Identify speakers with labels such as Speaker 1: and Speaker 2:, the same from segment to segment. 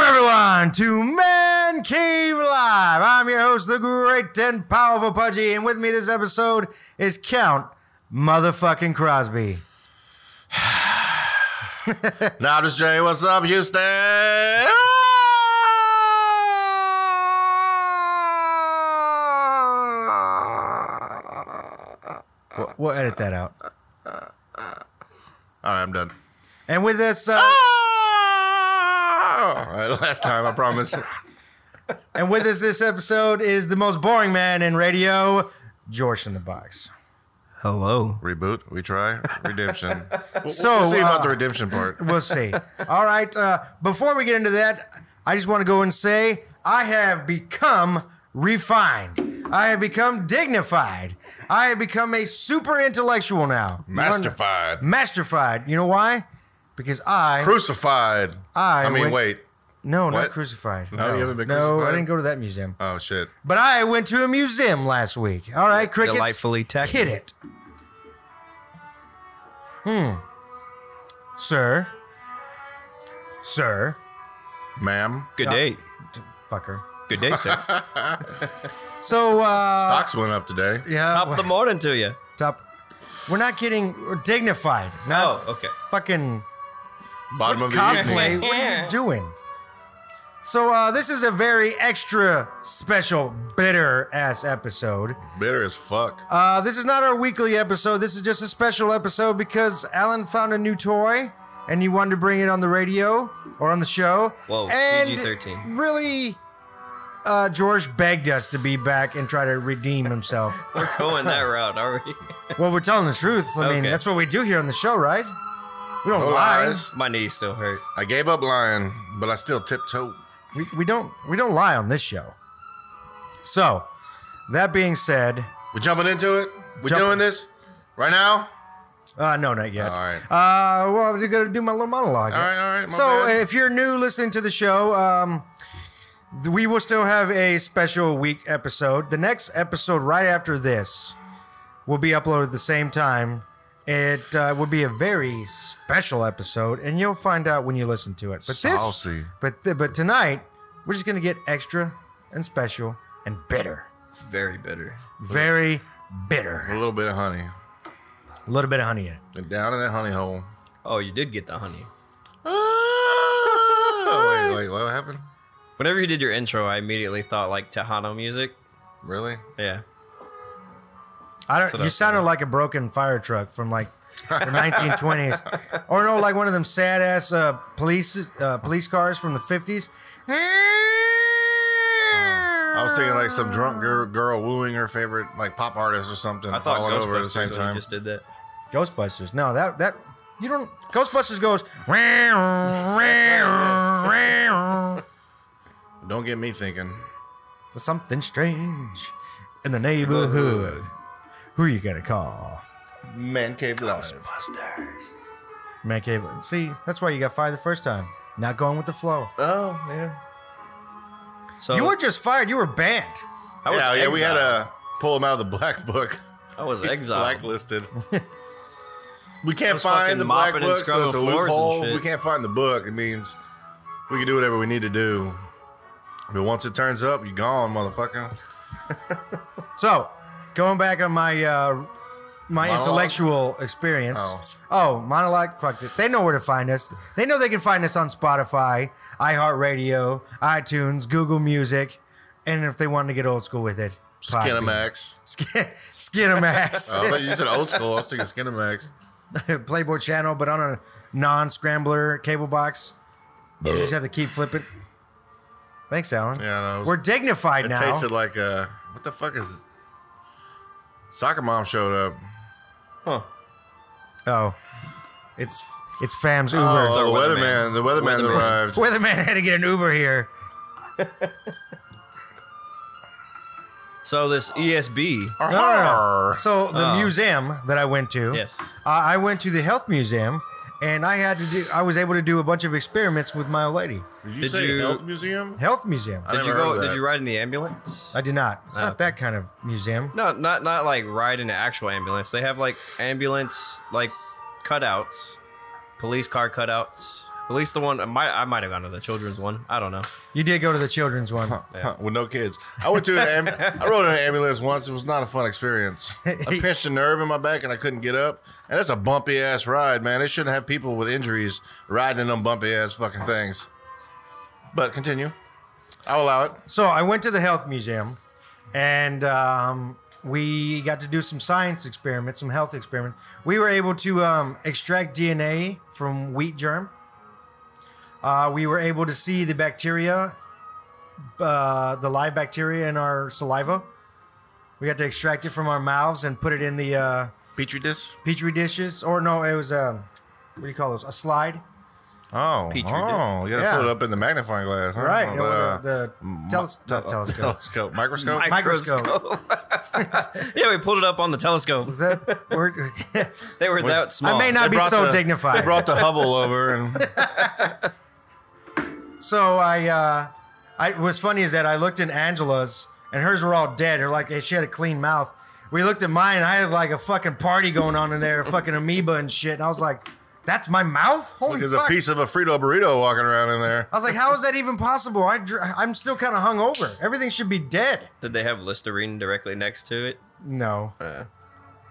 Speaker 1: on to Man Cave Live. I'm your host, the great and powerful Pudgy, and with me this episode is Count Motherfucking Crosby.
Speaker 2: Now I'm just Jay. What's up, Houston?
Speaker 1: We'll, we'll edit that out.
Speaker 2: All right, I'm done.
Speaker 1: And with us, uh,
Speaker 2: All right, last time I promise.
Speaker 1: and with us this episode is the most boring man in radio, George in the Box.
Speaker 3: Hello.
Speaker 2: Reboot. We try redemption. We'll,
Speaker 1: So,
Speaker 2: we'll see about
Speaker 1: uh,
Speaker 2: the redemption part.
Speaker 1: We'll see. All right. Uh, before we get into that, I just want to go and say I have become refined. I have become dignified. I have become a super intellectual now.
Speaker 2: Masterfied,
Speaker 1: Masterfied. You know why? Because I
Speaker 2: crucified.
Speaker 1: I
Speaker 2: I mean,
Speaker 1: went-
Speaker 2: wait.
Speaker 1: no, not
Speaker 2: what?
Speaker 1: crucified.
Speaker 2: No, you haven't been
Speaker 1: No, I
Speaker 2: crucified?
Speaker 1: didn't go to that museum.
Speaker 2: Oh shit.
Speaker 1: But I went to a museum last week. All right, crickets.
Speaker 3: Delightfully technical.
Speaker 1: Hit it. Hmm. Sir. Sir.
Speaker 2: Ma'am,
Speaker 3: Good day.
Speaker 1: Fucker.
Speaker 3: Good day, sir.
Speaker 1: So, uh,
Speaker 2: stocks went up today.
Speaker 1: yeah,
Speaker 3: Top of the
Speaker 1: well,
Speaker 3: morning to you.
Speaker 1: top. We're not getting we're dignified. Not
Speaker 3: Oh, okay.
Speaker 1: fucking
Speaker 2: Bottom of the
Speaker 1: cosplay.
Speaker 2: evening.
Speaker 1: What are you doing? So, uh, this is a very extra special, bitter ass episode.
Speaker 2: Bitter as fuck.
Speaker 1: Uh, this is not our weekly episode. This is just a special episode because Alan found a new toy and he wanted to bring it on the radio or on the show.
Speaker 3: Whoa,
Speaker 1: and
Speaker 3: PG-13.
Speaker 1: Really, uh, George begged us to be back and try to redeem himself.
Speaker 3: We're going that route, are we?
Speaker 1: well, we're telling the truth. I mean,
Speaker 3: Okay.
Speaker 1: that's what we do here on the show, right? We don't
Speaker 2: No
Speaker 1: lie.
Speaker 2: lies.
Speaker 3: My knees still hurt.
Speaker 2: I gave up lying, but I still tiptoe.
Speaker 1: We, we don't we don't lie on this show. So, that being said,
Speaker 2: We jumping into it. We
Speaker 1: Jumping.
Speaker 2: doing this right now.
Speaker 1: Uh, no, not yet.
Speaker 2: All right.
Speaker 1: Uh, well, I'm going to do my little monologue.
Speaker 2: All right, all right, my
Speaker 1: So,
Speaker 2: bad.
Speaker 1: if you're new listening to the show, um, th- we will still have a special week episode. The next episode right after this will be uploaded at the same time. It uh, will be a very special episode, and you'll find out when you listen to it. But
Speaker 2: Saucy.
Speaker 1: this, but th- but tonight, we're just going to get extra and special and bitter,
Speaker 3: Very bitter.
Speaker 1: very
Speaker 2: A
Speaker 1: bitter.
Speaker 2: little bit of honey.
Speaker 1: A little bit of honey in it.
Speaker 2: And down in that honey hole.
Speaker 3: Oh, you did get the honey.
Speaker 2: Oh, wait, wait, what happened?
Speaker 3: Whenever you did your intro, I immediately thought like Tejano music.
Speaker 2: Really?
Speaker 3: Yeah.
Speaker 1: I don't.
Speaker 3: So
Speaker 1: you
Speaker 3: that's-
Speaker 1: sounded like a broken fire truck from like the 1920s, or no, like one of them sad ass uh, police uh, police cars from the 50s.
Speaker 2: I was thinking like some drunk girl, girl wooing her favorite like pop artist or something.
Speaker 3: I thought
Speaker 2: falling over at the
Speaker 3: Ghostbusters
Speaker 2: same
Speaker 3: when you
Speaker 2: time.
Speaker 3: just did that.
Speaker 1: Ghostbusters. No, that that you don't. Ghostbusters goes. There's
Speaker 2: Don't get me thinking.
Speaker 1: Something strange in the neighborhood. Who you gonna call?
Speaker 2: Man cave live.
Speaker 3: Ghostbusters.
Speaker 1: Man cave. See, that's why you got fired the first time. Not going with the flow.
Speaker 3: Oh, yeah. So
Speaker 1: You were just fired. You were banned.
Speaker 3: I was
Speaker 2: yeah, yeah, we had
Speaker 3: exiled.
Speaker 2: to pull him out of the black book.
Speaker 3: I was
Speaker 2: He's
Speaker 3: exiled.
Speaker 2: Blacklisted. we can't
Speaker 3: was
Speaker 2: find
Speaker 3: fucking
Speaker 2: the black
Speaker 3: mopping and
Speaker 2: book. So
Speaker 3: scrubbing
Speaker 2: it's a
Speaker 3: floors and
Speaker 2: loophole.
Speaker 3: shit.
Speaker 2: We can't find the book. It means we can do whatever we need to do. But once it turns up, you're gone, motherfucker.
Speaker 1: So, going back on my uh, my
Speaker 2: Monologue?
Speaker 1: intellectual experience.
Speaker 2: Oh.
Speaker 1: Oh. monologue. Fuck it. They know where to find us. They know they can find us on Spotify, iHeartRadio, iTunes, Google Music, and if they want to get old school with it, Podbean.
Speaker 2: Skinamax.
Speaker 1: Skin- Skinamax.
Speaker 2: Oh, I thought you said old school. I was thinking Skinamax. Oh.
Speaker 1: Playboy Channel, but on a non-scrambler cable box. You just have to keep flipping. Thanks, Alan.
Speaker 2: Yeah, I know. It was-
Speaker 1: We're dignified
Speaker 2: It
Speaker 1: now.
Speaker 2: tasted like uh what the fuck is Soccer mom showed up.
Speaker 3: Huh.
Speaker 1: oh, it's it's Fam's Uber.
Speaker 2: Oh, the
Speaker 3: our
Speaker 2: weatherman.
Speaker 3: weatherman.
Speaker 2: The weatherman,
Speaker 3: Weatherman.
Speaker 2: arrived.
Speaker 1: Weatherman had to get an Uber here.
Speaker 3: So this E ESB.
Speaker 1: No, no, no.
Speaker 2: Arr.
Speaker 1: So the
Speaker 3: Oh.
Speaker 1: museum that I went to,
Speaker 3: Yes.
Speaker 1: uh, I went to the health museum, and I had to do. I was able to do a bunch of experiments with my old lady.
Speaker 2: Did you
Speaker 3: Did
Speaker 2: say
Speaker 3: you-
Speaker 2: health museum?
Speaker 1: Health museum. I,
Speaker 2: I
Speaker 3: Did you
Speaker 2: never heard
Speaker 3: go?
Speaker 2: of
Speaker 3: Did
Speaker 2: that.
Speaker 3: you ride in the ambulance?
Speaker 1: did not.
Speaker 3: Oh,
Speaker 1: It's not that kind of museum.
Speaker 3: No, not not like ride in an actual ambulance. They have like ambulance like cutouts, police car cutouts. At least the one I might I might have gone to the children's one. I don't know.
Speaker 1: You did go to the children's one.
Speaker 2: Huh, with no kids. I went to an am- I rode in an ambulance once. It was not a fun experience. I pinched a nerve in my back and I couldn't get up. And that's a bumpy ass ride, man. They shouldn't have people with injuries riding in them bumpy ass fucking things. But continue. I'll allow it.
Speaker 1: So I went to the health museum, and um, we got to do some science experiments, some health experiments. We were able to um, extract DNA from wheat germ. Uh, we were able to see the bacteria, uh, the live bacteria in our saliva. We got to extract it from our mouths and put it in the uh,
Speaker 2: Petri dish.
Speaker 1: petri dishes, or no, it was um, what do you call those? A slide,
Speaker 2: Oh,
Speaker 3: Petri dish.
Speaker 2: oh, you gotta
Speaker 1: yeah.
Speaker 2: put it up in the magnifying glass, huh?
Speaker 1: right?
Speaker 2: Well, uh,
Speaker 1: the the teles- not
Speaker 2: tel-
Speaker 1: telescope.
Speaker 2: telescope, microscope.
Speaker 1: Microscope.
Speaker 3: yeah, we pulled it up on the telescope.
Speaker 1: Is that word?
Speaker 3: They were that small.
Speaker 1: I may
Speaker 2: They
Speaker 1: not be
Speaker 2: brought
Speaker 1: so
Speaker 2: the- They
Speaker 1: dignified.
Speaker 2: brought the Hubble over, and
Speaker 1: so I, uh, I what's funny is that I looked in Angela's and hers were all dead. Or like she had a clean mouth. We looked at mine. I had like a fucking party going on in there, fucking amoeba and shit. And I was like, "That's my mouth? Holy
Speaker 2: there's a
Speaker 1: fuck!"
Speaker 2: piece of a Frito burrito walking around in there.
Speaker 1: I was like, "How is that even possible? I dr- I'm still kind of hungover. Everything should be dead."
Speaker 3: Did they have Listerine directly next to it?
Speaker 1: No,
Speaker 3: Uh,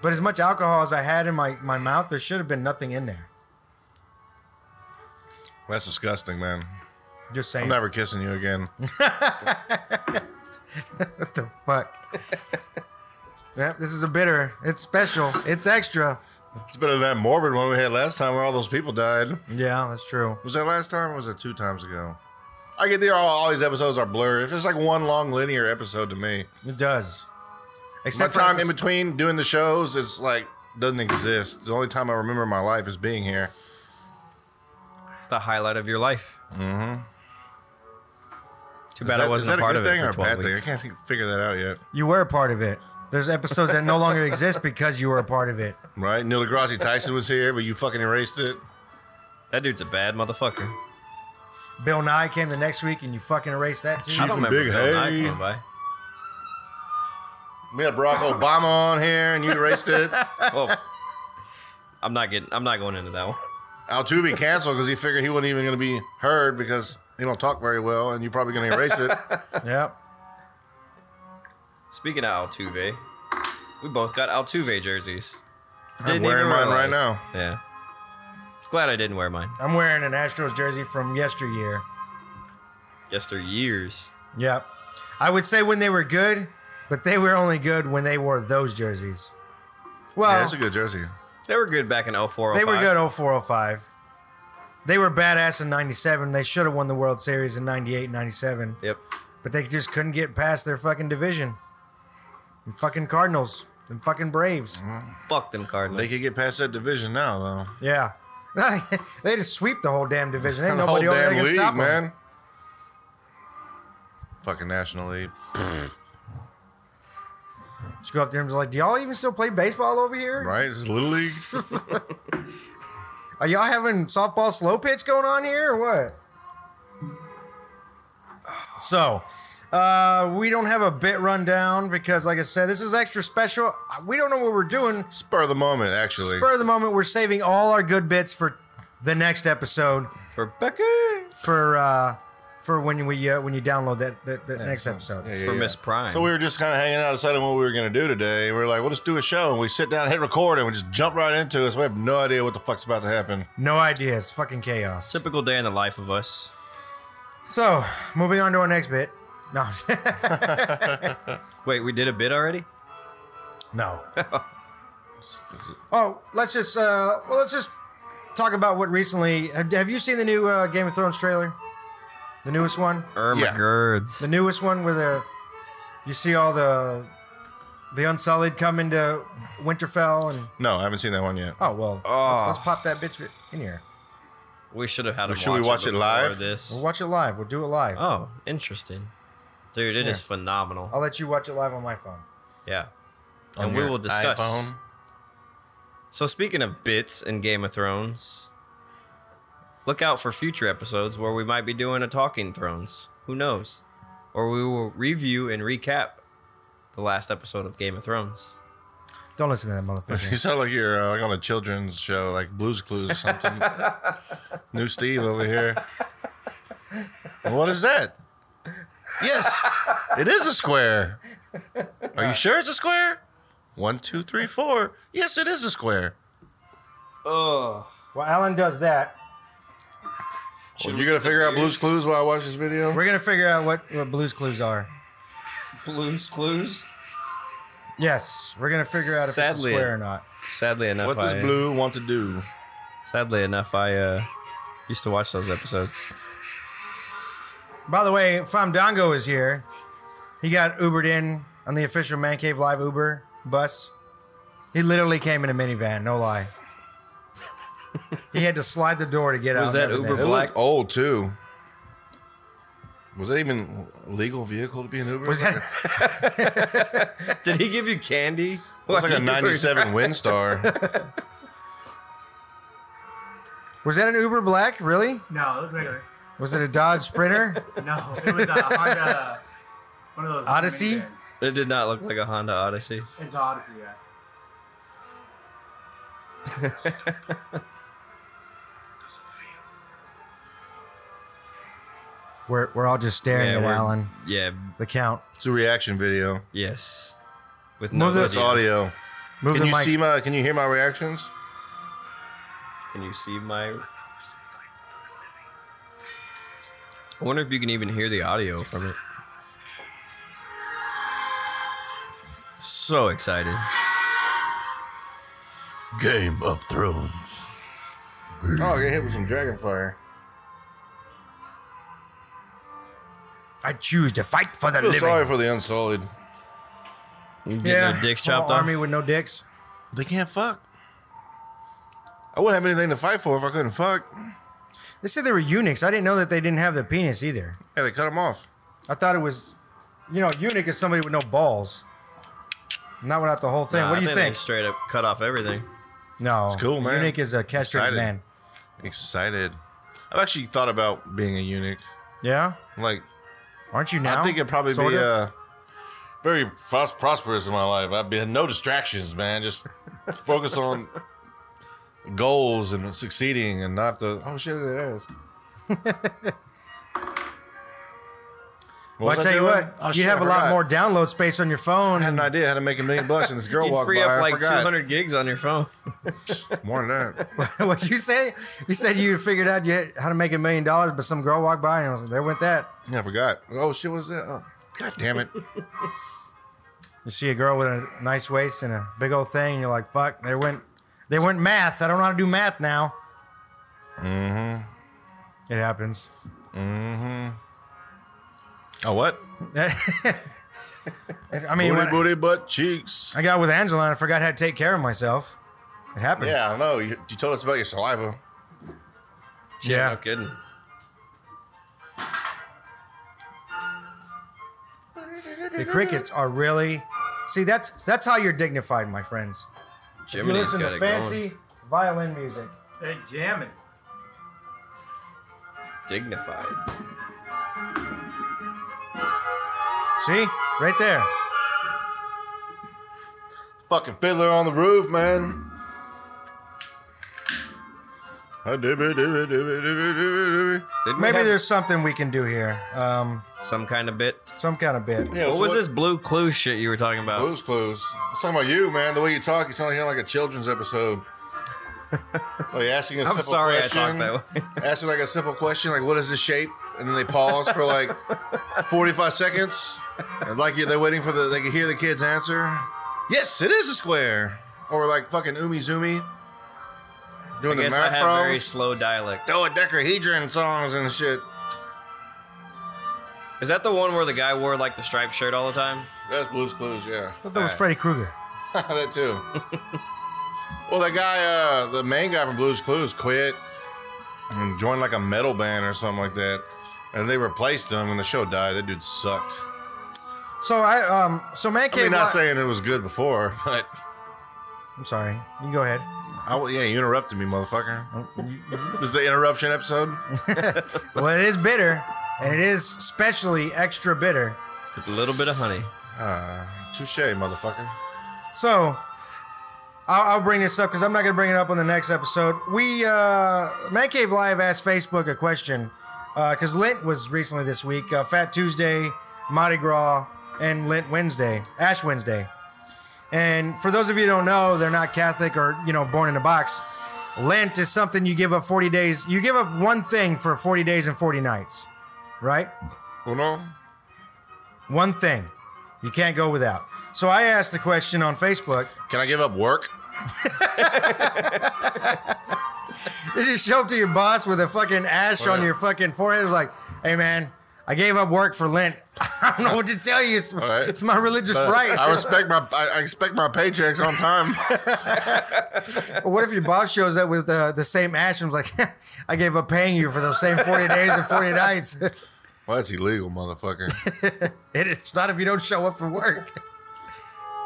Speaker 1: but as much alcohol as I had in my my mouth, there should have been nothing in there.
Speaker 2: That's disgusting, man.
Speaker 1: Just
Speaker 2: I'm
Speaker 1: saying.
Speaker 2: never kissing you again.
Speaker 1: What the fuck? yep, this is a bitter. It's special. It's extra.
Speaker 2: It's better than that morbid one we had last time where all those people died.
Speaker 1: Yeah, that's true.
Speaker 2: Was that last time or was it two times ago? I get there, all, all these episodes are blurred. It's just like one long linear episode to me.
Speaker 1: It does.
Speaker 2: My
Speaker 1: Except for
Speaker 2: time in
Speaker 1: episode-
Speaker 2: between doing the shows is like doesn't exist. The only time I remember my life is being here.
Speaker 3: it's the highlight of your life. Mm-hmm. Too
Speaker 2: Is
Speaker 3: bad I
Speaker 2: that-
Speaker 3: wasn't a part of it for
Speaker 2: a
Speaker 3: twelve
Speaker 2: bad thing? I
Speaker 3: weeks.
Speaker 2: can't see- figure that out yet.
Speaker 1: You were a part of it. There's episodes that no longer exist because you were a part of it.
Speaker 2: Right? Neil deGrasse Tyson was here, but you fucking erased it.
Speaker 3: That dude's a bad motherfucker.
Speaker 1: Bill Nye came the next week and you fucking erased that too.
Speaker 3: I don't
Speaker 2: and
Speaker 3: remember
Speaker 2: Big
Speaker 3: Bill Nye
Speaker 2: Hay.
Speaker 3: coming by.
Speaker 2: We had Barack Obama on here and you erased it.
Speaker 3: Well, I'm not getting. I'm not going into that one.
Speaker 2: Altuve canceled because he figured he wasn't even going to be heard because he don't talk very well, and you're probably going to erase it.
Speaker 1: Yep.
Speaker 3: Speaking of Altuve, we both got Altuve jerseys.
Speaker 2: I'm wearing
Speaker 3: even
Speaker 2: mine right
Speaker 3: realize.
Speaker 2: now.
Speaker 3: Yeah. Glad I didn't wear mine.
Speaker 1: I'm wearing an Astros jersey from yesteryear.
Speaker 3: Just their years.
Speaker 1: Yep. I would say when they were good, but they were only good when they wore those jerseys.
Speaker 2: Yeah,
Speaker 1: Well,
Speaker 2: that's a good oh jersey.
Speaker 3: They were good back in 04.
Speaker 1: they were good 0405. They were badass in 97. They should have won the World Series in 98 97.
Speaker 3: Yep.
Speaker 1: But they just couldn't get past their fucking division. The fucking Cardinals. The fucking Braves.
Speaker 2: Mm-hmm.
Speaker 3: Fuck them Cardinals.
Speaker 2: They could get past that division now, though.
Speaker 1: Yeah. they just sweep the whole damn division. Ain't
Speaker 2: the whole
Speaker 1: nobody over there
Speaker 2: damn
Speaker 1: can
Speaker 2: league,
Speaker 1: stop them.
Speaker 2: man. Fucking National League.
Speaker 1: Just go up there and be like, do y'all even still play baseball over here?
Speaker 2: Right? This is Little League.
Speaker 1: Are y'all having softball slow pitch going on here or what? So, uh, we don't have a bit rundown because, like I said, this is extra special. We don't know what we're doing.
Speaker 2: Spur of the moment, actually.
Speaker 1: Spur of the moment, we're saving all our good bits for the next episode.
Speaker 3: For Becca.
Speaker 1: for uh for when we uh, when you download that that, that next episode.
Speaker 2: Yeah, yeah,
Speaker 3: For
Speaker 2: yeah.
Speaker 3: Miss Prime.
Speaker 2: So we were just kind of hanging out, deciding what we were going to do today. We were like, we'll just do a show. And we sit down, hit record, and we just jump right into it. So we have no idea what the fuck's about to happen.
Speaker 1: No ideas, fucking chaos.
Speaker 3: Typical day in the life of us.
Speaker 1: So moving on to our next bit. No,
Speaker 3: Wait, we did a bid already?
Speaker 1: no. oh, let's just uh well let's just talk about what recently. Have have you seen the new uh, Game of Thrones trailer? The newest one.
Speaker 3: Irma
Speaker 2: Yeah.
Speaker 3: Gerds.
Speaker 1: The newest one where the you see all the the Unsullied come into Winterfell and
Speaker 2: No, I haven't seen that one yet.
Speaker 1: oh well
Speaker 3: Oh.
Speaker 2: Ah.
Speaker 1: let's, let's pop that bitch in here.
Speaker 3: We should have had a
Speaker 2: Should we watch it live?
Speaker 3: This.
Speaker 1: We'll watch it live. We'll do it
Speaker 2: Ah.
Speaker 1: live.
Speaker 3: oh, interesting. Dude, it is phenomenal.
Speaker 1: I'll let you watch it live on my phone.
Speaker 3: Yeah.
Speaker 2: On
Speaker 3: And we
Speaker 2: your
Speaker 3: will discuss.
Speaker 2: iPhone?
Speaker 3: So speaking of bits in Game of Thrones, look out for future episodes where we might be doing a Talking Thrones. Who knows? Or we will review and recap the last episode of Game of Thrones.
Speaker 1: Don't listen to that motherfucker.
Speaker 2: You sound like you're uh, like on a children's show, like Blues Clues or something. New Steve over here. What is that? Yes, it is a square. Are you sure it's a square? One, two, three, four. Yes, it is a square.
Speaker 3: Oh.
Speaker 1: Well, Alan does that.
Speaker 2: Well, you're gonna figure out Blues Clues while I watch this video.
Speaker 1: We're gonna figure out what, what Blue's Clues are.
Speaker 3: Blues Clues.
Speaker 1: Yes, we're gonna figure out if it's a
Speaker 3: Sadly.
Speaker 1: square or not.
Speaker 3: Sadly enough,
Speaker 2: What does
Speaker 3: I,
Speaker 2: Blue want to do?
Speaker 3: sadly enough, I uh, used to watch those episodes.
Speaker 1: By the way, Fandango is here. He got Ubered in on the official Man Cave Live Uber bus. He literally came in a minivan, no lie. he had to slide the door to get
Speaker 3: Was
Speaker 1: out. and
Speaker 3: that
Speaker 1: everything.
Speaker 3: Uber
Speaker 2: It
Speaker 3: Black-
Speaker 2: looked old too. Was it even a legal vehicle to be an Uber?
Speaker 1: Was that
Speaker 3: Did he give you candy?
Speaker 2: It was like a
Speaker 3: While you were
Speaker 2: '97 WinStar.
Speaker 1: was that an Uber Black? Really?
Speaker 4: No, it was regular.
Speaker 1: Was it a Dodge Sprinter?
Speaker 4: No, it was a Honda. One of those.
Speaker 1: Odyssey?
Speaker 4: minivans.
Speaker 3: driving? It did not look like a Honda Odyssey.
Speaker 4: It's Odyssey, yeah.
Speaker 1: we're, we're all just staring
Speaker 3: Yeah,
Speaker 1: at
Speaker 3: we're-
Speaker 1: Alan.
Speaker 3: Yeah.
Speaker 1: The count.
Speaker 2: it's a reaction video.
Speaker 3: Yes. With
Speaker 1: No,
Speaker 3: no,
Speaker 1: that's
Speaker 2: It's
Speaker 3: video.
Speaker 2: audio.
Speaker 1: Move
Speaker 2: Can
Speaker 1: the
Speaker 2: you
Speaker 1: mic.
Speaker 2: see my? Can you hear my reactions?
Speaker 3: Can you see my? I wonder if you can even hear the audio from it. So excited.
Speaker 5: Game of Thrones.
Speaker 2: Oh, I got hit with some dragon fire.
Speaker 1: I choose to fight for the
Speaker 2: I feel
Speaker 1: living.
Speaker 2: sorry for the unsullied.
Speaker 3: Getting
Speaker 1: yeah,
Speaker 3: their dicks
Speaker 1: whole
Speaker 3: chopped off.
Speaker 1: army with no dicks.
Speaker 2: They can't fuck. I wouldn't have anything to fight for if I couldn't fuck.
Speaker 1: They said they were eunuchs. I didn't know that they didn't have the penis either.
Speaker 2: Yeah, they cut them off.
Speaker 1: I thought it was, you know, eunuch is somebody with no balls. Not without the whole thing.
Speaker 3: Nah,
Speaker 1: what do
Speaker 3: I
Speaker 1: you
Speaker 3: They
Speaker 1: think?
Speaker 3: straight up cut off everything.
Speaker 1: No,
Speaker 2: It's cool, man.
Speaker 1: Eunuch is a castrated
Speaker 2: Excited.
Speaker 1: man.
Speaker 2: Excited. I've actually thought about being a eunuch.
Speaker 1: Yeah,
Speaker 2: Like,
Speaker 1: aren't you now?
Speaker 2: I think it'd probably
Speaker 1: Sort
Speaker 2: be
Speaker 1: of?
Speaker 2: uh, very pros- prosperous in my life. I'd be no distractions, man. Just focus on goals and succeeding, and not the oh shit, look at that ass.
Speaker 1: Well, I tell you what, you have a lot more download space on your
Speaker 2: I had an
Speaker 1: phone.
Speaker 2: idea how to make a million bucks, and this girl
Speaker 3: You'd
Speaker 2: walked
Speaker 3: free
Speaker 2: by.
Speaker 3: up
Speaker 2: I
Speaker 3: like
Speaker 2: forgot.
Speaker 3: 200 gigs on your phone.
Speaker 2: More than that.
Speaker 1: What'd you say? You said you figured out you had- how to make a million dollars, but some girl walked by and I was like, "There went that."
Speaker 2: Yeah, I forgot. Oh shit, what was that? Oh, God damn it!
Speaker 1: You see a girl with a nice waist and a big old thing, and you're like, "Fuck!" There went, they went math. I don't know how to do math now. Mm-hmm. It happens.
Speaker 2: Oh what?
Speaker 1: I mean,
Speaker 2: Booty,
Speaker 1: when I-
Speaker 2: booty, butt cheeks.
Speaker 1: I got with Angela and I forgot how to take care of myself. It happens.
Speaker 2: Yeah, I know. You, you told us about your saliva.
Speaker 1: Yeah.
Speaker 3: No kidding.
Speaker 1: The crickets are really. See, that's that's how you're dignified, my friends. You
Speaker 3: Jiminy's
Speaker 1: listen
Speaker 3: got
Speaker 1: to
Speaker 3: it
Speaker 1: fancy
Speaker 3: going.
Speaker 1: violin music.
Speaker 4: They're jamming.
Speaker 3: Dignified.
Speaker 1: See, right there.
Speaker 2: Fucking fiddler on the roof, man. Yeah,
Speaker 3: Didn't we
Speaker 1: Maybe
Speaker 3: have
Speaker 1: there's something we can do here. Um,
Speaker 3: some kind of bit.
Speaker 1: some kind of bit.
Speaker 2: so
Speaker 3: What was this blue clue shit you were talking about?
Speaker 2: Blues Clues. I'm talking about you, man. The way you talk, you sound like you're on like a children's episode. Like asking a
Speaker 3: I'm
Speaker 2: simple
Speaker 3: sorry I
Speaker 2: question.
Speaker 3: talked that way.
Speaker 2: Asking like a simple question, like what is the shape, and then they pause for like 45 seconds, and like you, they're waiting for the they can hear the kids answer. Yes, it is a square. Or like fucking Umi Zumi
Speaker 3: I
Speaker 2: doing the
Speaker 3: guess I
Speaker 2: math
Speaker 3: have very
Speaker 2: problems.
Speaker 3: slow dialect.
Speaker 2: Dodecahedron songs and shit.
Speaker 3: Is that the one where the guy wore like the striped shirt all the time?
Speaker 2: That's Blues Clues,
Speaker 1: I
Speaker 2: yeah.
Speaker 1: thought that was
Speaker 3: Alright.
Speaker 1: Freddy Krueger.
Speaker 2: that too. well, that guy, uh, the main guy from Blues Clues, quit and joined like a metal band or something like that, and they replaced him, and the show died. That dude sucked.
Speaker 1: So I um so man
Speaker 2: I
Speaker 1: cave.
Speaker 2: mean, not
Speaker 1: Li-
Speaker 2: saying it was good before, but
Speaker 1: I'm sorry. You can go ahead.
Speaker 2: I, w- yeah, you interrupted me, motherfucker. Oh, This is the interruption episode.
Speaker 1: Well, it is bitter, and it is especially extra bitter.
Speaker 3: With a little bit of honey.
Speaker 2: Uh, touche, motherfucker.
Speaker 1: So, I'll, I'll bring this up because I'm not going to bring it up on the next episode. We, uh, Man Cave Live asked Facebook a question because Lent was recently this week uh, Fat Tuesday, Mardi Gras, and Lent Wednesday, Ash Wednesday. And for those of you who don't know, they're not Catholic or, you know, born in a box. Lent is something you give up 40 days. You give up one thing for 40 days and 40 nights, right?
Speaker 2: Uno?
Speaker 1: One thing you can't go without. So I asked the question on Facebook.
Speaker 2: Can I give up work?
Speaker 1: Did you show up to your boss with a fucking ash on
Speaker 2: Oh, yeah.
Speaker 1: your fucking forehead? It was like, hey man, I gave up work for Lent. I don't know what to tell you. It's,
Speaker 2: right.
Speaker 1: it's my religious
Speaker 2: Uh,
Speaker 1: right.
Speaker 2: I respect my I I expect my paychecks on time.
Speaker 1: But what if your boss shows up with uh, the same ash and was like, I gave up paying you for those same 40 days and 40 nights?
Speaker 2: well, that's illegal, motherfucker.
Speaker 1: It- it's not if you don't show up for work.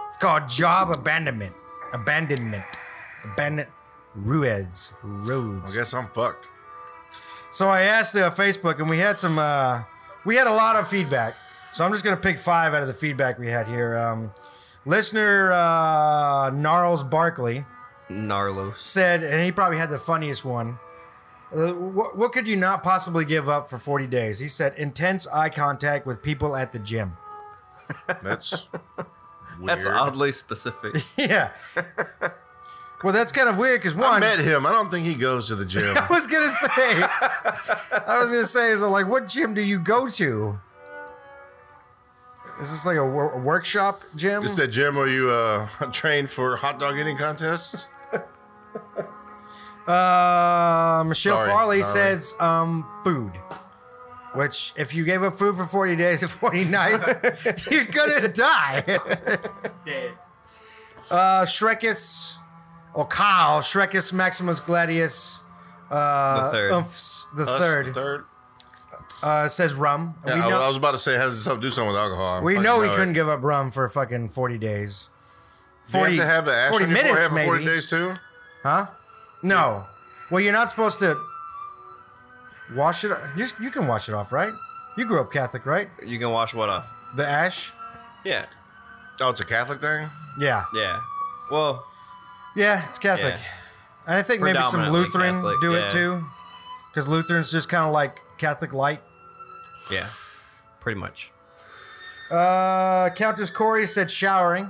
Speaker 1: It's called job abandonment. Abandonment. Abandon. Ruids. Roads.
Speaker 2: I guess I'm fucked.
Speaker 1: So I asked uh, Facebook, and we had some, uh, we had a lot of feedback. So I'm just gonna pick five out of the feedback we had here. Um, listener uh, Gnarls Barkley
Speaker 3: Narlos.
Speaker 1: said, and he probably had the funniest one. uh, What, what could you not possibly give up for 40 days? He said, intense eye contact with people at the gym.
Speaker 2: That's weird.
Speaker 3: That's oddly specific.
Speaker 1: yeah. Well, that's kind of weird because
Speaker 2: I
Speaker 1: one,
Speaker 2: met him. I don't think he goes to the gym.
Speaker 1: I was gonna say, I was gonna say, is it like what gym do you go to? Is this like a, wor- a workshop gym?
Speaker 2: It's that gym where you uh, train for hot dog eating contests.
Speaker 1: Uh, Michelle
Speaker 2: Sorry,
Speaker 1: Farley
Speaker 2: sorry.
Speaker 1: says, um, food. Which, if you gave up food for 40 days and 40 nights, you're gonna die.
Speaker 4: Dead.
Speaker 1: Uh, Shrekus, or Kyle, Shrekus Maximus Gladius, uh,
Speaker 3: The third.
Speaker 1: Umphs, the
Speaker 2: Us,
Speaker 1: third,
Speaker 2: Third.
Speaker 1: uh, says rum.
Speaker 2: Yeah,
Speaker 1: we
Speaker 2: I,
Speaker 1: know,
Speaker 2: I was about to say it has something to do something with alcohol. I
Speaker 1: we
Speaker 2: fucking
Speaker 1: know we
Speaker 2: it.
Speaker 1: couldn't give up rum for fucking 40 days.
Speaker 2: Do you have to have the ash
Speaker 1: 40
Speaker 2: on your
Speaker 1: minutes,
Speaker 2: forehead for
Speaker 1: maybe.
Speaker 2: 40 days too.
Speaker 1: Huh? No. Well, you're not supposed to wash it. You, you can wash it off, right? You grew up Catholic, right?
Speaker 3: You can wash what off?
Speaker 1: The ash.
Speaker 3: Yeah,
Speaker 2: Oh, it's a Catholic thing.
Speaker 1: Yeah.
Speaker 3: yeah. Well,
Speaker 1: Yeah, it's Catholic.
Speaker 3: Yeah.
Speaker 1: And I think maybe some
Speaker 3: Predominantly
Speaker 1: Lutheran
Speaker 3: Catholic,
Speaker 1: do
Speaker 3: yeah.
Speaker 1: it too, because Lutherans just kind of like Catholic light.
Speaker 3: yeah, pretty much.
Speaker 1: Uh, Countess Corey said showering,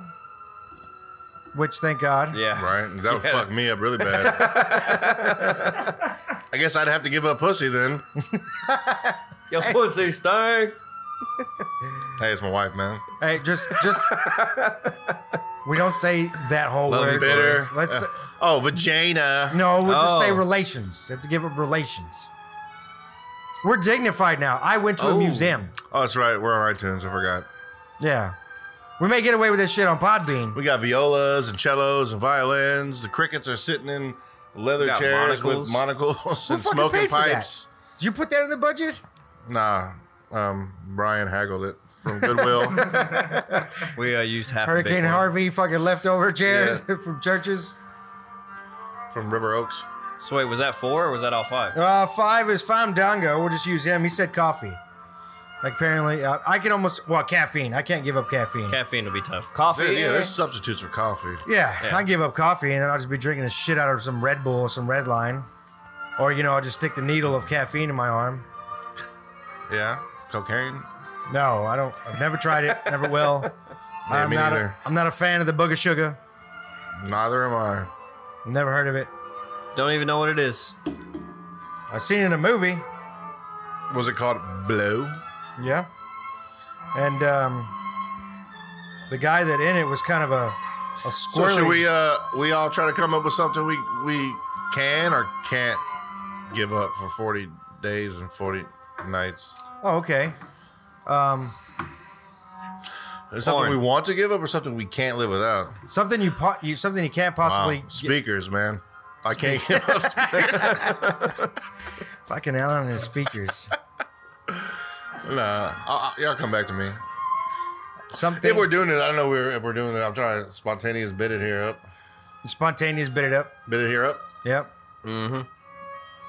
Speaker 1: which thank God.
Speaker 3: Yeah,
Speaker 2: Right? That would
Speaker 3: Yeah.
Speaker 2: fuck me up really bad. I guess I'd have to give up pussy then.
Speaker 3: Your pussy stink.
Speaker 2: Hey, it's my wife, man.
Speaker 1: Hey, just just we don't say that whole
Speaker 3: Love you,
Speaker 1: word.
Speaker 3: babe.
Speaker 2: Bitter.
Speaker 1: Let's
Speaker 2: Uh, oh, vagina.
Speaker 1: no, we'll just say
Speaker 3: Oh.
Speaker 1: relations. You have to give up relations. We're dignified now. I went to a
Speaker 3: Oh.
Speaker 1: museum.
Speaker 2: Oh, that's right. We're on iTunes. I forgot.
Speaker 1: Yeah, we may get away with this shit on Podbean.
Speaker 2: We got violas and cellos and violins. The crickets are sitting in leather
Speaker 3: We got
Speaker 2: chairs with
Speaker 3: monocles.
Speaker 2: monocles and
Speaker 1: fucking
Speaker 2: smoking
Speaker 1: paid for that?
Speaker 2: pipes.
Speaker 1: Did you put that in the budget?
Speaker 2: Nah, um, Brian haggled it from Goodwill.
Speaker 3: We uh, used half. a big
Speaker 1: Hurricane
Speaker 3: one.
Speaker 1: Harvey, fucking leftover chairs from churches.
Speaker 2: from River Oaks.
Speaker 3: So wait, was that four or was that all five?
Speaker 1: Uh, five is Fandango. We'll just use him. He said coffee. Like apparently, uh, I can almost well caffeine. I can't give up caffeine.
Speaker 3: Caffeine will be tough. Coffee.
Speaker 2: Yeah, there's substitutes for coffee.
Speaker 1: yeah,
Speaker 3: Yeah.
Speaker 1: I give up coffee, and then I'll just be drinking the shit out of some Red Bull or some Red Line, or you know, I'll just stick the needle of caffeine in my arm.
Speaker 2: Yeah, cocaine.
Speaker 1: No, I don't. I've never tried it. Never will. I'm
Speaker 2: me
Speaker 1: not. A,
Speaker 2: neither.
Speaker 1: I'm not a fan of the booger sugar.
Speaker 2: Neither am I.
Speaker 1: Never heard of it.
Speaker 3: Don't even know what it is.
Speaker 1: I've seen it in a movie.
Speaker 2: Was it called Blow?
Speaker 1: Yeah. And um, the guy that in it was kind of a a
Speaker 2: So
Speaker 1: squirrely.
Speaker 2: should we uh we all try to come up with something we we can or can't give up for 40 days and 40 nights?
Speaker 1: Oh, okay.
Speaker 2: Is something
Speaker 3: Porn.
Speaker 2: we want to give up or something we can't live without?
Speaker 1: Something you, po- you something you can't possibly.
Speaker 2: Wow. Oh, Speakers, man. I can't give up.
Speaker 1: Fucking Alan and his speakers.
Speaker 2: nah, I'll, I'll, y'all come back to me.
Speaker 1: Something
Speaker 2: If we're doing this, I don't know we're, if we're doing it. I'm trying to spontaneous bid it here up.
Speaker 1: spontaneous bit it up.
Speaker 2: Bid it here up.
Speaker 1: Yep.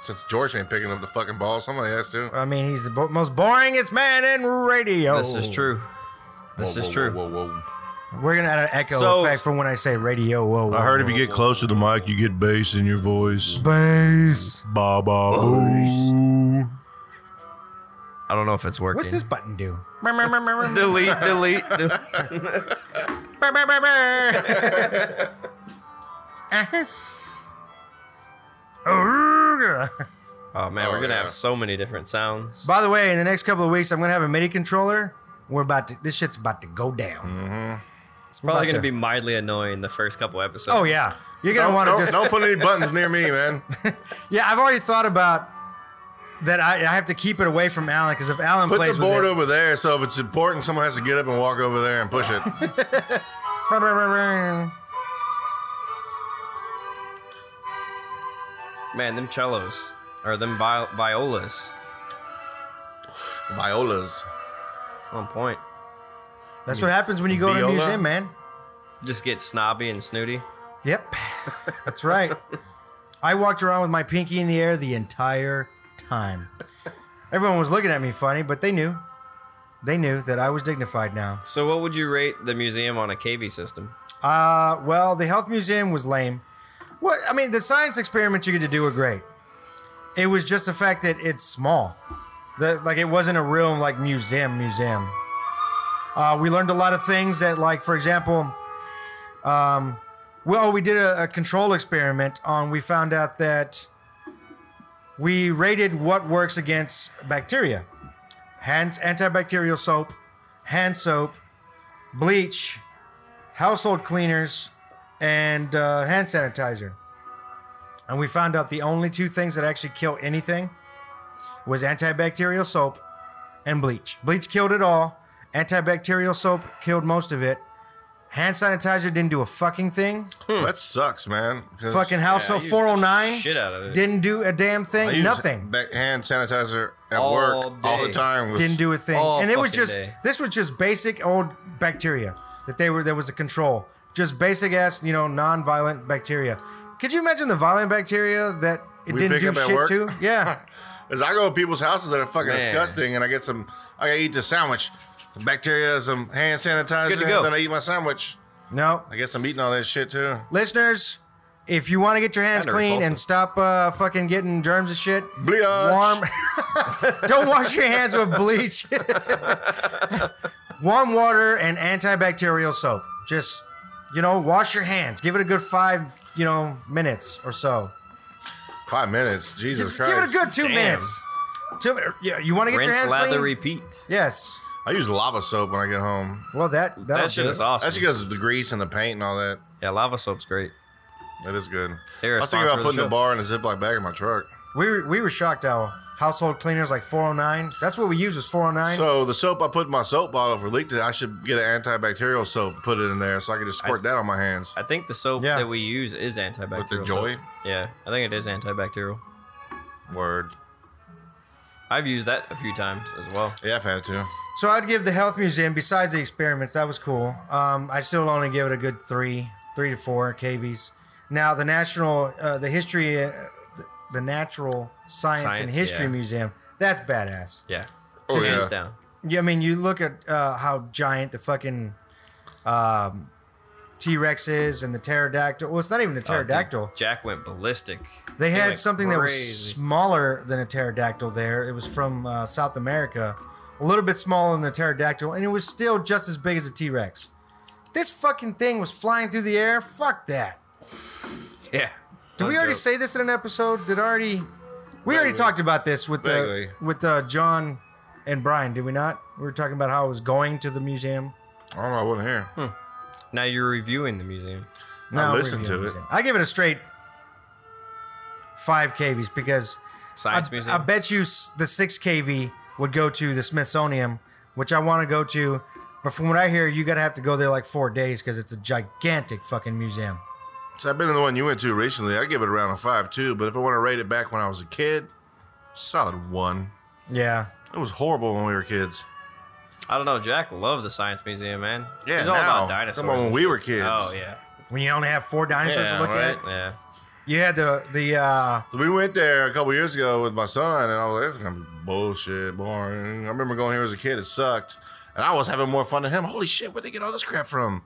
Speaker 2: Since George ain't picking up the fucking ball, somebody has to.
Speaker 1: I mean, he's the bo- most boringest man in radio.
Speaker 3: This is true. This
Speaker 2: Whoa,
Speaker 3: is
Speaker 2: whoa,
Speaker 3: true.
Speaker 2: Whoa, whoa, whoa.
Speaker 1: We're gonna add an echo
Speaker 3: So-
Speaker 1: effect from when I say radio. Whoa, whoa
Speaker 2: I heard if you get close to the mic, you get bass in your voice.
Speaker 1: bass.
Speaker 2: Ba ba boo.
Speaker 3: I don't know if it's working.
Speaker 1: What's this button do?
Speaker 3: Delete, delete. del- oh man,
Speaker 2: Oh,
Speaker 3: we're gonna
Speaker 2: yeah.
Speaker 3: have so many different sounds.
Speaker 1: By the way, in the next couple of weeks, I'm gonna have a MIDI controller. We're about to. This shit's about to go down.
Speaker 2: Mm.
Speaker 3: It's probably
Speaker 1: about
Speaker 3: gonna
Speaker 1: to-
Speaker 3: be mildly annoying the first couple episodes.
Speaker 1: Oh yeah, you're gonna
Speaker 2: Don't,
Speaker 1: want to
Speaker 2: don't-
Speaker 1: just.
Speaker 2: don't put any buttons near me, man.
Speaker 1: Yeah, I've already thought about that. I, I have to keep it away from Alan because if Alan
Speaker 2: Put
Speaker 1: plays
Speaker 2: the board
Speaker 1: with
Speaker 2: over there, so if it's important, someone has to get up and walk over there and push it.
Speaker 1: it,
Speaker 3: man, them cellos or them vi- violas
Speaker 2: Violas.
Speaker 3: on point.
Speaker 1: that's what happens when you go to a
Speaker 2: Viola?
Speaker 1: museum, man.
Speaker 3: Just get snobby and snooty.
Speaker 1: Yep, that's right. I walked around with my pinky in the air the entire time. Everyone was looking at me funny, but they knew. They knew that I was dignified now.
Speaker 3: So, what would you rate the museum on a KV system?
Speaker 1: Uh, well, the health museum was lame. What I mean, the science experiments you get to do were great. It was just the fact that it's small. That like it wasn't a real like museum museum. Uh, we learned a lot of things that like for example, um, well we did a, a control experiment on. We found out that we rated what works against bacteria, hand antibacterial soap, hand soap, bleach, household cleaners, and uh, hand sanitizer. And we found out the only two things that actually kill anything was antibacterial soap and bleach. Bleach killed it all. Antibacterial soap killed most of it. Hand sanitizer didn't do a fucking thing.
Speaker 2: That sucks, man. 'cause
Speaker 1: Fucking
Speaker 3: Yeah, I
Speaker 1: house soap
Speaker 3: used the
Speaker 1: 409
Speaker 3: Shit out of it.
Speaker 1: didn't do a damn
Speaker 2: I
Speaker 1: thing.
Speaker 2: use
Speaker 1: Nothing.
Speaker 2: ba- hand sanitizer at
Speaker 3: All
Speaker 2: work all the
Speaker 3: day.
Speaker 2: time. with-
Speaker 1: didn't do a thing.
Speaker 3: all
Speaker 1: And it was
Speaker 3: fucking
Speaker 1: just
Speaker 3: day.
Speaker 1: this was just basic old bacteria that they were there was a control. Just basic ass, you know, non-violent bacteria. Could you imagine the violent bacteria that it
Speaker 2: We
Speaker 1: didn't
Speaker 2: pick
Speaker 1: do
Speaker 2: up at
Speaker 1: shit
Speaker 2: work?
Speaker 1: to? Yeah.
Speaker 2: Cause I go to people's houses that are fucking
Speaker 3: Man.
Speaker 2: disgusting, and I get some. I gotta eat the sandwich, some bacteria, some hand sanitizer,
Speaker 3: Good to go.
Speaker 2: and then I eat my sandwich.
Speaker 1: No.
Speaker 2: I guess I'm eating all that shit too.
Speaker 1: Listeners, if you want to get your hands
Speaker 3: Kinda
Speaker 1: clean
Speaker 3: repulsive.
Speaker 1: and stop uh, fucking getting germs and shit,
Speaker 2: Bleach.
Speaker 1: warm Don't wash your hands with bleach. warm water and antibacterial soap. Just you know, wash your hands. Give it a good 5, you know, minutes or so.
Speaker 2: Five minutes. Jesus
Speaker 1: Just
Speaker 2: Christ.
Speaker 1: give it a good two
Speaker 3: Damn.
Speaker 1: minutes. Two, yeah, you want to get your
Speaker 3: Rinse,
Speaker 1: hands
Speaker 3: lather,
Speaker 1: clean?
Speaker 3: repeat.
Speaker 1: yes.
Speaker 2: I use lava soap when I get home.
Speaker 1: Well, that that'll
Speaker 3: That shit
Speaker 1: do
Speaker 3: is
Speaker 1: it.
Speaker 3: awesome.
Speaker 2: That's because of the grease and the paint and all that.
Speaker 3: Yeah, lava soap's great.
Speaker 2: That is good.
Speaker 3: They're
Speaker 2: I
Speaker 3: a
Speaker 2: was thinking
Speaker 3: sponsor
Speaker 2: about
Speaker 3: of the
Speaker 2: putting a
Speaker 3: show.
Speaker 2: bar in a Ziploc bag in my truck.
Speaker 1: We were, we were shocked how household cleaners like 409. That's what we use oh was 409.
Speaker 2: So the soap I put in my soap bottle for leaked it, I should get an antibacterial soap, and put it in there, so I can just squirt
Speaker 3: I-
Speaker 2: that on my hands.
Speaker 3: I think the soap
Speaker 1: Yeah.
Speaker 3: that we use is antibacterial.
Speaker 2: Joy?
Speaker 3: soap. Yeah, I think it is antibacterial.
Speaker 2: Word.
Speaker 3: I've used that a few times as well.
Speaker 2: Yeah, I've had to.
Speaker 1: So I'd give the health museum, besides the experiments, that was cool. Um, I still only give it a good three, three to four KVs. Now the national, uh, the history, uh, the, the natural science, and
Speaker 3: Science,
Speaker 1: history
Speaker 3: yeah.
Speaker 1: museum. That's badass.
Speaker 3: Yeah.
Speaker 2: Oh,
Speaker 3: Hands
Speaker 2: yeah.
Speaker 3: down.
Speaker 1: Yeah, I mean, you look at uh, how giant the fucking um, T Rex is and the pterodactyl. Well, it's not even a
Speaker 3: Oh, dude,
Speaker 1: pterodactyl.
Speaker 3: Jack went ballistic.
Speaker 1: they
Speaker 3: He
Speaker 1: had
Speaker 3: went
Speaker 1: something that was
Speaker 3: crazy.
Speaker 1: smaller than a pterodactyl there. It was from uh, South America, a little bit smaller than the pterodactyl, and it was still just as big as a T Rex. This fucking thing was flying through the air. Fuck that.
Speaker 3: Yeah.
Speaker 1: Did
Speaker 3: No
Speaker 1: we already
Speaker 3: joke.
Speaker 1: say this in an episode? Did already? We already
Speaker 2: Vaguely.
Speaker 1: talked about this with the
Speaker 2: Vaguely.
Speaker 1: with uh, John and Brian. Did we not? We were talking about how I was going to the museum.
Speaker 2: I don't know. I wasn't here.
Speaker 3: Now you're reviewing the museum.
Speaker 1: No, I'll
Speaker 2: listened
Speaker 1: review
Speaker 2: to it.
Speaker 1: museum. I give it a straight five KVs because I,
Speaker 3: Science
Speaker 1: I
Speaker 3: museum.
Speaker 1: bet you s- the six KV would go to the Smithsonian, which I want to go to. But from what I hear, you gotta have to go there like four days because it's a gigantic fucking museum.
Speaker 2: So I've been to the one you went to recently. I give it around a five too. But if I want to rate it back when I was a kid, solid one.
Speaker 1: Yeah,
Speaker 2: It was horrible when we were kids.
Speaker 3: I don't know. Jack loved the science museum, man.
Speaker 2: Yeah,
Speaker 3: He's all
Speaker 2: now.
Speaker 3: about dinosaurs.
Speaker 2: Come on, when
Speaker 3: and
Speaker 2: we
Speaker 3: shit.
Speaker 2: were kids.
Speaker 3: Oh yeah,
Speaker 1: when you only have four dinosaurs
Speaker 2: Yeah,
Speaker 1: to look
Speaker 2: right.
Speaker 1: at,
Speaker 3: yeah.
Speaker 1: you had the the uh,
Speaker 2: So we went there a couple years ago with my son, and I was like, "This is gonna be bullshit, boring." I remember going here as a kid; it sucked. And I was having more fun than him. Holy shit, where'd they get all this crap from?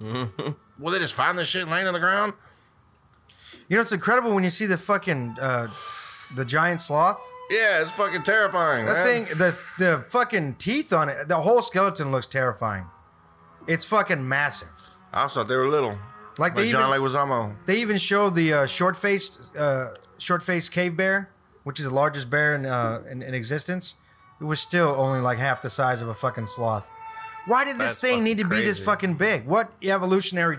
Speaker 2: Will they just find this shit laying on the ground?
Speaker 1: You know, it's incredible when you see the fucking uh, the giant sloth.
Speaker 2: Yeah, it's fucking terrifying.
Speaker 1: That
Speaker 2: man.
Speaker 1: thing, the the fucking teeth on it, the whole skeleton looks terrifying. It's fucking massive.
Speaker 2: I thought they were little.
Speaker 1: Like
Speaker 2: Like
Speaker 1: they
Speaker 2: John
Speaker 1: even
Speaker 2: Leguizamo.
Speaker 1: they even show the uh, short faced uh, short faced cave bear, which is the largest bear in, uh, in in existence. It was still only like half the size of a fucking sloth. Why did this
Speaker 2: That's
Speaker 1: thing need to
Speaker 2: fucking
Speaker 1: be this
Speaker 2: crazy.
Speaker 1: fucking big? What evolutionary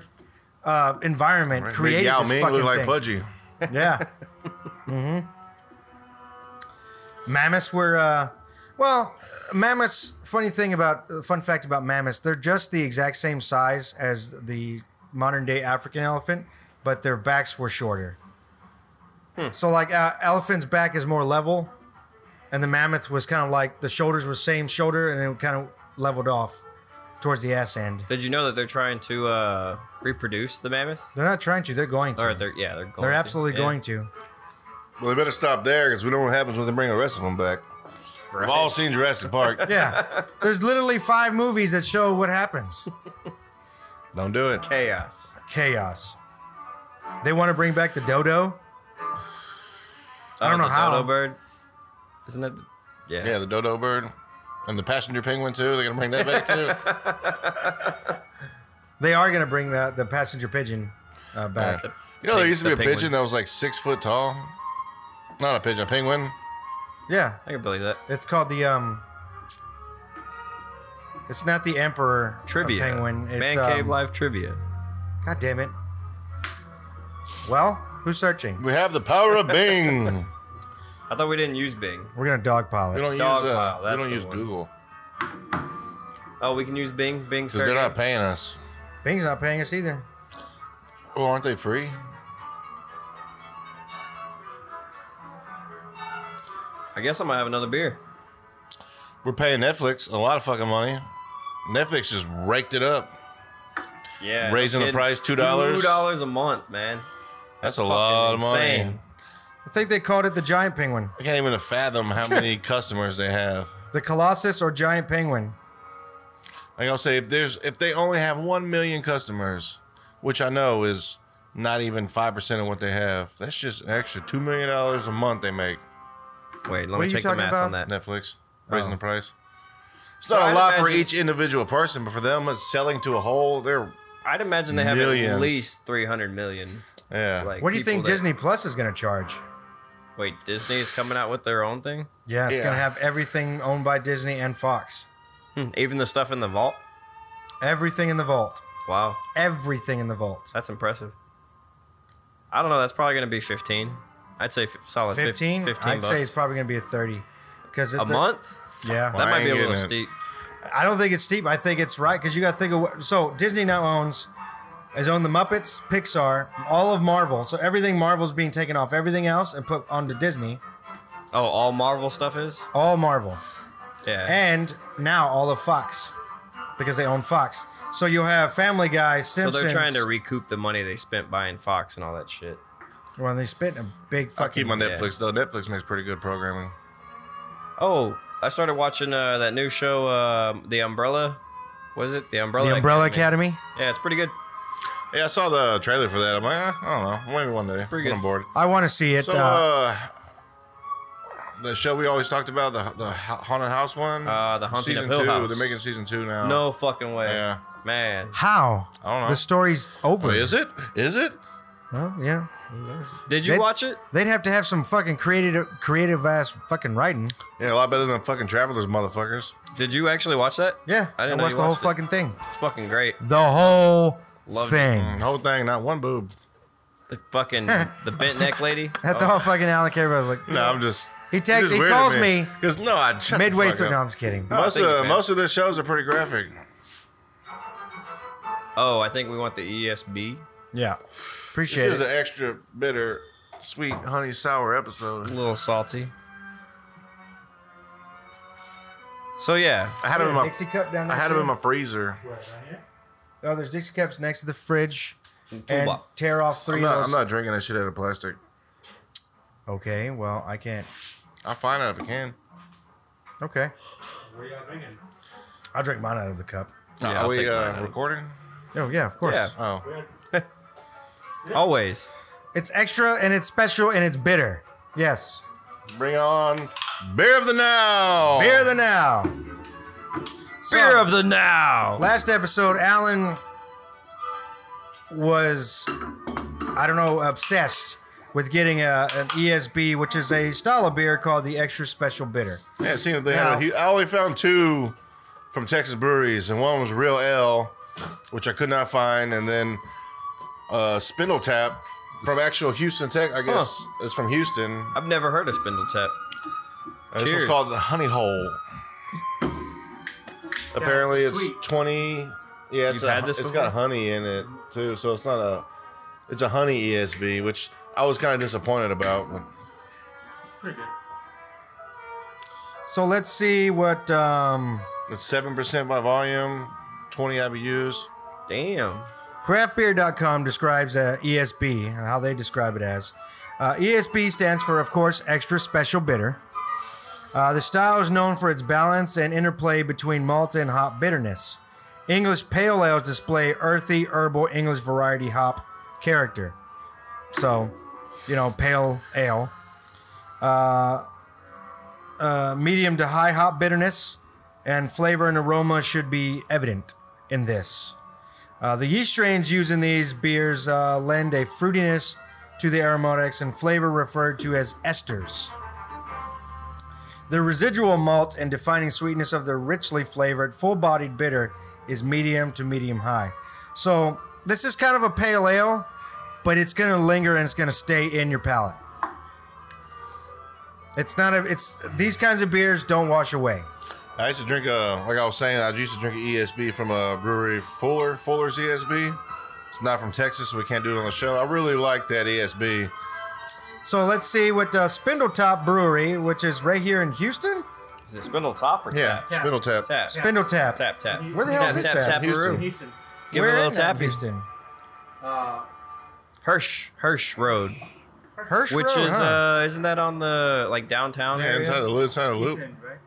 Speaker 1: uh, environment
Speaker 2: Big
Speaker 1: created
Speaker 2: Yao
Speaker 1: this
Speaker 2: Ming
Speaker 1: fucking
Speaker 2: looked like
Speaker 1: thing?
Speaker 2: Pudgy.
Speaker 1: Yeah.
Speaker 3: Mm-hmm.
Speaker 1: hmm Mammoths were, uh, well, mammoths. Funny thing about, uh, fun fact about mammoths, they're just the exact same size as the modern day African elephant, but their backs were shorter. So like uh, elephant's back is more level, and the mammoth was kind of like the shoulders were same shoulder, and it kind of leveled off towards the ass end.
Speaker 3: Did you know that they're trying to uh, reproduce the mammoth?
Speaker 1: They're not trying to; they're going to.
Speaker 3: Or
Speaker 1: they're,
Speaker 3: they're yeah, they're going. to.
Speaker 1: absolutely
Speaker 3: Yeah.
Speaker 1: going to.
Speaker 2: Well, they better stop there because we don't know what happens when they bring the rest of them back. We've all seen Jurassic Park.
Speaker 1: Yeah. There's literally five movies that show what happens.
Speaker 2: don't do it.
Speaker 3: Chaos.
Speaker 1: Chaos. They want to bring back the dodo. I don't
Speaker 3: Oh,
Speaker 1: know
Speaker 3: the
Speaker 1: how.
Speaker 3: Dodo bird. Isn't that? The, yeah.
Speaker 2: Yeah, the dodo bird and the passenger penguin too. They're gonna bring that back too.
Speaker 1: They are going to bring the, the passenger pigeon uh, back.
Speaker 2: Yeah. You know, there
Speaker 3: pig-
Speaker 2: used to be
Speaker 3: the
Speaker 2: a
Speaker 3: penguin.
Speaker 2: pigeon that was like six foot tall. Not a pigeon, a penguin.
Speaker 1: Yeah.
Speaker 3: I can believe that.
Speaker 1: It's called the um. It's not the emperor of
Speaker 3: Trivia.
Speaker 1: penguin. It's,
Speaker 3: Man cave
Speaker 1: um,
Speaker 3: live trivia.
Speaker 1: God damn it. Well, who's searching?
Speaker 2: We have the power of Bing.
Speaker 3: I thought we didn't use Bing.
Speaker 1: We're gonna dogpile
Speaker 2: We
Speaker 1: it.
Speaker 2: don't
Speaker 3: Dog
Speaker 2: use uh,
Speaker 3: pile,
Speaker 2: we
Speaker 3: that's
Speaker 2: don't
Speaker 3: the
Speaker 2: use
Speaker 3: one.
Speaker 2: Google
Speaker 3: Oh, we can use Bing. Bing's
Speaker 2: because
Speaker 3: fair
Speaker 2: they're not
Speaker 3: game.
Speaker 2: paying us.
Speaker 1: Bing's not paying us either.
Speaker 2: Oh, aren't they free?
Speaker 3: I guess I might have another beer.
Speaker 2: We're paying Netflix a lot of fucking money. Netflix just raked it up.
Speaker 3: Yeah.
Speaker 2: Raising the
Speaker 3: kidding.
Speaker 2: price, $2?
Speaker 3: Two dollars a month, man.
Speaker 2: That's, a
Speaker 3: fucking
Speaker 2: lot of money.
Speaker 3: insane.
Speaker 1: I think they called it the giant penguin,
Speaker 2: I can't even fathom how many customers they have.
Speaker 1: the colossus or giant penguin.
Speaker 2: Like I'll say, if there's if they only have one million customers, which I know is not even five percent of what they have, that's just an extra two million dollars a month they make.
Speaker 3: Wait, let
Speaker 1: What are
Speaker 3: me
Speaker 1: you
Speaker 3: check the
Speaker 1: talking
Speaker 3: math
Speaker 1: about?
Speaker 3: on that.
Speaker 2: Netflix raising
Speaker 1: Oh.
Speaker 2: the price. It's
Speaker 3: So
Speaker 2: not a
Speaker 3: I'd
Speaker 2: lot for
Speaker 3: imagine-
Speaker 2: each individual person, but for them, it's selling to a whole. They're
Speaker 3: I'd imagine they have
Speaker 2: Millions.
Speaker 3: at least three hundred million.
Speaker 2: yeah.
Speaker 3: Like,
Speaker 1: What do you
Speaker 3: people
Speaker 1: think
Speaker 3: that-
Speaker 1: Disney Plus is gonna charge?
Speaker 3: Wait, Disney is coming out with their own thing.
Speaker 1: Yeah, it's
Speaker 2: Yeah.
Speaker 1: gonna have everything owned by Disney and Fox.
Speaker 3: Hmm, Even the stuff in the vault.
Speaker 1: Everything in the vault.
Speaker 3: Wow,
Speaker 1: Everything in the vault.
Speaker 3: that's impressive. I don't know. That's probably going to be fifteen. I'd say f- solid fif-
Speaker 1: 15?
Speaker 3: 15
Speaker 1: I'd
Speaker 3: bucks.
Speaker 1: say it's probably going to be a 30. Because
Speaker 3: a month.
Speaker 1: Yeah.
Speaker 3: That
Speaker 2: I
Speaker 3: might be a
Speaker 2: ain't getting
Speaker 3: little
Speaker 2: it.
Speaker 3: steep.
Speaker 1: I don't think it's steep. I think it's right because you got to think of what. So Disney now owns, has owned the Muppets, Pixar, all of Marvel. So everything Marvel's being taken off everything else and put onto Disney.
Speaker 3: Oh, all Marvel stuff is.
Speaker 1: All Marvel.
Speaker 3: Yeah.
Speaker 1: And now all of Fox because they own Fox. So you'll have Family Guy,
Speaker 3: so
Speaker 1: Simpsons.
Speaker 3: they're trying to recoup the money they spent buying Fox and all that shit.
Speaker 1: Well, they spit in a big
Speaker 2: I
Speaker 1: fucking.
Speaker 2: keep my
Speaker 3: Yeah.
Speaker 2: Netflix though. Netflix makes pretty good programming.
Speaker 3: Oh, I started watching uh, that new show, uh, The Umbrella. Was it The Umbrella?
Speaker 1: the Umbrella Academy.
Speaker 3: Yeah, it's pretty good.
Speaker 2: Yeah, I saw the trailer for that. I'm like, eh, I don't know, maybe one day.
Speaker 3: pretty
Speaker 2: when
Speaker 3: good.
Speaker 2: I'm bored.
Speaker 1: I want to see it.
Speaker 2: So,
Speaker 1: uh,
Speaker 2: uh, the show we always talked about, the the ha- haunted house one,
Speaker 3: Uh, The Haunting
Speaker 2: season
Speaker 3: of Hill
Speaker 2: two.
Speaker 3: House.
Speaker 2: They're making season two now.
Speaker 3: No fucking way.
Speaker 2: yeah,
Speaker 3: Man.
Speaker 1: how?
Speaker 2: I don't know.
Speaker 1: The story's over.
Speaker 2: Wait, is it? Is it?
Speaker 1: Well, yeah.
Speaker 3: Did you
Speaker 1: They-
Speaker 3: watch it?
Speaker 1: They'd have to have some fucking creative, creative ass fucking writing.
Speaker 2: Yeah, a lot better than fucking travelers, motherfuckers.
Speaker 3: Did you actually watch that?
Speaker 1: Yeah,
Speaker 3: I didn't
Speaker 1: and
Speaker 3: know
Speaker 1: watch
Speaker 3: you
Speaker 1: the whole
Speaker 3: watched it.
Speaker 1: fucking thing.
Speaker 3: It's fucking great.
Speaker 1: The whole
Speaker 3: Loved it.
Speaker 1: thing.
Speaker 2: The Mm, whole thing, not one boob.
Speaker 3: The fucking the bent neck lady.
Speaker 1: That's
Speaker 3: Oh,
Speaker 1: all fucking Alan Carey was like.
Speaker 2: No, I'm just.
Speaker 1: He texts- he calls me
Speaker 2: because no, I shut the
Speaker 1: Midway
Speaker 2: fuck
Speaker 1: through,
Speaker 2: up.
Speaker 1: no, I'm just kidding.
Speaker 3: Oh,
Speaker 2: most
Speaker 3: thank you,
Speaker 2: of
Speaker 3: fam.
Speaker 2: most of their shows are pretty graphic.
Speaker 3: Oh, I think we want the ESB.
Speaker 1: Yeah,
Speaker 2: This
Speaker 1: appreciate
Speaker 2: is
Speaker 1: it.
Speaker 2: an extra bitter, sweet, honey sour episode.
Speaker 3: A little salty. So yeah,
Speaker 2: I
Speaker 1: Yeah,
Speaker 2: had them in my
Speaker 1: Dixie cup down
Speaker 2: I
Speaker 1: there.
Speaker 2: had
Speaker 1: too.
Speaker 2: them in my freezer.
Speaker 4: Where, right here?
Speaker 1: Oh, there's Dixie cups next to the fridge, and
Speaker 3: Toolbox.
Speaker 1: tear off 3
Speaker 2: I'm
Speaker 1: of
Speaker 2: not, I'm
Speaker 1: those.
Speaker 2: not drinking that shit out of plastic.
Speaker 1: Okay, well I can't.
Speaker 2: I'll find out if I can.
Speaker 1: Okay,
Speaker 4: Where y'all drinking?
Speaker 1: I'll drink mine out of the cup.
Speaker 3: Yeah,
Speaker 2: are
Speaker 3: I'll
Speaker 2: we
Speaker 3: take mine
Speaker 2: uh,
Speaker 3: out.
Speaker 2: recording?
Speaker 1: Oh yeah, of course.
Speaker 3: Yeah.
Speaker 2: Oh,
Speaker 3: Always.
Speaker 1: It's extra and it's special and it's bitter. Yes.
Speaker 2: bring on beer of the now.
Speaker 1: Beer the now.
Speaker 3: Fear of the now.
Speaker 1: Last episode, Alan was, I don't know, obsessed with getting a, an ESB, which is a style of beer called the Extra Special Bitter.
Speaker 2: Yeah, it seemed that they
Speaker 1: Now-
Speaker 2: had. A, hu- I only found two from Texas breweries, and one was Real L, which I could not find, and then uh, Spindle Tap from actual Houston Tech. I guess it's from Houston.
Speaker 3: I've never heard of Spindle Tap.
Speaker 2: And This
Speaker 3: Cheers.
Speaker 2: one's called the Honey Hole. Apparently,
Speaker 4: it's
Speaker 2: it's
Speaker 4: sweet.
Speaker 2: twenty. Yeah, it's
Speaker 3: You've
Speaker 2: a,
Speaker 3: had this
Speaker 2: it's
Speaker 3: before?
Speaker 2: got honey in it too, so it's not a. It's a honey ESB, which I was kind of disappointed about.
Speaker 4: Pretty good.
Speaker 1: So let's see what. Um,
Speaker 2: It's seven percent by volume, twenty IBUs.
Speaker 3: Damn.
Speaker 1: Craftbeer.com describes uh, ESB, or how they describe it as. Uh, ESB stands for, of course, extra special bitter. Uh, the style is known for its balance and interplay between malt and hop bitterness. English pale ales display earthy, herbal English variety hop character. So, you know, pale ale. Uh, uh, medium to high hop bitterness and flavor and aroma should be evident in this. Uh, the yeast strains used in these beers uh, lend a fruitiness to the aromatics and flavor referred to as esters. The residual malt and defining sweetness of the richly flavored, full bodied bitter is medium to medium high. So, this is kind of a pale ale, but it's going to linger and it's going to stay in your palate. It's not a, it's, these kinds of beers don't wash away.
Speaker 2: I used to drink a like I was saying. I used to drink an ESB from a brewery, Fuller Fuller's ESB. It's not from Texas, so we can't do it on the show. I really like that E ESB.
Speaker 1: So, let's see what uh, Spindletop Brewery, which is right here in Houston,
Speaker 3: Is it Spindle Top or
Speaker 2: Yeah,
Speaker 4: Yeah.
Speaker 2: Spindle Tap.
Speaker 3: tap? Tap.
Speaker 1: Spindletap.
Speaker 3: Tap tap.
Speaker 4: Where the hell
Speaker 3: tap,
Speaker 1: is this
Speaker 3: tap,
Speaker 1: at?
Speaker 3: Tap,
Speaker 2: Houston.
Speaker 4: Houston.
Speaker 3: Give
Speaker 1: Where
Speaker 3: it a little
Speaker 1: in, uh,
Speaker 3: tappy.
Speaker 1: Houston?
Speaker 4: Uh,
Speaker 3: Hirsch Hirsch Road,
Speaker 1: Hirsch
Speaker 3: which
Speaker 1: Road,
Speaker 3: is
Speaker 1: huh?
Speaker 3: uh, isn't that on the like downtown
Speaker 2: Yeah,
Speaker 3: area?
Speaker 2: inside the loop, inside the loop.
Speaker 4: Houston, right?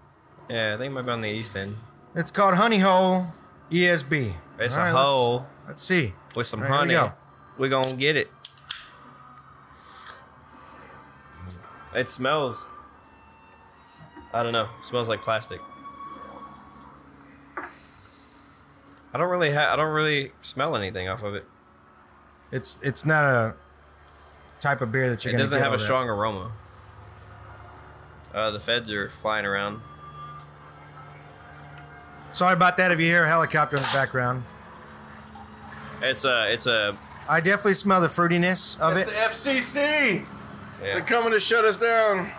Speaker 3: Yeah, I think it might be on the east end.
Speaker 1: it's called Honey Hole ESB.
Speaker 3: It's
Speaker 1: All
Speaker 3: a
Speaker 1: right, let's-
Speaker 3: hole
Speaker 1: Let's, see.
Speaker 3: with some
Speaker 1: There we
Speaker 3: honey.
Speaker 1: go.
Speaker 3: We are gonna get it. It smells. I don't know. It smells like plastic. I don't really ha- I don't really smell anything off of it.
Speaker 1: It's it's not a type of beer that you're
Speaker 3: it
Speaker 1: gonna
Speaker 3: doesn't
Speaker 1: get
Speaker 3: have a
Speaker 1: all that.
Speaker 3: strong aroma. Uh, the feds are flying around.
Speaker 1: Sorry about that if you hear a helicopter in the background.
Speaker 3: It's a it's a
Speaker 1: I definitely smell the fruitiness of it.
Speaker 2: FCC.
Speaker 3: Yeah.
Speaker 2: They're coming to shut us down.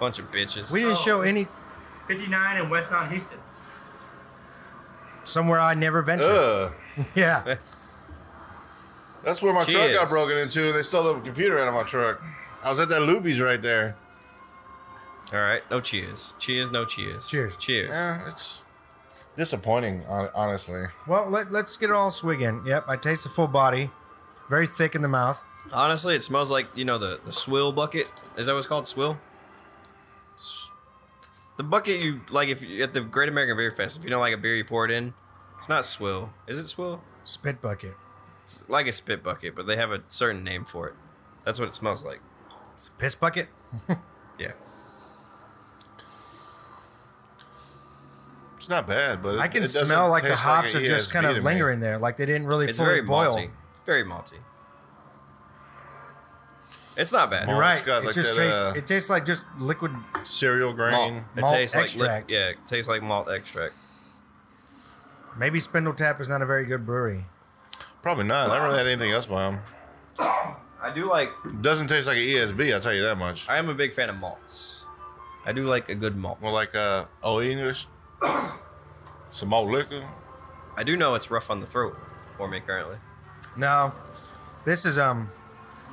Speaker 3: bunch of bitches.
Speaker 1: we didn't
Speaker 4: Oh,
Speaker 1: show any
Speaker 4: it's 59 in West Mount Houston.
Speaker 1: somewhere I never ventured.
Speaker 2: Ugh.
Speaker 1: Yeah.
Speaker 2: That's where my truck got
Speaker 3: Cheers.
Speaker 2: broken into, and they stole the computer out of my truck. I was at that Luby's right there.
Speaker 3: All right, no cheers. Cheers, no cheers.
Speaker 1: Cheers.
Speaker 3: Cheers.
Speaker 2: Yeah, it's disappointing, hon- honestly.
Speaker 1: Well, let, let's get it all swigging. Yep, I taste the full body. Very thick in the mouth.
Speaker 3: Honestly, it smells like you know the the swill bucket. Is that what's called swill? S- The bucket you like if you, at the Great American Beer Fest. If you don't like a beer, you pour it in. It's not swill. Is it swill?
Speaker 1: Spit bucket.
Speaker 3: It's like a spit bucket, but they have a certain name for it. That's what it smells like.
Speaker 1: It's a piss bucket.
Speaker 3: Yeah.
Speaker 2: It's not bad, but it,
Speaker 1: I can
Speaker 2: it doesn't
Speaker 1: smell like the
Speaker 2: taste
Speaker 1: hops
Speaker 2: an
Speaker 1: are just
Speaker 2: ESB
Speaker 1: kind
Speaker 2: to
Speaker 1: of
Speaker 2: me.
Speaker 1: lingering there, like they didn't really
Speaker 3: It's
Speaker 1: fully
Speaker 3: very
Speaker 1: boil.
Speaker 3: malty. Very malty. It's not bad.
Speaker 1: You're
Speaker 2: Malt.
Speaker 1: right.
Speaker 2: It's got
Speaker 1: it
Speaker 2: like
Speaker 1: just
Speaker 2: that,
Speaker 1: tastes.
Speaker 2: uh,
Speaker 1: it tastes like just liquid.
Speaker 2: Cereal
Speaker 3: Malt.
Speaker 2: grain.
Speaker 3: It
Speaker 1: Malt
Speaker 3: tastes like
Speaker 1: extract.
Speaker 3: li- yeah, it tastes like malt extract.
Speaker 1: Maybe Spindle Tap is not a very good brewery.
Speaker 2: Probably not. I don't really had anything else by them.
Speaker 3: I do like.
Speaker 2: Doesn't taste like an ESB, I'll tell you that much.
Speaker 3: I am a big fan of malts. I do like a good malt.
Speaker 2: More like uh, old English, some old liquor.
Speaker 3: I do know it's rough on the throat for me currently.
Speaker 1: No, this is um.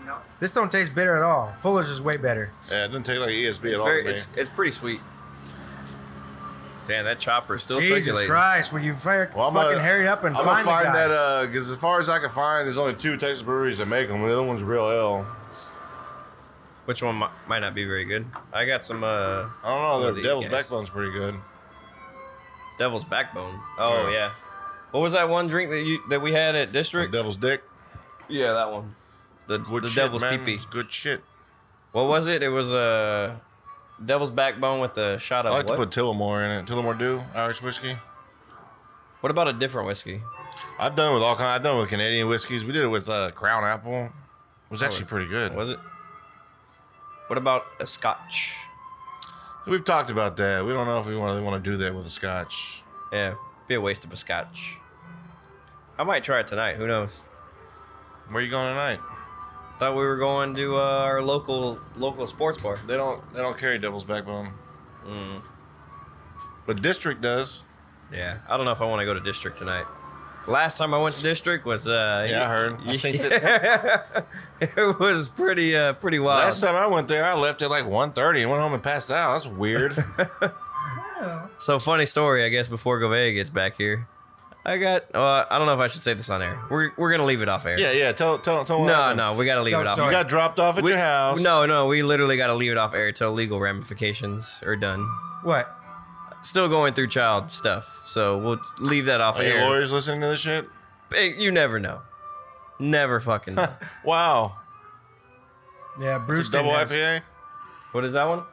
Speaker 4: No.
Speaker 1: This don't taste bitter at all. Fuller's is way better.
Speaker 2: Yeah, it doesn't taste like ESB
Speaker 3: It's
Speaker 2: at all.
Speaker 3: very,
Speaker 2: to me.
Speaker 3: it's, it's pretty sweet. Damn, that chopper is still
Speaker 1: Jesus
Speaker 3: circulating.
Speaker 1: Christ! Will you fi-
Speaker 2: Well,
Speaker 1: fucking
Speaker 2: I'm gonna-
Speaker 1: hurry up and
Speaker 2: I'm
Speaker 1: find, the
Speaker 2: gonna find
Speaker 1: guy.
Speaker 2: that uh, because as far as I can find, there's only two Texas breweries that make them. The other one's Real L.
Speaker 3: Which one mi- might not be very good? I got some. uh
Speaker 2: I don't know.
Speaker 3: One
Speaker 2: Their
Speaker 3: of these
Speaker 2: Devil's
Speaker 3: guys.
Speaker 2: Backbone's pretty good.
Speaker 3: Devil's Backbone. Oh
Speaker 2: Yeah.
Speaker 3: yeah. What was that one drink that you that we had at
Speaker 2: The
Speaker 3: District?
Speaker 2: devil's dick.
Speaker 3: yeah, that one. The,
Speaker 2: Good
Speaker 3: the
Speaker 2: shit,
Speaker 3: Devil's
Speaker 2: man.
Speaker 3: Pee Pee.
Speaker 2: It's good shit.
Speaker 3: What was it? It was a uh, Devil's Backbone with a shot
Speaker 2: I
Speaker 3: of
Speaker 2: like
Speaker 3: Oh, what?
Speaker 2: to put Tillamore in it. Tillamore Dew, Irish whiskey.
Speaker 3: what about a different whiskey?
Speaker 2: I've done it with all kinds. I've done it with Canadian whiskeys. We did it with uh, Crown Apple. It was actually pretty good.
Speaker 3: Was it? What about a Scotch?
Speaker 2: We've talked about that. We don't know if we want to, want to do that with a scotch.
Speaker 3: Yeah, be a waste of a Scotch. I might try it tonight. Who knows?
Speaker 2: Where you going tonight?
Speaker 3: Thought we were going to uh, our local local sports bar.
Speaker 2: They don't they don't carry Devil's Backbone,
Speaker 3: Mm.
Speaker 2: but District does.
Speaker 3: Yeah, I don't know if I want to go to district tonight. Last time I went to district was uh
Speaker 2: Yeah, I heard. I synced it.
Speaker 3: it. it was pretty uh pretty wild.
Speaker 2: Last time I went there, I left at like 1.30 and went home and passed out. That's weird.
Speaker 3: so funny story, I guess before Govea gets back here. I got uh, I don't know if I should say this on air. We're we're going to leave it off air.
Speaker 2: yeah, yeah. Tell tell tell. what
Speaker 3: No,
Speaker 2: happened.
Speaker 3: no, we got to leave
Speaker 1: Tell
Speaker 3: it
Speaker 1: the
Speaker 3: off.
Speaker 1: story.
Speaker 2: You got dropped off at
Speaker 3: We-
Speaker 2: your house.
Speaker 3: No, no, we literally got to leave it off air till legal ramifications are done.
Speaker 1: What?
Speaker 3: Still going through child stuff, so we'll leave that off
Speaker 2: Are your
Speaker 3: air.
Speaker 2: Oh, lawyers listening to this shit?
Speaker 3: Hey, you never know. Never fucking know.
Speaker 2: Wow.
Speaker 1: Yeah, Bruce
Speaker 2: It's a double
Speaker 1: didn't have-
Speaker 2: IPA.
Speaker 3: what is that one?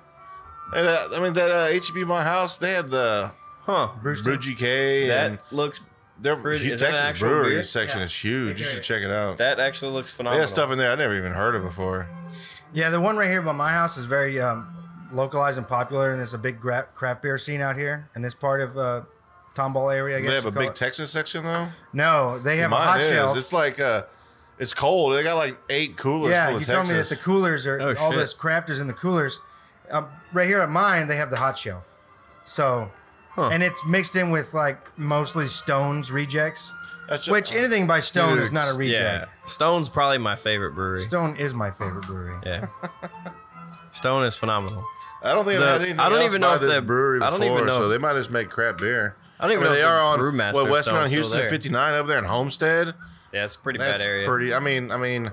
Speaker 2: Hey, that, I mean that uh, HEB my house. They had the
Speaker 3: Huh.
Speaker 1: Bruce
Speaker 2: Brew
Speaker 1: did-
Speaker 2: GK and
Speaker 3: That looks
Speaker 2: their
Speaker 3: Bridge-
Speaker 2: huge
Speaker 3: is that an
Speaker 2: Texas
Speaker 3: actual
Speaker 2: brewery
Speaker 3: beer?
Speaker 2: section
Speaker 4: Yeah.
Speaker 2: is huge. You
Speaker 4: Yeah.
Speaker 2: should check it out.
Speaker 3: That actually looks
Speaker 2: They
Speaker 3: phenomenal.
Speaker 2: had stuff in there I never even heard of before.
Speaker 1: Yeah, the one right here by my house is very um, localized and popular, and there's a big gra- craft beer scene out here in this part of uh, Tomball area. I
Speaker 2: They
Speaker 1: guess
Speaker 2: have
Speaker 1: you
Speaker 2: a
Speaker 1: call
Speaker 2: big
Speaker 1: it.
Speaker 2: Texas section though.
Speaker 1: no, they have a
Speaker 2: Mine
Speaker 1: hot
Speaker 2: is.
Speaker 1: shelf.
Speaker 2: It's like uh, it's cold. They got like eight coolers.
Speaker 1: yeah,
Speaker 2: full
Speaker 1: you
Speaker 2: of
Speaker 1: told
Speaker 2: Texas.
Speaker 1: me that the coolers are
Speaker 3: Oh,
Speaker 1: all
Speaker 3: shit.
Speaker 1: this craft is in the coolers. Um, right here at mine, they have the hot shelf. So, and it's mixed in with like mostly Stones rejects,
Speaker 2: That's ju-
Speaker 1: which anything by Stone is not a reject.
Speaker 3: Yeah. Stone's probably my favorite brewery.
Speaker 1: Stone is my favorite brewery.
Speaker 3: Yeah. Stone is phenomenal.
Speaker 2: I don't think I've
Speaker 3: the-
Speaker 2: had anything
Speaker 3: I don't
Speaker 2: else
Speaker 3: even
Speaker 2: by
Speaker 3: know if
Speaker 2: this
Speaker 3: the-
Speaker 2: brewery before,
Speaker 3: I don't even know
Speaker 2: so
Speaker 3: if-
Speaker 2: they might just make crap beer.
Speaker 3: I don't even know
Speaker 2: they
Speaker 3: if the
Speaker 2: are on
Speaker 3: Brewmaster
Speaker 2: what West
Speaker 3: Stone's
Speaker 2: Mount
Speaker 3: still
Speaker 2: Houston
Speaker 3: there.
Speaker 2: 59 over there in Homestead.
Speaker 3: Yeah, it's a pretty
Speaker 2: That's
Speaker 3: bad area.
Speaker 2: pretty. I mean, I mean,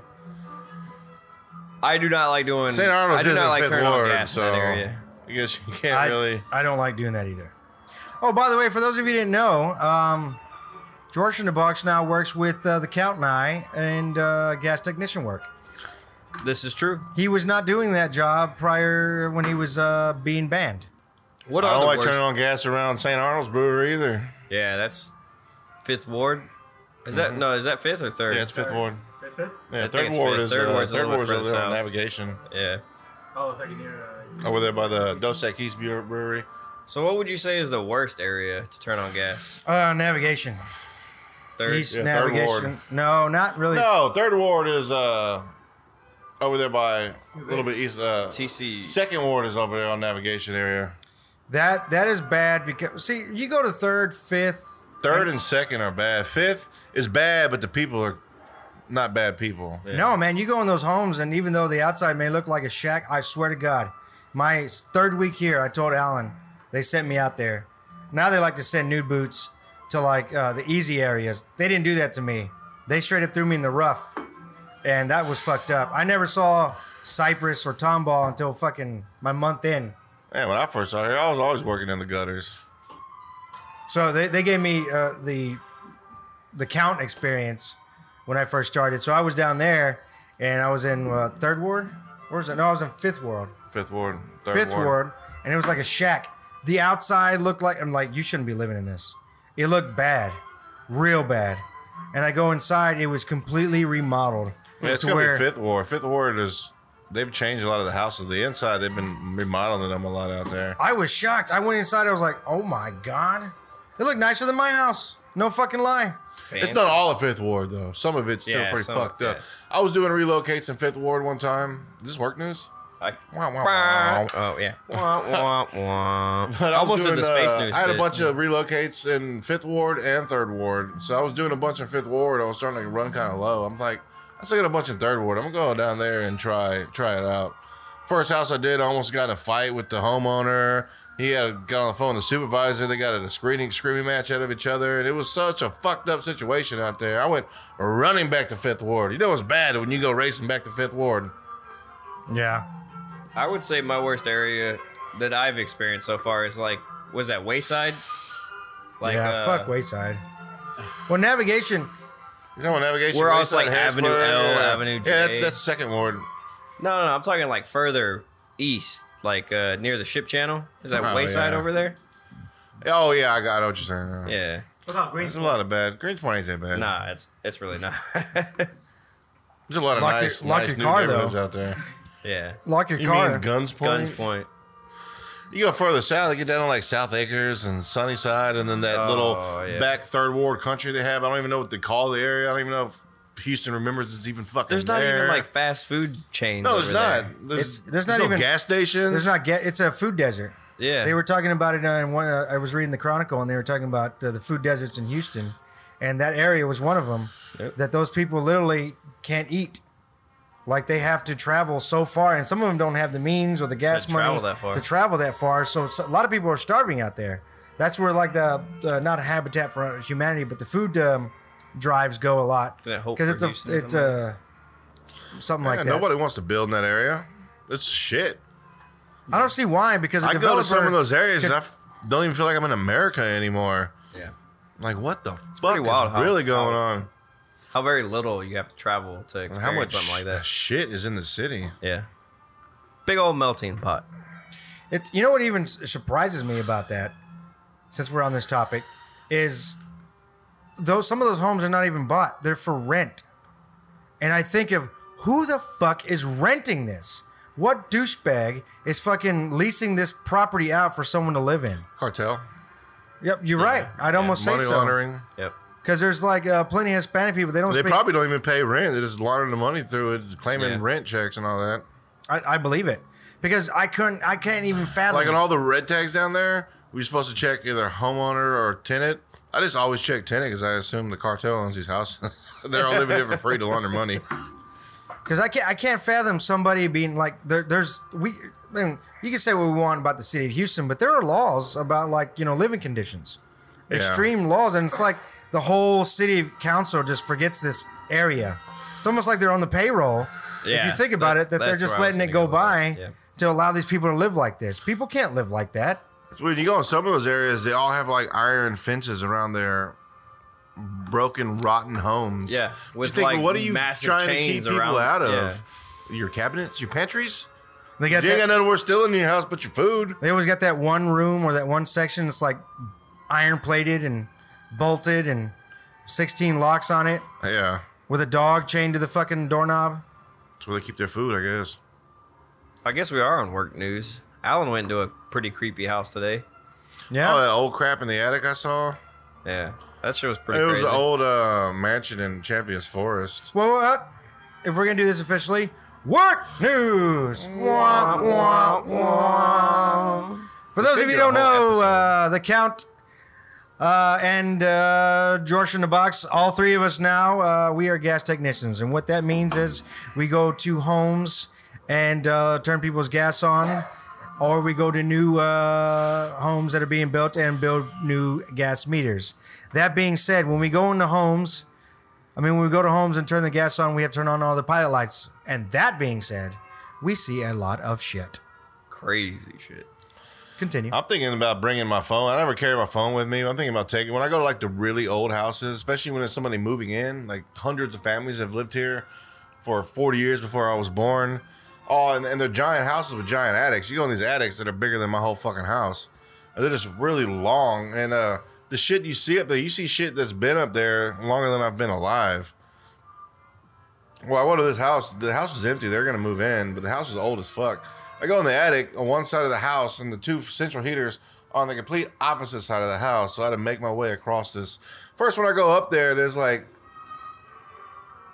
Speaker 3: I do not like doing.
Speaker 2: St. Arnold's
Speaker 3: I do
Speaker 2: is in
Speaker 3: not like
Speaker 2: Fifth
Speaker 3: turning
Speaker 2: Ward,
Speaker 3: on gas
Speaker 2: so
Speaker 3: in that area.
Speaker 2: I guess you can't
Speaker 1: I,
Speaker 2: really.
Speaker 1: I don't like doing that either. Oh, by the way, for those of you who didn't know, um, George in the Box now works with uh, the Count and I and uh, gas technician work.
Speaker 3: This is true.
Speaker 1: He was not doing that job prior when he was uh, being banned.
Speaker 3: What
Speaker 2: I
Speaker 3: are
Speaker 2: don't
Speaker 3: the
Speaker 2: like
Speaker 3: worst?
Speaker 2: turning on gas around St. Arnold's Brewery either.
Speaker 3: Yeah, that's Fifth Ward. Is that no? Is that Fifth or Third?
Speaker 2: Mm-hmm. Yeah, it's Fifth Ward.
Speaker 4: That's it?
Speaker 2: Yeah,
Speaker 3: think
Speaker 2: Third
Speaker 3: it's
Speaker 2: Ward
Speaker 3: Fifth.
Speaker 2: is
Speaker 3: Third
Speaker 2: uh,
Speaker 3: Ward's a
Speaker 2: Third
Speaker 3: little
Speaker 2: Ward's
Speaker 3: bit
Speaker 2: over there on
Speaker 3: further south.
Speaker 2: Navigation
Speaker 3: Yeah.
Speaker 4: Oh, it's like near. Uh,
Speaker 2: over there by the Dos Equis Beer Brewery.
Speaker 3: So what would you say is the worst area to turn on gas?
Speaker 1: Uh, navigation.
Speaker 3: Third.
Speaker 1: East
Speaker 2: Yeah, third
Speaker 1: navigation.
Speaker 2: ward.
Speaker 1: No, not really.
Speaker 2: No, Third Ward is uh over there by a little bit east. Uh,
Speaker 3: TC.
Speaker 2: second Ward is over there on Navigation area.
Speaker 1: That that is bad because see, you go to third, fifth.
Speaker 2: Third and second are bad. Fifth is bad, but the people are not bad people.
Speaker 3: Yeah.
Speaker 1: No, man, you go in those homes, and even though the outside may look like a shack, I swear to God, my s- third week here, I told Alan they sent me out there. Now they like to send nude boots to like uh, the easy areas. They didn't do that to me. They straight up threw me in the rough, and that was fucked up. I never saw Cypress or Tomball until fucking my month in.
Speaker 2: Man, when I first started here, I was always working in the gutters.
Speaker 1: So they, they gave me uh, the the count experience when I first started. So I was down there, and I was in uh, third ward. Where was it? No, I was in fifth ward.
Speaker 2: Fifth Ward, Third
Speaker 1: fifth ward. and it was like a shack. The outside looked like I'm like you shouldn't be living in this. It looked bad, real bad. And I go inside, it was completely remodeled.
Speaker 2: Yeah, it's
Speaker 1: to
Speaker 2: gonna
Speaker 1: where-
Speaker 2: be Fifth Ward. Fifth Ward is they've changed a lot of the houses. The inside they've been remodeling them a lot out there.
Speaker 1: I was shocked. I went inside. I was like, oh my god, it looked nicer than my house. No fucking lie.
Speaker 2: It's not all of Fifth Ward though. Some of it's still
Speaker 3: Yeah,
Speaker 2: pretty
Speaker 3: some-
Speaker 2: fucked up.
Speaker 3: yeah.
Speaker 2: I was doing relocates in Fifth Ward one time. Is this work news?
Speaker 3: I-
Speaker 2: Wow, wow, wow.
Speaker 3: Oh yeah. Wah, wah, wah.
Speaker 2: But I was
Speaker 3: Almost did
Speaker 2: doing,
Speaker 3: the space
Speaker 2: uh,
Speaker 3: news.
Speaker 2: I had a
Speaker 3: bit.
Speaker 2: bunch of relocates in Fifth Ward and Third Ward. So I was doing a bunch in Fifth Ward. I was starting to run kind of low. I'm like, I still got a bunch in Third Ward. I'm gonna go down there and try try it out. First house I did, I almost got in a fight with the homeowner. He had got on the phone with the supervisor. They got in a screaming screaming match out of each other, and it was such a fucked up situation out there. I went running back to Fifth Ward. You know it's bad when you go racing back to Fifth Ward.
Speaker 1: Yeah,
Speaker 3: I would say my worst area that I've experienced so far is like was that Wayside. Like,
Speaker 1: yeah,
Speaker 3: uh,
Speaker 1: fuck Wayside. Well, navigation.
Speaker 2: You know, navigation.
Speaker 3: We're also,
Speaker 2: Wayside,
Speaker 3: like,
Speaker 2: Harrisburg,
Speaker 3: Avenue L,
Speaker 2: yeah.
Speaker 3: Avenue J.
Speaker 2: Yeah, that's that's second ward.
Speaker 3: No, no, no, I'm talking like further east, like uh, near the ship channel. Is that
Speaker 2: Oh,
Speaker 3: Wayside
Speaker 2: yeah.
Speaker 3: over there?
Speaker 2: Oh yeah, I got I know what you're saying. Yeah.
Speaker 3: Yeah.
Speaker 4: What about Green
Speaker 2: There's a lot of bad. Green Point ain't that bad.
Speaker 3: Nah, it's it's really not.
Speaker 2: There's a lot of
Speaker 1: Lock your-
Speaker 2: nice,
Speaker 1: lock
Speaker 2: nice
Speaker 1: your
Speaker 2: new
Speaker 1: car,
Speaker 2: neighborhoods
Speaker 1: though.
Speaker 2: out there.
Speaker 3: yeah.
Speaker 1: Lock your
Speaker 2: You
Speaker 1: car.
Speaker 2: mean Guns Point?
Speaker 3: Guns Point.
Speaker 2: You go further south, you get down to like South Acres and Sunnyside, and then that
Speaker 3: Oh,
Speaker 2: little
Speaker 3: yeah.
Speaker 2: back third ward country they have. I don't even know what they call the area. I don't even know if Houston remembers it's even fucking
Speaker 3: There's not
Speaker 2: there.
Speaker 3: even like fast food chains.
Speaker 2: no, there's
Speaker 3: over
Speaker 2: not.
Speaker 3: there.
Speaker 2: There's,
Speaker 1: It's- there's not
Speaker 2: no
Speaker 1: even-
Speaker 2: gas stations.
Speaker 1: There's not get. It's a food desert.
Speaker 3: Yeah.
Speaker 1: They were talking about it. uh, in one, uh, I was reading the Chronicle, and they were talking about uh, the food deserts in Houston, and that area was one of them.
Speaker 3: Yep.
Speaker 1: That those people literally can't eat. Like they have to travel so far, and some of them don't have the means or the gas money
Speaker 3: travel that far.
Speaker 1: to travel that far. So, so a lot of people are starving out there. That's where like the uh, not Habitat for Humanity, but the food um, drives go a lot
Speaker 3: Is that Hope
Speaker 1: because
Speaker 3: for
Speaker 1: it's a
Speaker 3: Houston or
Speaker 1: it's
Speaker 3: something
Speaker 1: a something
Speaker 2: Yeah,
Speaker 1: like that.
Speaker 2: nobody wants to build in that area. It's shit.
Speaker 1: I don't see why because a
Speaker 2: I go to some
Speaker 1: developer-
Speaker 2: of those areas and I f- don't even feel like I'm in America anymore.
Speaker 3: Yeah.
Speaker 2: I'm like what the fuck
Speaker 3: pretty
Speaker 2: is
Speaker 3: wild how-
Speaker 2: really going
Speaker 3: how-
Speaker 2: on?
Speaker 3: How very little you have to travel to
Speaker 2: And
Speaker 3: experience
Speaker 2: How much
Speaker 3: something like that.
Speaker 2: shit is in the city?
Speaker 3: Yeah. Big old melting pot.
Speaker 1: It, you know what even s- surprises me about that, since we're on this topic, is though some of those homes are not even bought; they're for rent. And I think of who the fuck is renting this? What douchebag is fucking leasing this property out for someone to live in?
Speaker 2: Cartel,
Speaker 1: Yep, you're right. I'd almost say
Speaker 2: money
Speaker 1: so
Speaker 2: laundering.
Speaker 3: Yep.
Speaker 1: because there's like uh, plenty of Hispanic people. They don't.
Speaker 2: They
Speaker 1: speak,
Speaker 2: probably don't even pay rent. They just launder the money through it, claiming
Speaker 3: Yeah.
Speaker 2: rent checks and all that.
Speaker 1: I, I believe it because I couldn't. I can't even fathom.
Speaker 3: Hmm.
Speaker 2: Like on all the red tags down there, we're supposed to check either homeowner or tenant. I just always check tenant because I assume the cartel owns these houses. They're all living here for free to launder money.
Speaker 1: Because I can't, I can't fathom somebody being like there, there's we. I mean, you can say what we want about the city of Houston, but there are laws about like you know living conditions, extreme laws, and it's like the whole city council just forgets this area. It's almost like they're on the payroll. if
Speaker 3: Yeah,
Speaker 1: you think about
Speaker 3: that-
Speaker 1: it, that they're
Speaker 3: that's
Speaker 1: just
Speaker 3: where I was
Speaker 1: letting it
Speaker 3: gonna
Speaker 1: go
Speaker 3: go with that,
Speaker 1: by
Speaker 3: yeah.
Speaker 1: to allow these people to live like this. People can't live like that.
Speaker 2: So when you go in some of those areas, they all have like iron fences around their broken, rotten homes.
Speaker 3: Yeah,
Speaker 2: You
Speaker 3: with,
Speaker 2: think,
Speaker 3: like,
Speaker 2: what are you
Speaker 3: massive
Speaker 2: trying to keep
Speaker 3: chains
Speaker 2: people
Speaker 3: around-
Speaker 2: out of? Your cabinets, your pantries.
Speaker 1: They
Speaker 2: You
Speaker 1: got
Speaker 2: ain't
Speaker 1: that-
Speaker 2: got nothing worth stealing in your house but your food.
Speaker 1: They always got that one room or that one section that's like iron plated and bolted and sixteen locks on it.
Speaker 2: Yeah,
Speaker 1: with a dog chained to the fucking doorknob.
Speaker 2: that's where they keep their food, I guess.
Speaker 3: I guess we are on work news. Alan went into a pretty creepy house today.
Speaker 1: Yeah.
Speaker 2: Oh, that old crap in the attic I saw.
Speaker 3: Yeah. That shit was pretty
Speaker 2: It was
Speaker 3: crazy.
Speaker 2: the old uh, mansion in Champions Forest.
Speaker 1: well, well, uh, if we're gonna do this officially, work news. Wah, wah, wah. For those of you who don't
Speaker 3: figure a whole
Speaker 1: know,
Speaker 3: episode.
Speaker 1: uh, the Count uh, and uh, George in the Box, all three of us now, uh, we are gas technicians, and what that means is we go to homes and uh, turn people's gas on. or we go to new uh, homes that are being built and build new gas meters. That being said, when we go into homes, I mean, when we go to homes and turn the gas on, we have to turn on all the pilot lights. And that being said, we see a lot of shit.
Speaker 3: crazy shit.
Speaker 1: Continue.
Speaker 2: I'm thinking about bringing my phone. I never carry my phone with me. I'm thinking about taking when I go to like the really old houses, especially when there's somebody moving in. Like hundreds of families have lived here for 40 years before I was born. Oh, and, and they're giant houses with giant attics. You go in these attics that are bigger than my whole fucking house. And they're just really long. And uh, the shit you see up there, you see shit that's been up there longer than I've been alive. Well, I went to this house. The house was empty. They're gonna move in, but the house is old as fuck. I go in the attic on one side of the house, and the two central heaters are on the complete opposite side of the house. So I had to make my way across this. First, when I go up there, there's like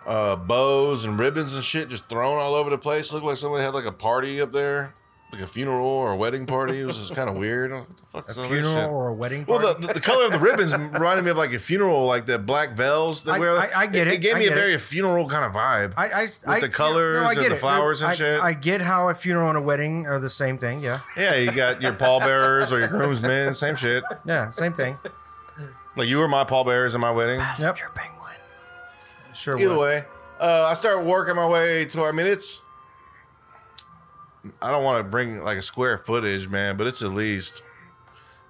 Speaker 2: uh, bows and ribbons and shit just thrown all over the place. Looked like somebody had like a party up there, like a funeral or a wedding party. It was just kind of weird. I'm like, What the fuck is all
Speaker 1: a
Speaker 2: this
Speaker 1: funeral
Speaker 2: shit?
Speaker 1: or a wedding party?
Speaker 2: Well, the, the, the color of the ribbons reminded me of like a funeral, like the black veils. That
Speaker 1: I-
Speaker 2: wear.
Speaker 1: I- I get it.
Speaker 2: It gave
Speaker 1: I
Speaker 2: me a
Speaker 1: get it.
Speaker 2: very funeral kind of vibe.
Speaker 1: I, I, with
Speaker 2: the colors and the flowers and
Speaker 1: I,
Speaker 2: shit.
Speaker 1: I get how a funeral and a wedding are the same thing. Yeah.
Speaker 2: yeah, you got your pallbearers or your groomsmen, same shit.
Speaker 1: Yeah. Same thing.
Speaker 2: Like you were my pallbearers in my wedding.
Speaker 1: Yep.
Speaker 3: Your penguin.
Speaker 1: Sure.
Speaker 2: Either
Speaker 1: would.
Speaker 2: way, uh, I start working my way to. I mean, it's. I don't want to bring like a square footage, man, but it's at least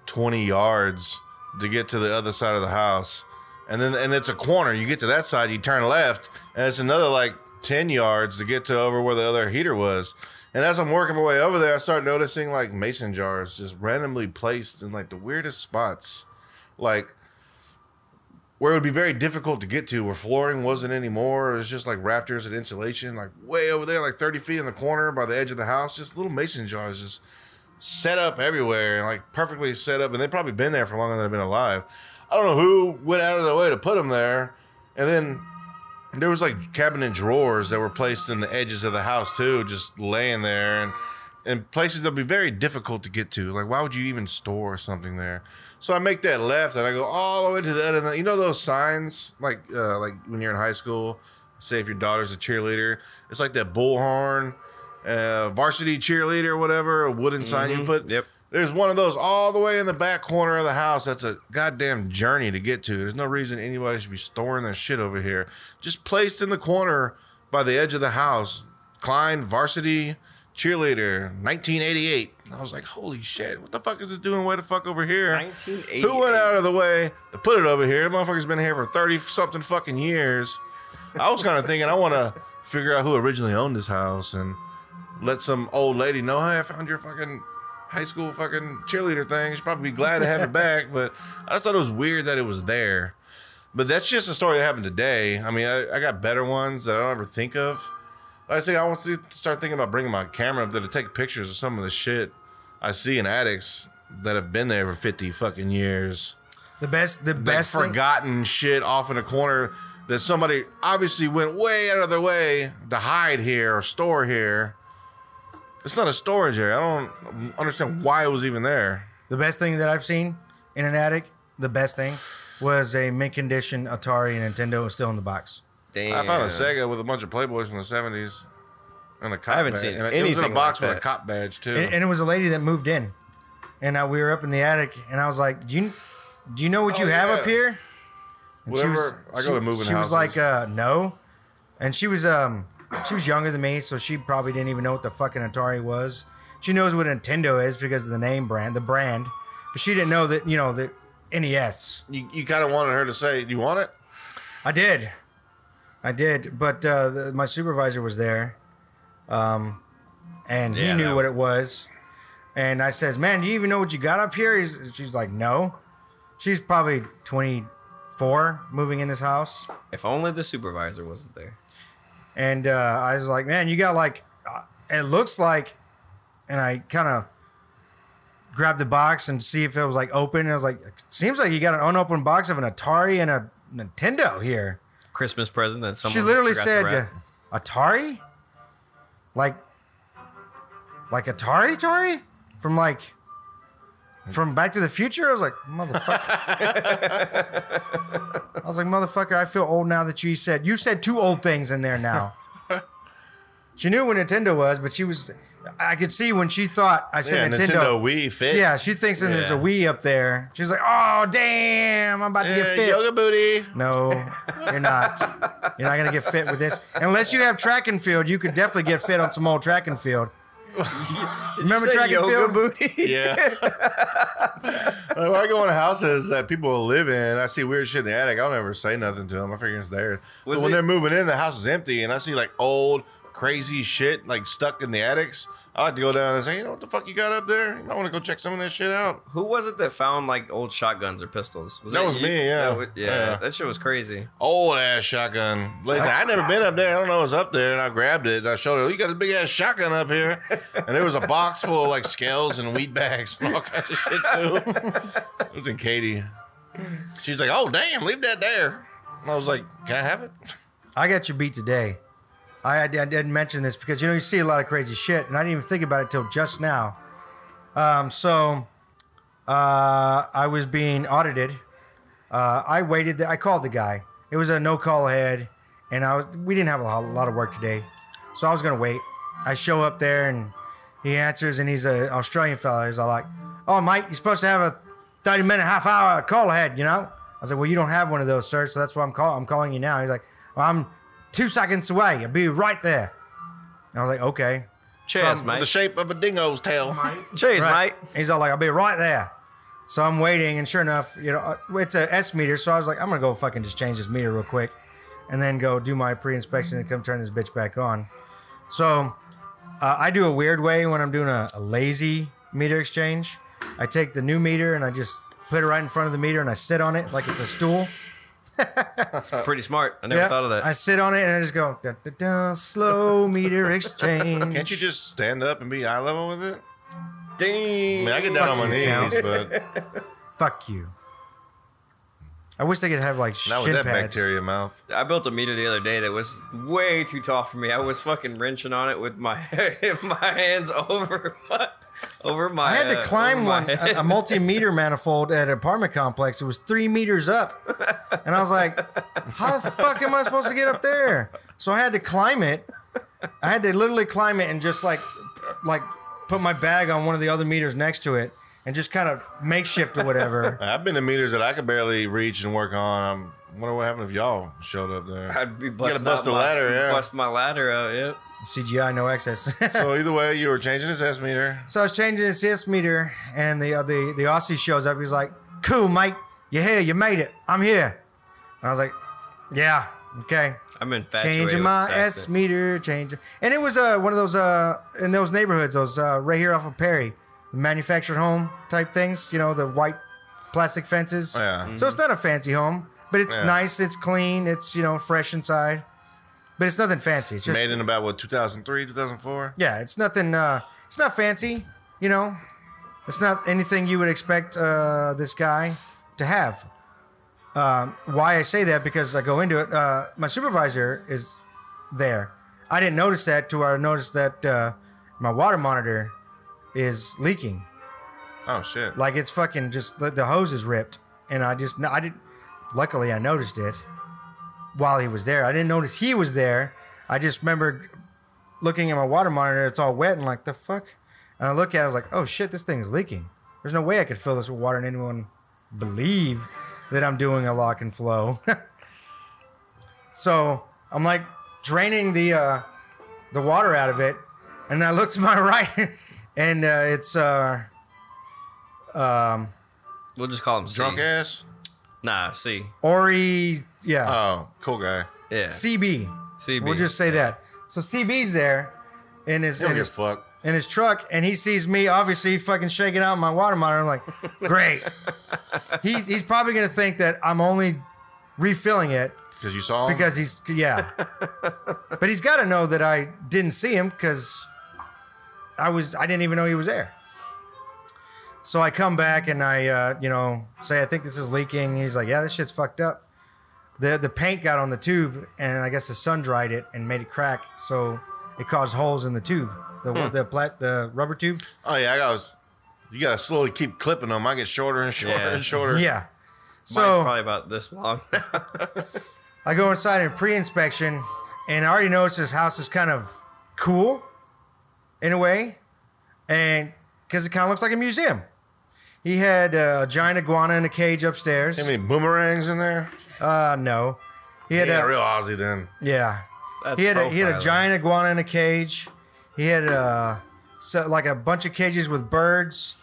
Speaker 2: twenty yards to get to the other side of the house. And then and it's a corner. You get to that side, you turn left, and it's another like 10 yards to get to over where the other heater was. And as I'm working my way over there, I start noticing like mason jars just randomly placed in like the weirdest spots. Like where it would be very difficult to get to, where flooring wasn't anymore. It was just like rafters and insulation, like way over there, like 30 feet in the corner by the edge of the house. Just little mason jars just set up everywhere and like perfectly set up. And they've probably been there for longer than I've been alive. I don't know who went out of their way to put them there. And then there was like cabinet drawers that were placed in the edges of the house too, just laying there and and places that'll be very difficult to get to. Like why would you even store something there? So I make that left and I go all the way to the end of the you know those signs like uh, like when you're in high school, say if your daughter's a cheerleader, it's like that bullhorn, uh, varsity cheerleader or whatever, a wooden sign you put.
Speaker 3: Yep.
Speaker 2: There's one of those all the way in the back corner of the house. That's a goddamn journey to get to. There's no reason anybody should be storing their shit over here. Just placed in the corner by the edge of the house. Klein varsity cheerleader, 1988. And I was like, holy shit, what the fuck is this doing way the fuck over here?
Speaker 3: 1980.
Speaker 2: Who went out of the way to put it over here? Motherfucker's been here for 30 something fucking years. I was kind of thinking I want to figure out who originally owned this house and let some old lady know, hey, I found your fucking high school fucking cheerleader thing. She'd probably be glad to have it back. But I just thought it was weird that it was there. But that's just a story that happened today. I mean, I, I got better ones that I don't ever think of. Like I say I want to start thinking about bringing my camera up there to take pictures of some of the shit I see in addicts that have been there for 50 fucking years
Speaker 1: The best, the
Speaker 2: like
Speaker 1: best thing.
Speaker 2: forgotten shit off in a corner that somebody obviously went way out of their way to hide here or store here. It's not a storage area. I don't understand why it was even there.
Speaker 1: The best thing that I've seen in an attic, the best thing, was a mint condition Atari and Nintendo was still in the box.
Speaker 3: Damn.
Speaker 2: I found a Sega with a bunch of Playboys from the seventies and a cop.
Speaker 3: haven't
Speaker 2: badge.
Speaker 3: seen
Speaker 2: and It was in
Speaker 3: anything
Speaker 2: a box
Speaker 3: like
Speaker 2: with a
Speaker 3: that.
Speaker 2: cop badge too.
Speaker 1: And, and it was a lady that moved in, and uh, we were up in the attic, and I was like, "Do you, do you know what
Speaker 2: Oh,
Speaker 1: you have
Speaker 2: yeah.
Speaker 1: up here?" And
Speaker 2: Whatever. I go
Speaker 1: she-
Speaker 2: to moving
Speaker 1: She was
Speaker 2: houses.
Speaker 1: like, uh, "No," and she was um, she was younger than me, so she probably didn't even know what the fucking Atari was. She knows what Nintendo is because of the name brand, the brand, but she didn't know that you know E that NES.
Speaker 2: you, you kind of wanted her to say, "Do you want it?"
Speaker 1: I did. I did, but uh, the, my supervisor was there, um, and he
Speaker 3: Yeah,
Speaker 1: knew
Speaker 3: that-
Speaker 1: what it was. And I says, "Man, do you even know what you got up here?" He's, she's like, "No." She's probably twenty four, moving in this house,
Speaker 3: If only the supervisor wasn't there.
Speaker 1: and uh, I was like, "Man, you got like, uh, it looks like," and I kind of grabbed the box and see if it was like open. And I was like, "Seems like you got an unopened box of an Atari and a Nintendo here."
Speaker 3: Christmas present that someone.
Speaker 1: she literally
Speaker 3: forgot to
Speaker 1: said
Speaker 3: wrap.
Speaker 1: uh, Atari, like, like Atari, Atari from like, from Back to the Future. I was like, motherfucker. I was like, motherfucker. I feel old now that you said you said two old things in there now. she knew what Nintendo was, but she was. I could see when she thought I
Speaker 2: Yeah,
Speaker 1: said
Speaker 2: Nintendo, Wii Fit.
Speaker 1: Yeah, she thinks that there's a
Speaker 3: Yeah.
Speaker 1: Wii up there. She's like, oh damn, I'm about to get
Speaker 2: Eh,
Speaker 1: fit.
Speaker 2: yoga booty.
Speaker 1: No, you're not. You're not gonna get fit with this unless you have track and field. You could definitely get fit on some old track and field. Remember
Speaker 3: Say
Speaker 1: track and
Speaker 3: yoga
Speaker 1: field?
Speaker 3: booty.
Speaker 2: Yeah. Like, when I go in houses that people live in, I see weird shit in the attic. I don't ever say nothing to them. I figure it's there.
Speaker 3: Was
Speaker 2: but when
Speaker 3: it-
Speaker 2: they're moving in, the house is empty, and I see like old, crazy shit like stuck in the attics. I like to go down and say, you know what the fuck you got up there? I want to go check some of that shit out.
Speaker 3: Who was it that found like old shotguns or pistols?
Speaker 2: That was
Speaker 3: you?
Speaker 2: me, yeah.
Speaker 3: That wa- yeah.
Speaker 2: Yeah.
Speaker 3: That shit was crazy.
Speaker 2: Old ass shotgun. Listen, I never been up there. I don't know what's up there. And I grabbed it and I showed her, "Oh, you got this big ass shotgun up here. And there was a box full of like scales and weed bags and all kinds of shit too. It was in Katie. She's like, oh damn, leave that there. And I was like, can I have it?
Speaker 1: I got you beat today. I, I didn't mention this because you know you see a lot of crazy shit, and I didn't even think about it till just now. Um, so uh, I was being audited. Uh, I waited. I called the guy. It was a no call ahead, and I was. We didn't have a lot, lot of work today, so I was gonna wait. I show up there, and he answers, and he's a Australian fella. He's all like, "Oh, Mike, you're supposed to have a thirty minute, half hour call ahead, you know?" I said, "Well, you don't have one of those, sir, so that's why I'm calling. I'm calling you now." He's like, well, "I'm two seconds away. I'll be right there." And I was like, "Okay."
Speaker 3: Cheers,
Speaker 2: With
Speaker 3: mate.
Speaker 2: the shape of a dingo's tail.
Speaker 4: Mike?
Speaker 3: Cheers,
Speaker 1: Right.
Speaker 3: mate.
Speaker 1: He's all like, "I'll be right there." So I'm waiting, and sure enough, you know, uh, it's a S meter. So I was like, I'm gonna go fucking just change this meter real quick, and then go do my pre-inspection and come turn this bitch back on. So uh, I do a weird way when I'm doing a, a lazy meter exchange. I take the new meter and I just put it right in front of the meter and I sit on it like it's a stool.
Speaker 2: Uh,
Speaker 3: Pretty smart. I never
Speaker 1: Yeah,
Speaker 3: thought of that.
Speaker 1: I sit on it and I just go da, da, da, slow meter exchange.
Speaker 2: Can't you just stand up and be eye level with it? I
Speaker 3: Dang.
Speaker 2: mean, I get down on my
Speaker 1: Fuck you,
Speaker 2: knees, but
Speaker 1: Fuck you. I wish they could have like
Speaker 2: not
Speaker 1: shin
Speaker 2: with that
Speaker 1: pads.
Speaker 2: bacteria mouth.
Speaker 3: I built a meter the other day that was way too tall for me. I was fucking wrenching on it with my my hands over my over my.
Speaker 1: I had to
Speaker 3: uh,
Speaker 1: climb
Speaker 3: over my
Speaker 1: one a,
Speaker 3: head.
Speaker 1: a multi-meter manifold at an apartment complex. It was three meters up, and I was like, "How the fuck am I supposed to get up there?" So I had to climb it. I had to literally climb it and just like, like, put my bag on one of the other meters next to it and just kind of makeshift or whatever.
Speaker 2: I've been to meters that I could barely reach and work on. I'm wonder what happened if y'all showed up there.
Speaker 3: I'd be busting
Speaker 2: bust
Speaker 3: out
Speaker 2: the
Speaker 3: my-
Speaker 2: ladder, yeah.
Speaker 3: Bust my ladder out. Yep.
Speaker 1: CGI, no excess.
Speaker 2: so either way, you were changing his S meter.
Speaker 1: So I was changing the CS meter, and the uh, the the Aussie shows up. He's like, "Cool, mate, you're here. You made it. I'm here." And I was like, "Yeah, okay."
Speaker 3: I'm infatuated.
Speaker 1: Changing
Speaker 3: with
Speaker 1: my
Speaker 3: this
Speaker 1: S
Speaker 3: accent.
Speaker 1: meter, changing, and it was uh one of those uh in those neighborhoods, those uh right here off of Perry, manufactured home type things. You know the white plastic fences.
Speaker 2: Oh, Yeah.
Speaker 1: So it's not a fancy home, but it's
Speaker 2: Yeah.
Speaker 1: nice. It's clean. It's you know fresh inside, but it's nothing fancy. It's just
Speaker 2: Made in about what 2003, 2004.
Speaker 1: yeah, it's nothing. Uh, it's not fancy, you know. It's not anything you would expect uh, this guy to have. Um, why I say that because I go into it. Uh, my supervisor is there. I didn't notice that till I noticed that uh, my water monitor is leaking.
Speaker 2: Oh shit.
Speaker 1: Like it's fucking just the, the hose is ripped, and I just no, I didn't. Luckily, I noticed it while he was there. I didn't notice he was there. I just remember looking at my water monitor. It's all wet and like the fuck. And I look at, it, I was like, oh shit, this thing's leaking. There's no way I could fill this with water and anyone believe that I'm doing a lock and flow. so I'm like draining the uh, the water out of it, and I look to my right, and uh, it's. Uh,
Speaker 3: We'll just call him C.
Speaker 2: Drunk ass.
Speaker 3: Nah, C.
Speaker 1: Ori, yeah,
Speaker 2: Oh, cool guy.
Speaker 3: Yeah.
Speaker 1: CB.
Speaker 3: CB.
Speaker 1: We'll just say that. So CB's there in his
Speaker 2: Don't
Speaker 1: in
Speaker 2: give a
Speaker 1: his,
Speaker 2: fuck.
Speaker 1: in his truck, and he sees me obviously fucking shaking out my water monitor. I'm like, great. he's he's probably gonna think that I'm only refilling it
Speaker 2: Because you saw him.
Speaker 1: because he's yeah. but he's got to know that I didn't see him because I was I didn't even know he was there. So I come back and I uh, you know say I think this is leaking. He's like, yeah, this shit's fucked up. The the paint got on the tube and I guess the sun dried it and made it crack. So it caused holes in the tube, the
Speaker 3: Hmm.
Speaker 1: the plat the rubber tube.
Speaker 2: oh yeah, I was. You gotta slowly keep clipping them. I get shorter and shorter
Speaker 3: Yeah.
Speaker 2: and shorter.
Speaker 1: Yeah. So
Speaker 3: Mine's probably about this long.
Speaker 1: I go inside in pre-inspection, and I already noticed this house is kind of cool, in a way, and because it kind of looks like a museum. He had uh, a giant iguana in a cage upstairs.
Speaker 2: Any boomerangs in there?
Speaker 1: Uh, no, he had
Speaker 2: Yeah,
Speaker 1: a
Speaker 2: real Aussie then.
Speaker 1: yeah.
Speaker 3: That's
Speaker 1: He had a, he had a
Speaker 3: profiling.
Speaker 1: giant iguana in a cage. He had uh so, like a bunch of cages with birds.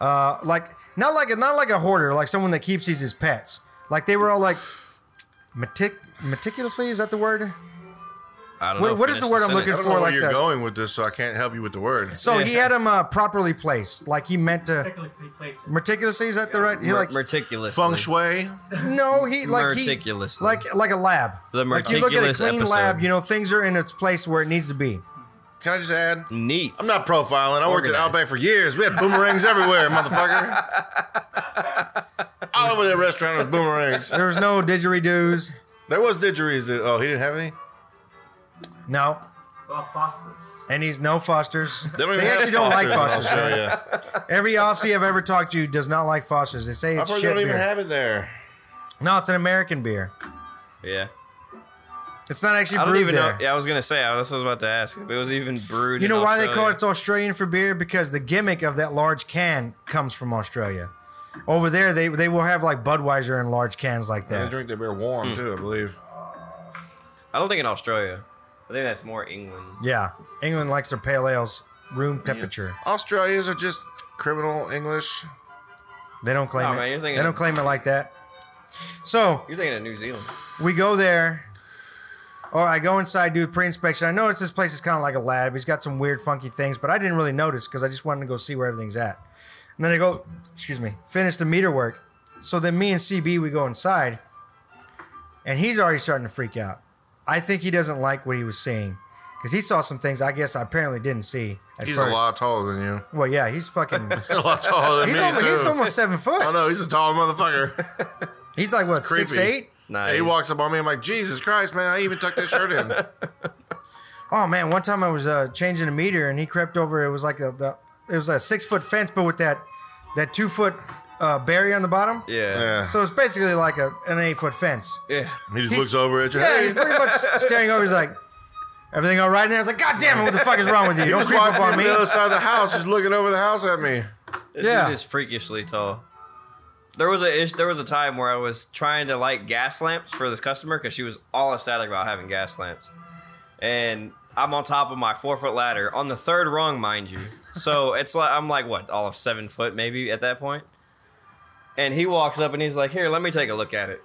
Speaker 1: Uh, like not like a not like a hoarder, like someone that keeps these as pets. Like they were all like metic- meticulously. Is that the word?
Speaker 3: I don't
Speaker 1: What-
Speaker 3: know,
Speaker 1: what is the
Speaker 3: finish
Speaker 1: word I'm
Speaker 2: I
Speaker 3: sentence.
Speaker 2: don't
Speaker 1: Or
Speaker 2: know where
Speaker 1: like
Speaker 2: you're
Speaker 1: that.
Speaker 2: going with this, so I can't help you with the word.
Speaker 1: So he
Speaker 3: Yeah.
Speaker 1: had them uh, properly placed, like he meant to
Speaker 4: Technically placed.
Speaker 1: meticulously. Is that the right? He like
Speaker 3: Meticulous.
Speaker 2: Feng Shui.
Speaker 1: no, he like he
Speaker 3: Meticulously.
Speaker 1: like like a lab.
Speaker 3: The
Speaker 1: like you look at a
Speaker 3: meticulous
Speaker 1: clean lab,
Speaker 3: episode.
Speaker 1: you know things are in its place where it needs to be.
Speaker 2: Can I just add?
Speaker 3: Neat.
Speaker 2: I'm not profiling. I worked at
Speaker 3: Organized.
Speaker 2: Outback for years. We had boomerangs everywhere, motherfucker. All over that restaurant was boomerangs.
Speaker 1: There was no didgeridoos.
Speaker 2: There was didgeridoos. that- Oh, he didn't have any.
Speaker 1: No,
Speaker 4: Well, Foster's.
Speaker 1: and he's no Fosters.
Speaker 2: They, don't even
Speaker 1: They
Speaker 2: have
Speaker 1: actually don't like
Speaker 2: in
Speaker 1: Fosters, man.
Speaker 2: Australia.
Speaker 1: Every Aussie I've ever talked to does not like Fosters. They say
Speaker 2: I've
Speaker 1: it's
Speaker 2: heard they
Speaker 1: shit
Speaker 2: don't even
Speaker 1: beer.
Speaker 2: have it there.
Speaker 1: no, it's an American beer.
Speaker 3: Yeah.
Speaker 1: It's not actually
Speaker 3: I don't
Speaker 1: brewed
Speaker 3: even
Speaker 1: there.
Speaker 3: know. Yeah, I was gonna say. I, this was about to ask if it was even brewed.
Speaker 1: You
Speaker 3: in
Speaker 1: know why they
Speaker 3: Australia.
Speaker 1: call it Australian for beer? Because the gimmick of that large can comes from Australia. Over there, they they will have like Budweiser in large cans like
Speaker 2: They
Speaker 1: that.
Speaker 2: drink their beer warm
Speaker 1: Hmm.
Speaker 2: too, I believe.
Speaker 3: I don't think in Australia. I think that's more England.
Speaker 1: Yeah, England likes their pale ales room temperature.
Speaker 2: Australians are just criminal English.
Speaker 1: They don't claim
Speaker 3: Oh,
Speaker 1: it.
Speaker 3: man, you're thinking-
Speaker 1: they don't claim it like that. So
Speaker 3: You're thinking of New Zealand.
Speaker 1: we go there, or I go inside, do a pre-inspection. I notice this place is kind of like a lab. He's got some weird, funky things, but I didn't really notice because I just wanted to go see where everything's at. And then I go, excuse me, finish the meter work. So then me and CB we go inside, and he's already starting to freak out. I think he doesn't like what he was seeing because he saw some things I guess I apparently didn't see at
Speaker 2: He's
Speaker 1: first.
Speaker 2: a lot taller than you.
Speaker 1: Well, yeah, he's fucking.
Speaker 2: A lot taller than
Speaker 1: He's,
Speaker 2: me.
Speaker 1: almost, he's
Speaker 2: too.
Speaker 1: almost seven
Speaker 2: I
Speaker 1: foot.
Speaker 2: know he's a tall motherfucker.
Speaker 1: He's like what
Speaker 2: Creepy.
Speaker 1: six eight.
Speaker 3: Nah,
Speaker 2: Hey, he
Speaker 3: you-
Speaker 2: walks up on me. I'm like, Jesus Christ, man! I even tucked that shirt in.
Speaker 1: Oh man, one time I was uh, changing a meter and he crept over. It was like a the, it was a six foot fence, but with that that two foot uh, barrier on the bottom.
Speaker 3: Yeah.
Speaker 2: Yeah.
Speaker 1: So it's basically like a, an eight foot fence.
Speaker 3: Yeah.
Speaker 2: He just
Speaker 1: He's-
Speaker 2: looks over at you.
Speaker 1: Yeah,
Speaker 2: Hey,
Speaker 1: he's pretty much staring over. He's like, everything all right? And I was like, God damn it, what the fuck is wrong with you? Don't
Speaker 2: he's
Speaker 1: creep up
Speaker 2: walking
Speaker 1: on
Speaker 2: on
Speaker 1: me.
Speaker 2: the other side of the house, just looking over the house at me.
Speaker 1: Yeah.
Speaker 3: Yeah. Dude is freakishly tall. There was a ish, there was a time where I was trying to light gas lamps for this customer because she was all ecstatic about having gas lamps, and I'm on top of my four foot ladder on the third rung, mind you. So it's like I'm like what all of seven foot maybe at that point, and he walks up and he's like, "Here, let me take a look at it,"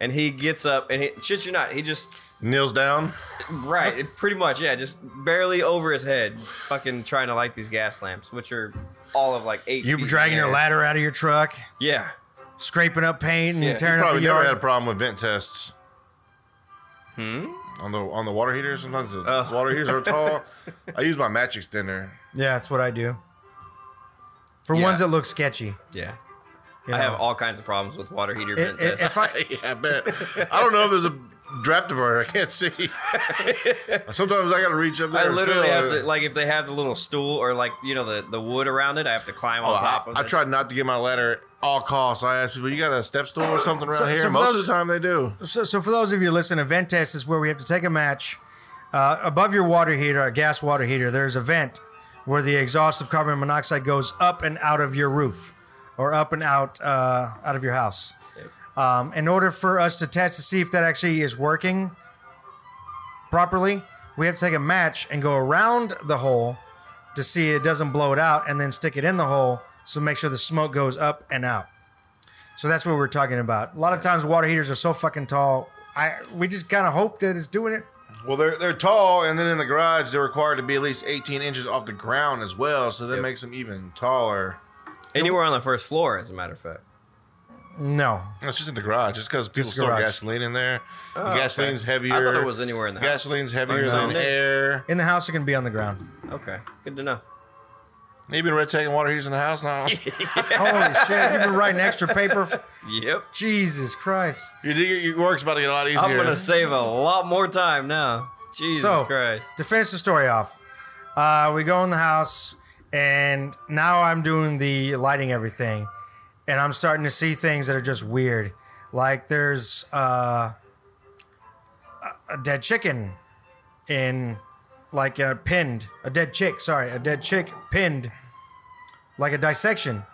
Speaker 3: and he gets up and he, shit you not, he just
Speaker 2: Kneels down.
Speaker 3: Right, it- pretty much, yeah. Just barely over his head, fucking trying to light these gas lamps, which are all of like eight.
Speaker 1: You
Speaker 3: feet in
Speaker 1: dragging your
Speaker 3: the air.
Speaker 1: ladder out of your truck,
Speaker 3: Yeah,
Speaker 1: scraping up paint and
Speaker 3: Yeah, you
Speaker 1: tearing up the
Speaker 2: Probably never had a
Speaker 1: yard.
Speaker 2: problem with vent tests. Hmm. On the on the water heater, sometimes the
Speaker 3: Oh.
Speaker 2: water heaters are tall. I use my match extender.
Speaker 1: Yeah, that's what I do. For
Speaker 3: Yeah.
Speaker 1: ones that look sketchy.
Speaker 3: yeah.
Speaker 1: you
Speaker 3: I
Speaker 1: know.
Speaker 3: have all kinds of problems with water heater
Speaker 1: If-
Speaker 3: vent
Speaker 1: if-
Speaker 3: tests.
Speaker 1: if I,
Speaker 2: yeah, I bet. I don't know if there's a draft diverter. I can't see. Sometimes I gotta reach up there.
Speaker 3: I
Speaker 2: and
Speaker 3: literally
Speaker 2: feel
Speaker 3: have
Speaker 2: it.
Speaker 3: to like if they have the little stool or like you know the the wood around it, I have to climb
Speaker 2: Oh,
Speaker 3: on top
Speaker 2: I,
Speaker 3: of.
Speaker 2: I
Speaker 3: it.
Speaker 2: try not to get my ladder at all costs. I ask people, "You got a step stool or something around
Speaker 1: So-
Speaker 2: here?"
Speaker 1: so for
Speaker 2: Most
Speaker 1: those-
Speaker 2: of the time, they do.
Speaker 1: So, so for those of you listening, a vent test is where we have to take a match uh, above your water heater, a gas water heater. There's a vent where the exhaust of carbon monoxide goes up and out of your roof, or up and out uh, out of your house. Um, in order for us to test to see if that actually is working properly, we have to take a match and go around the hole to see it doesn't blow it out, and then stick it in the hole so make sure the smoke goes up and out. So that's what we're talking about. A lot of times, water heaters are so fucking tall. I we just kind of hope that it's doing it.
Speaker 2: Well, they're they're tall, and then in the garage, they're required to be at least 18 inches off the ground as well. So that
Speaker 3: Yep.
Speaker 2: makes them even taller.
Speaker 3: Anywhere on the first floor, as a matter of fact.
Speaker 1: No,
Speaker 2: It's just in the garage. It's because people
Speaker 1: Just
Speaker 2: store
Speaker 1: garage.
Speaker 2: gasoline in there.
Speaker 3: Oh, okay.
Speaker 2: Gasoline's heavier.
Speaker 3: I thought it was anywhere in the house.
Speaker 2: Gasoline's
Speaker 3: Or
Speaker 2: heavier
Speaker 3: it's
Speaker 2: than
Speaker 3: on it.
Speaker 2: air.
Speaker 1: in the house it can be on the ground.
Speaker 3: Okay, good to know.
Speaker 2: You've been red tagging water heaters in the house now.
Speaker 1: Holy shit! You've been writing extra paper. f-
Speaker 3: Yep.
Speaker 1: Jesus Christ!
Speaker 2: your, dig- your work's about to get a lot easier.
Speaker 3: I'm gonna save a lot more time now. Jesus
Speaker 1: So-
Speaker 3: Christ.
Speaker 1: To finish the story off, uh, we go in the house, and now I'm doing the lighting everything, and I'm starting to see things that are just weird. Like there's uh, a a dead chicken in, like uh, pinned, a dead chick. Sorry, a dead chick pinned, like a dissection,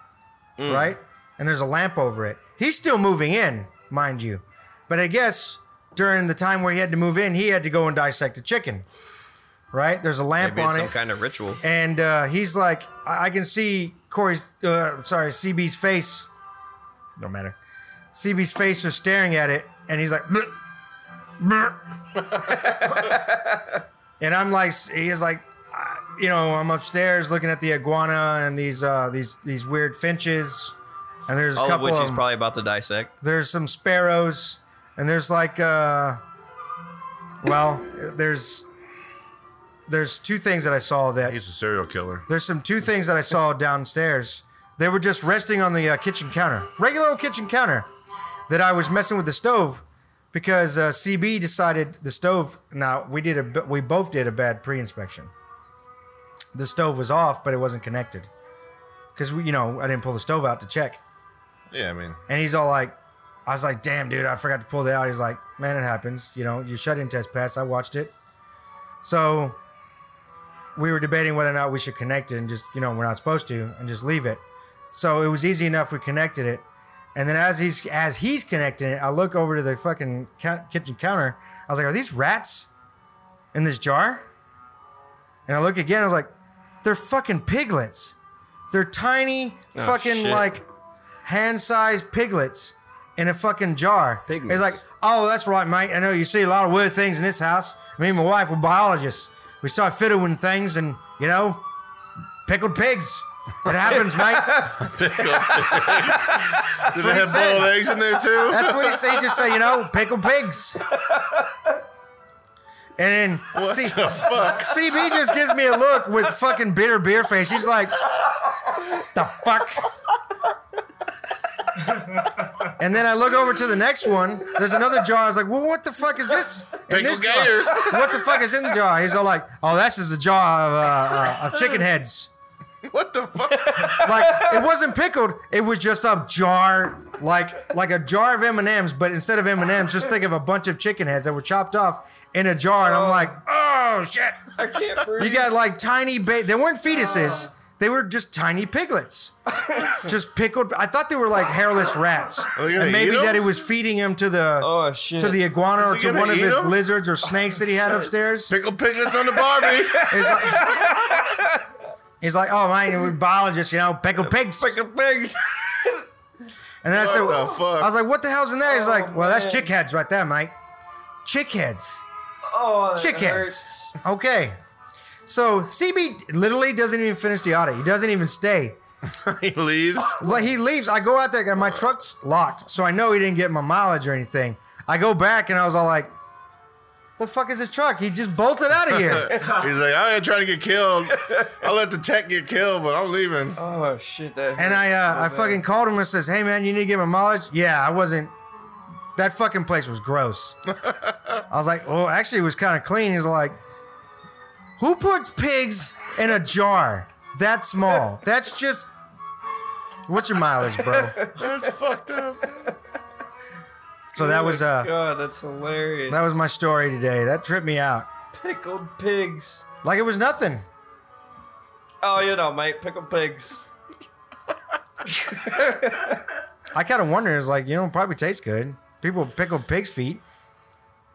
Speaker 3: Mm.
Speaker 1: right? And there's a lamp over it. He's still moving in, mind you, but I guess during the time where he had to move in, he had to go and dissect a chicken, right? There's a lamp
Speaker 3: Maybe
Speaker 1: on
Speaker 3: it's some
Speaker 1: it
Speaker 3: kind of ritual.
Speaker 1: and uh, he's like, I-, I can see Corey's, uh, sorry, CB's face. No matter. CB's face is staring at it, and he's like, "Bleh, bleh." and I'm like, he's like, "Ah," you know, I'm upstairs looking at the iguana and these uh, these these weird finches, and there's a
Speaker 3: All of
Speaker 1: couple
Speaker 3: which
Speaker 1: of
Speaker 3: he's
Speaker 1: them.
Speaker 3: probably about to dissect.
Speaker 1: there's some sparrows, and there's like, uh, well, there's there's two things that I saw that
Speaker 2: He's a serial killer.
Speaker 1: there's some two things that I saw downstairs. They were just resting on the uh, kitchen counter, regular old kitchen counter, that I was messing with the stove because uh, CB decided the stove. Now we did a b- we both did a bad pre-inspection. The stove was off, but it wasn't connected because you know I didn't pull the stove out to check.
Speaker 2: Yeah, I mean,
Speaker 1: And he's all like, I was like, damn, dude, I forgot to pull that out. He's like, man, it happens. You know, your shut in test passed. I watched it. So we were debating whether or not we should connect it and just, you know, we're not supposed to and just leave it. So it was easy enough. We connected it. And then as he's as he's connecting it, I look over to the fucking cou- kitchen counter. I was like, are these rats in this jar? And I look again. I was like, they're fucking piglets. They're tiny, fucking
Speaker 3: shit.
Speaker 1: like hand-sized piglets in a fucking jar.
Speaker 3: Pygmies.
Speaker 1: It's like, oh, that's right, mate. I know you see a lot of weird things in this house. Me and my wife were biologists. We start fiddling things, and you know, pickled pigs. It happens, mate.
Speaker 2: Did
Speaker 1: what
Speaker 2: they
Speaker 1: he
Speaker 2: have
Speaker 1: said.
Speaker 2: boiled eggs in there too?
Speaker 1: That's what he said. Just say, you know, pickle pigs. And then C- CB just gives me a look with fucking bitter beer face. He's like, the fuck? And then I look over to the next one. There's another jar. I was like, well, what the fuck is this? in
Speaker 2: Pickle
Speaker 1: this jar?
Speaker 2: gators.
Speaker 1: What the fuck is in the jar? He's all like, oh, that's just a jar of, uh, uh, of chicken heads.
Speaker 2: What the fuck?
Speaker 1: Like it wasn't pickled. It was just a jar, like like a jar of M and M's, but instead of M and M's, just think of a bunch of chicken heads that were chopped off in a jar. And I'm like, oh shit!
Speaker 3: I can't breathe.
Speaker 1: You got like tiny ba- They weren't
Speaker 2: Oh.
Speaker 1: fetuses. They were just tiny piglets, just pickled. I thought they were like hairless rats,
Speaker 2: they gonna
Speaker 1: and maybe
Speaker 2: eat 'em?
Speaker 1: that he was feeding them to the
Speaker 3: oh shit.
Speaker 1: to the iguana or
Speaker 2: he
Speaker 1: to
Speaker 2: gonna
Speaker 1: one of
Speaker 2: eat Oh,
Speaker 1: his
Speaker 2: 'em?
Speaker 1: lizards or snakes that he had upstairs.
Speaker 2: Pickle piglets on the Barbie.
Speaker 1: He's like, he's like, oh man, we're biologists, you know, pickled pigs.
Speaker 3: Fucking pigs.
Speaker 1: And then I said,
Speaker 2: What the fuck?
Speaker 1: I was like, what the hell's in there? He's like, well, that's
Speaker 3: man.
Speaker 1: chick heads right there, mate. Chick heads.
Speaker 3: Oh, that
Speaker 1: Chickens.
Speaker 3: hurts.
Speaker 1: Okay. So CB literally doesn't even finish the audit. He doesn't even stay.
Speaker 2: he leaves.
Speaker 1: Like, He leaves. I go out there and my truck's locked, so I know he didn't get my mileage or anything. I go back and I was all like, the fuck is this truck? He just bolted out of here.
Speaker 2: He's like, I ain't trying to get killed. I'll let the tech get killed, but I'm leaving.
Speaker 3: Oh shit. That.
Speaker 1: and I uh, I
Speaker 3: bad.
Speaker 1: fucking called him and says, hey man, you need to get my mileage? Yeah, I wasn't. That fucking place was gross. I was like, well, actually, it was kind of clean. He's like, who puts pigs in a jar that small? That's just. What's your mileage, bro?
Speaker 2: That's fucked up.
Speaker 1: So that
Speaker 3: Oh
Speaker 1: was
Speaker 3: my
Speaker 1: uh,
Speaker 3: God, that's hilarious.
Speaker 1: that was my story today. That tripped me out.
Speaker 3: Pickled pigs.
Speaker 1: Like it was nothing.
Speaker 3: Oh, you know, mate, pickled pigs.
Speaker 1: I kind of wonder. It's like you know, it probably tastes good. People pickle pigs' feet,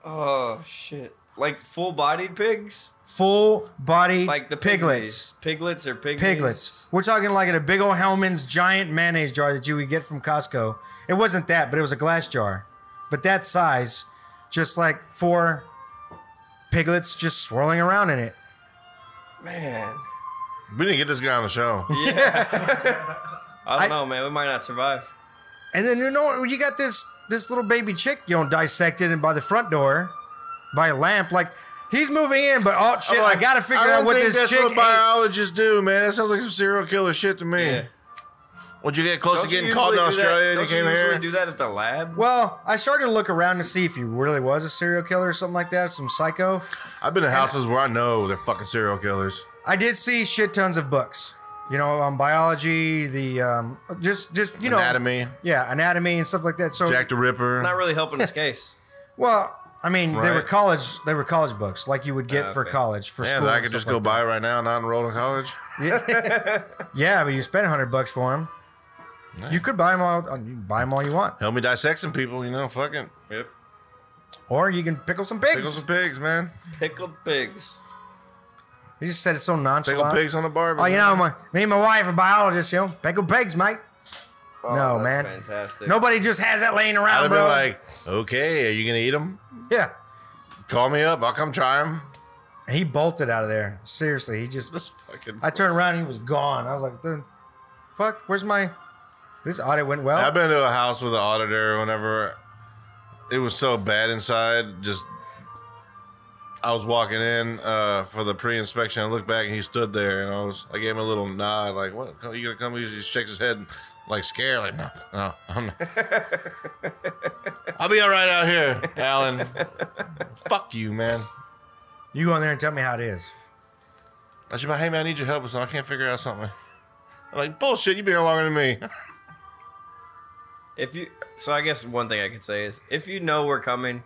Speaker 3: Oh shit. Like full-bodied pigs.
Speaker 1: full body,
Speaker 3: Like the
Speaker 1: piglets.
Speaker 3: piglets. Piglets or pigmies.
Speaker 1: piglets. We're talking like in a big old Hellman's giant mayonnaise jar that you would get from Costco. It wasn't that, but it was a glass jar. But that size, just like four piglets just swirling around in it.
Speaker 3: Man.
Speaker 2: We didn't get this guy on the show.
Speaker 3: I don't
Speaker 1: I-
Speaker 3: know, man. We might not survive.
Speaker 1: And then you know you got this this little baby chick, you know, dissected and by the front door by a lamp. Like he's moving in, but oh shit, I gotta figure
Speaker 2: I don't
Speaker 1: out what
Speaker 2: think
Speaker 1: this
Speaker 2: that's
Speaker 1: chick
Speaker 2: what
Speaker 1: ate.
Speaker 2: biologists do, man. That sounds like some serial killer shit to me.
Speaker 3: Yeah.
Speaker 2: Would you get close
Speaker 3: Don't
Speaker 2: to
Speaker 3: you
Speaker 2: getting caught in
Speaker 3: usually do that-
Speaker 2: Australia and you
Speaker 3: don't
Speaker 2: came
Speaker 3: you usually
Speaker 2: here?
Speaker 3: do that at the lab?
Speaker 1: Well, I started to look around to see if he really was a serial killer or something like that, some psycho.
Speaker 2: I've been to houses where I know they're fucking serial killers.
Speaker 1: I did see shit tons of books. You know, on biology, the um, just just you know
Speaker 2: Anatomy,
Speaker 1: yeah, anatomy and stuff like that. So
Speaker 2: Jack the Ripper.
Speaker 3: Not really helping this case.
Speaker 1: well, I mean, they were
Speaker 2: Right. college-
Speaker 1: college they were college books like you would get
Speaker 3: Ah,
Speaker 1: for
Speaker 3: okay.
Speaker 1: college for
Speaker 2: Yeah,
Speaker 1: school.
Speaker 2: that I
Speaker 1: and
Speaker 2: could
Speaker 1: stuff
Speaker 2: just go
Speaker 1: like
Speaker 2: buy right now, not enroll in college.
Speaker 1: that. Yeah, but you spend hundred bucks for them. You could buy them all. uh, You can buy them all you want,
Speaker 2: Help me dissect some people, you know, fucking
Speaker 3: Yep.
Speaker 1: or you can pickle some pigs.
Speaker 2: pickle some pigs, man.
Speaker 3: Pickled pigs.
Speaker 1: He just said it so
Speaker 2: Pickle
Speaker 1: nonchalant.
Speaker 2: pigs on the barbie.
Speaker 1: Oh, you
Speaker 2: man.
Speaker 1: know, my, me and my wife are biologists. You know, pickle pigs, mate.
Speaker 3: Oh,
Speaker 1: No,
Speaker 3: that's
Speaker 1: man.
Speaker 3: Fantastic.
Speaker 1: Nobody just has that laying
Speaker 2: I'd
Speaker 1: around,
Speaker 2: have
Speaker 1: bro.
Speaker 2: been like, okay, are you gonna eat them?
Speaker 1: yeah.
Speaker 2: Call me up, I'll come try them.
Speaker 1: And he bolted out of there. Seriously, he just
Speaker 2: This fucking.
Speaker 1: I turned around and he was gone. I was like, the fuck, where's my this audit went well?
Speaker 2: I've been to a house with an auditor whenever it was so bad inside. Just I was walking in uh, for the pre-inspection. I looked back and he stood there, and I was I gave him a little nod, like, "What? Are you gonna come?" He just shakes his head, like scared, like, "No, no, I'm not. I'll be all right out here, Alan. Fuck you, man."
Speaker 1: you go in there and tell me how it is.
Speaker 2: I should be, hey man, I need your help with something. I can't figure out something. I'm like, bullshit, you've been here longer than me.
Speaker 3: If you, so I guess one thing I could say is, if you know we're coming,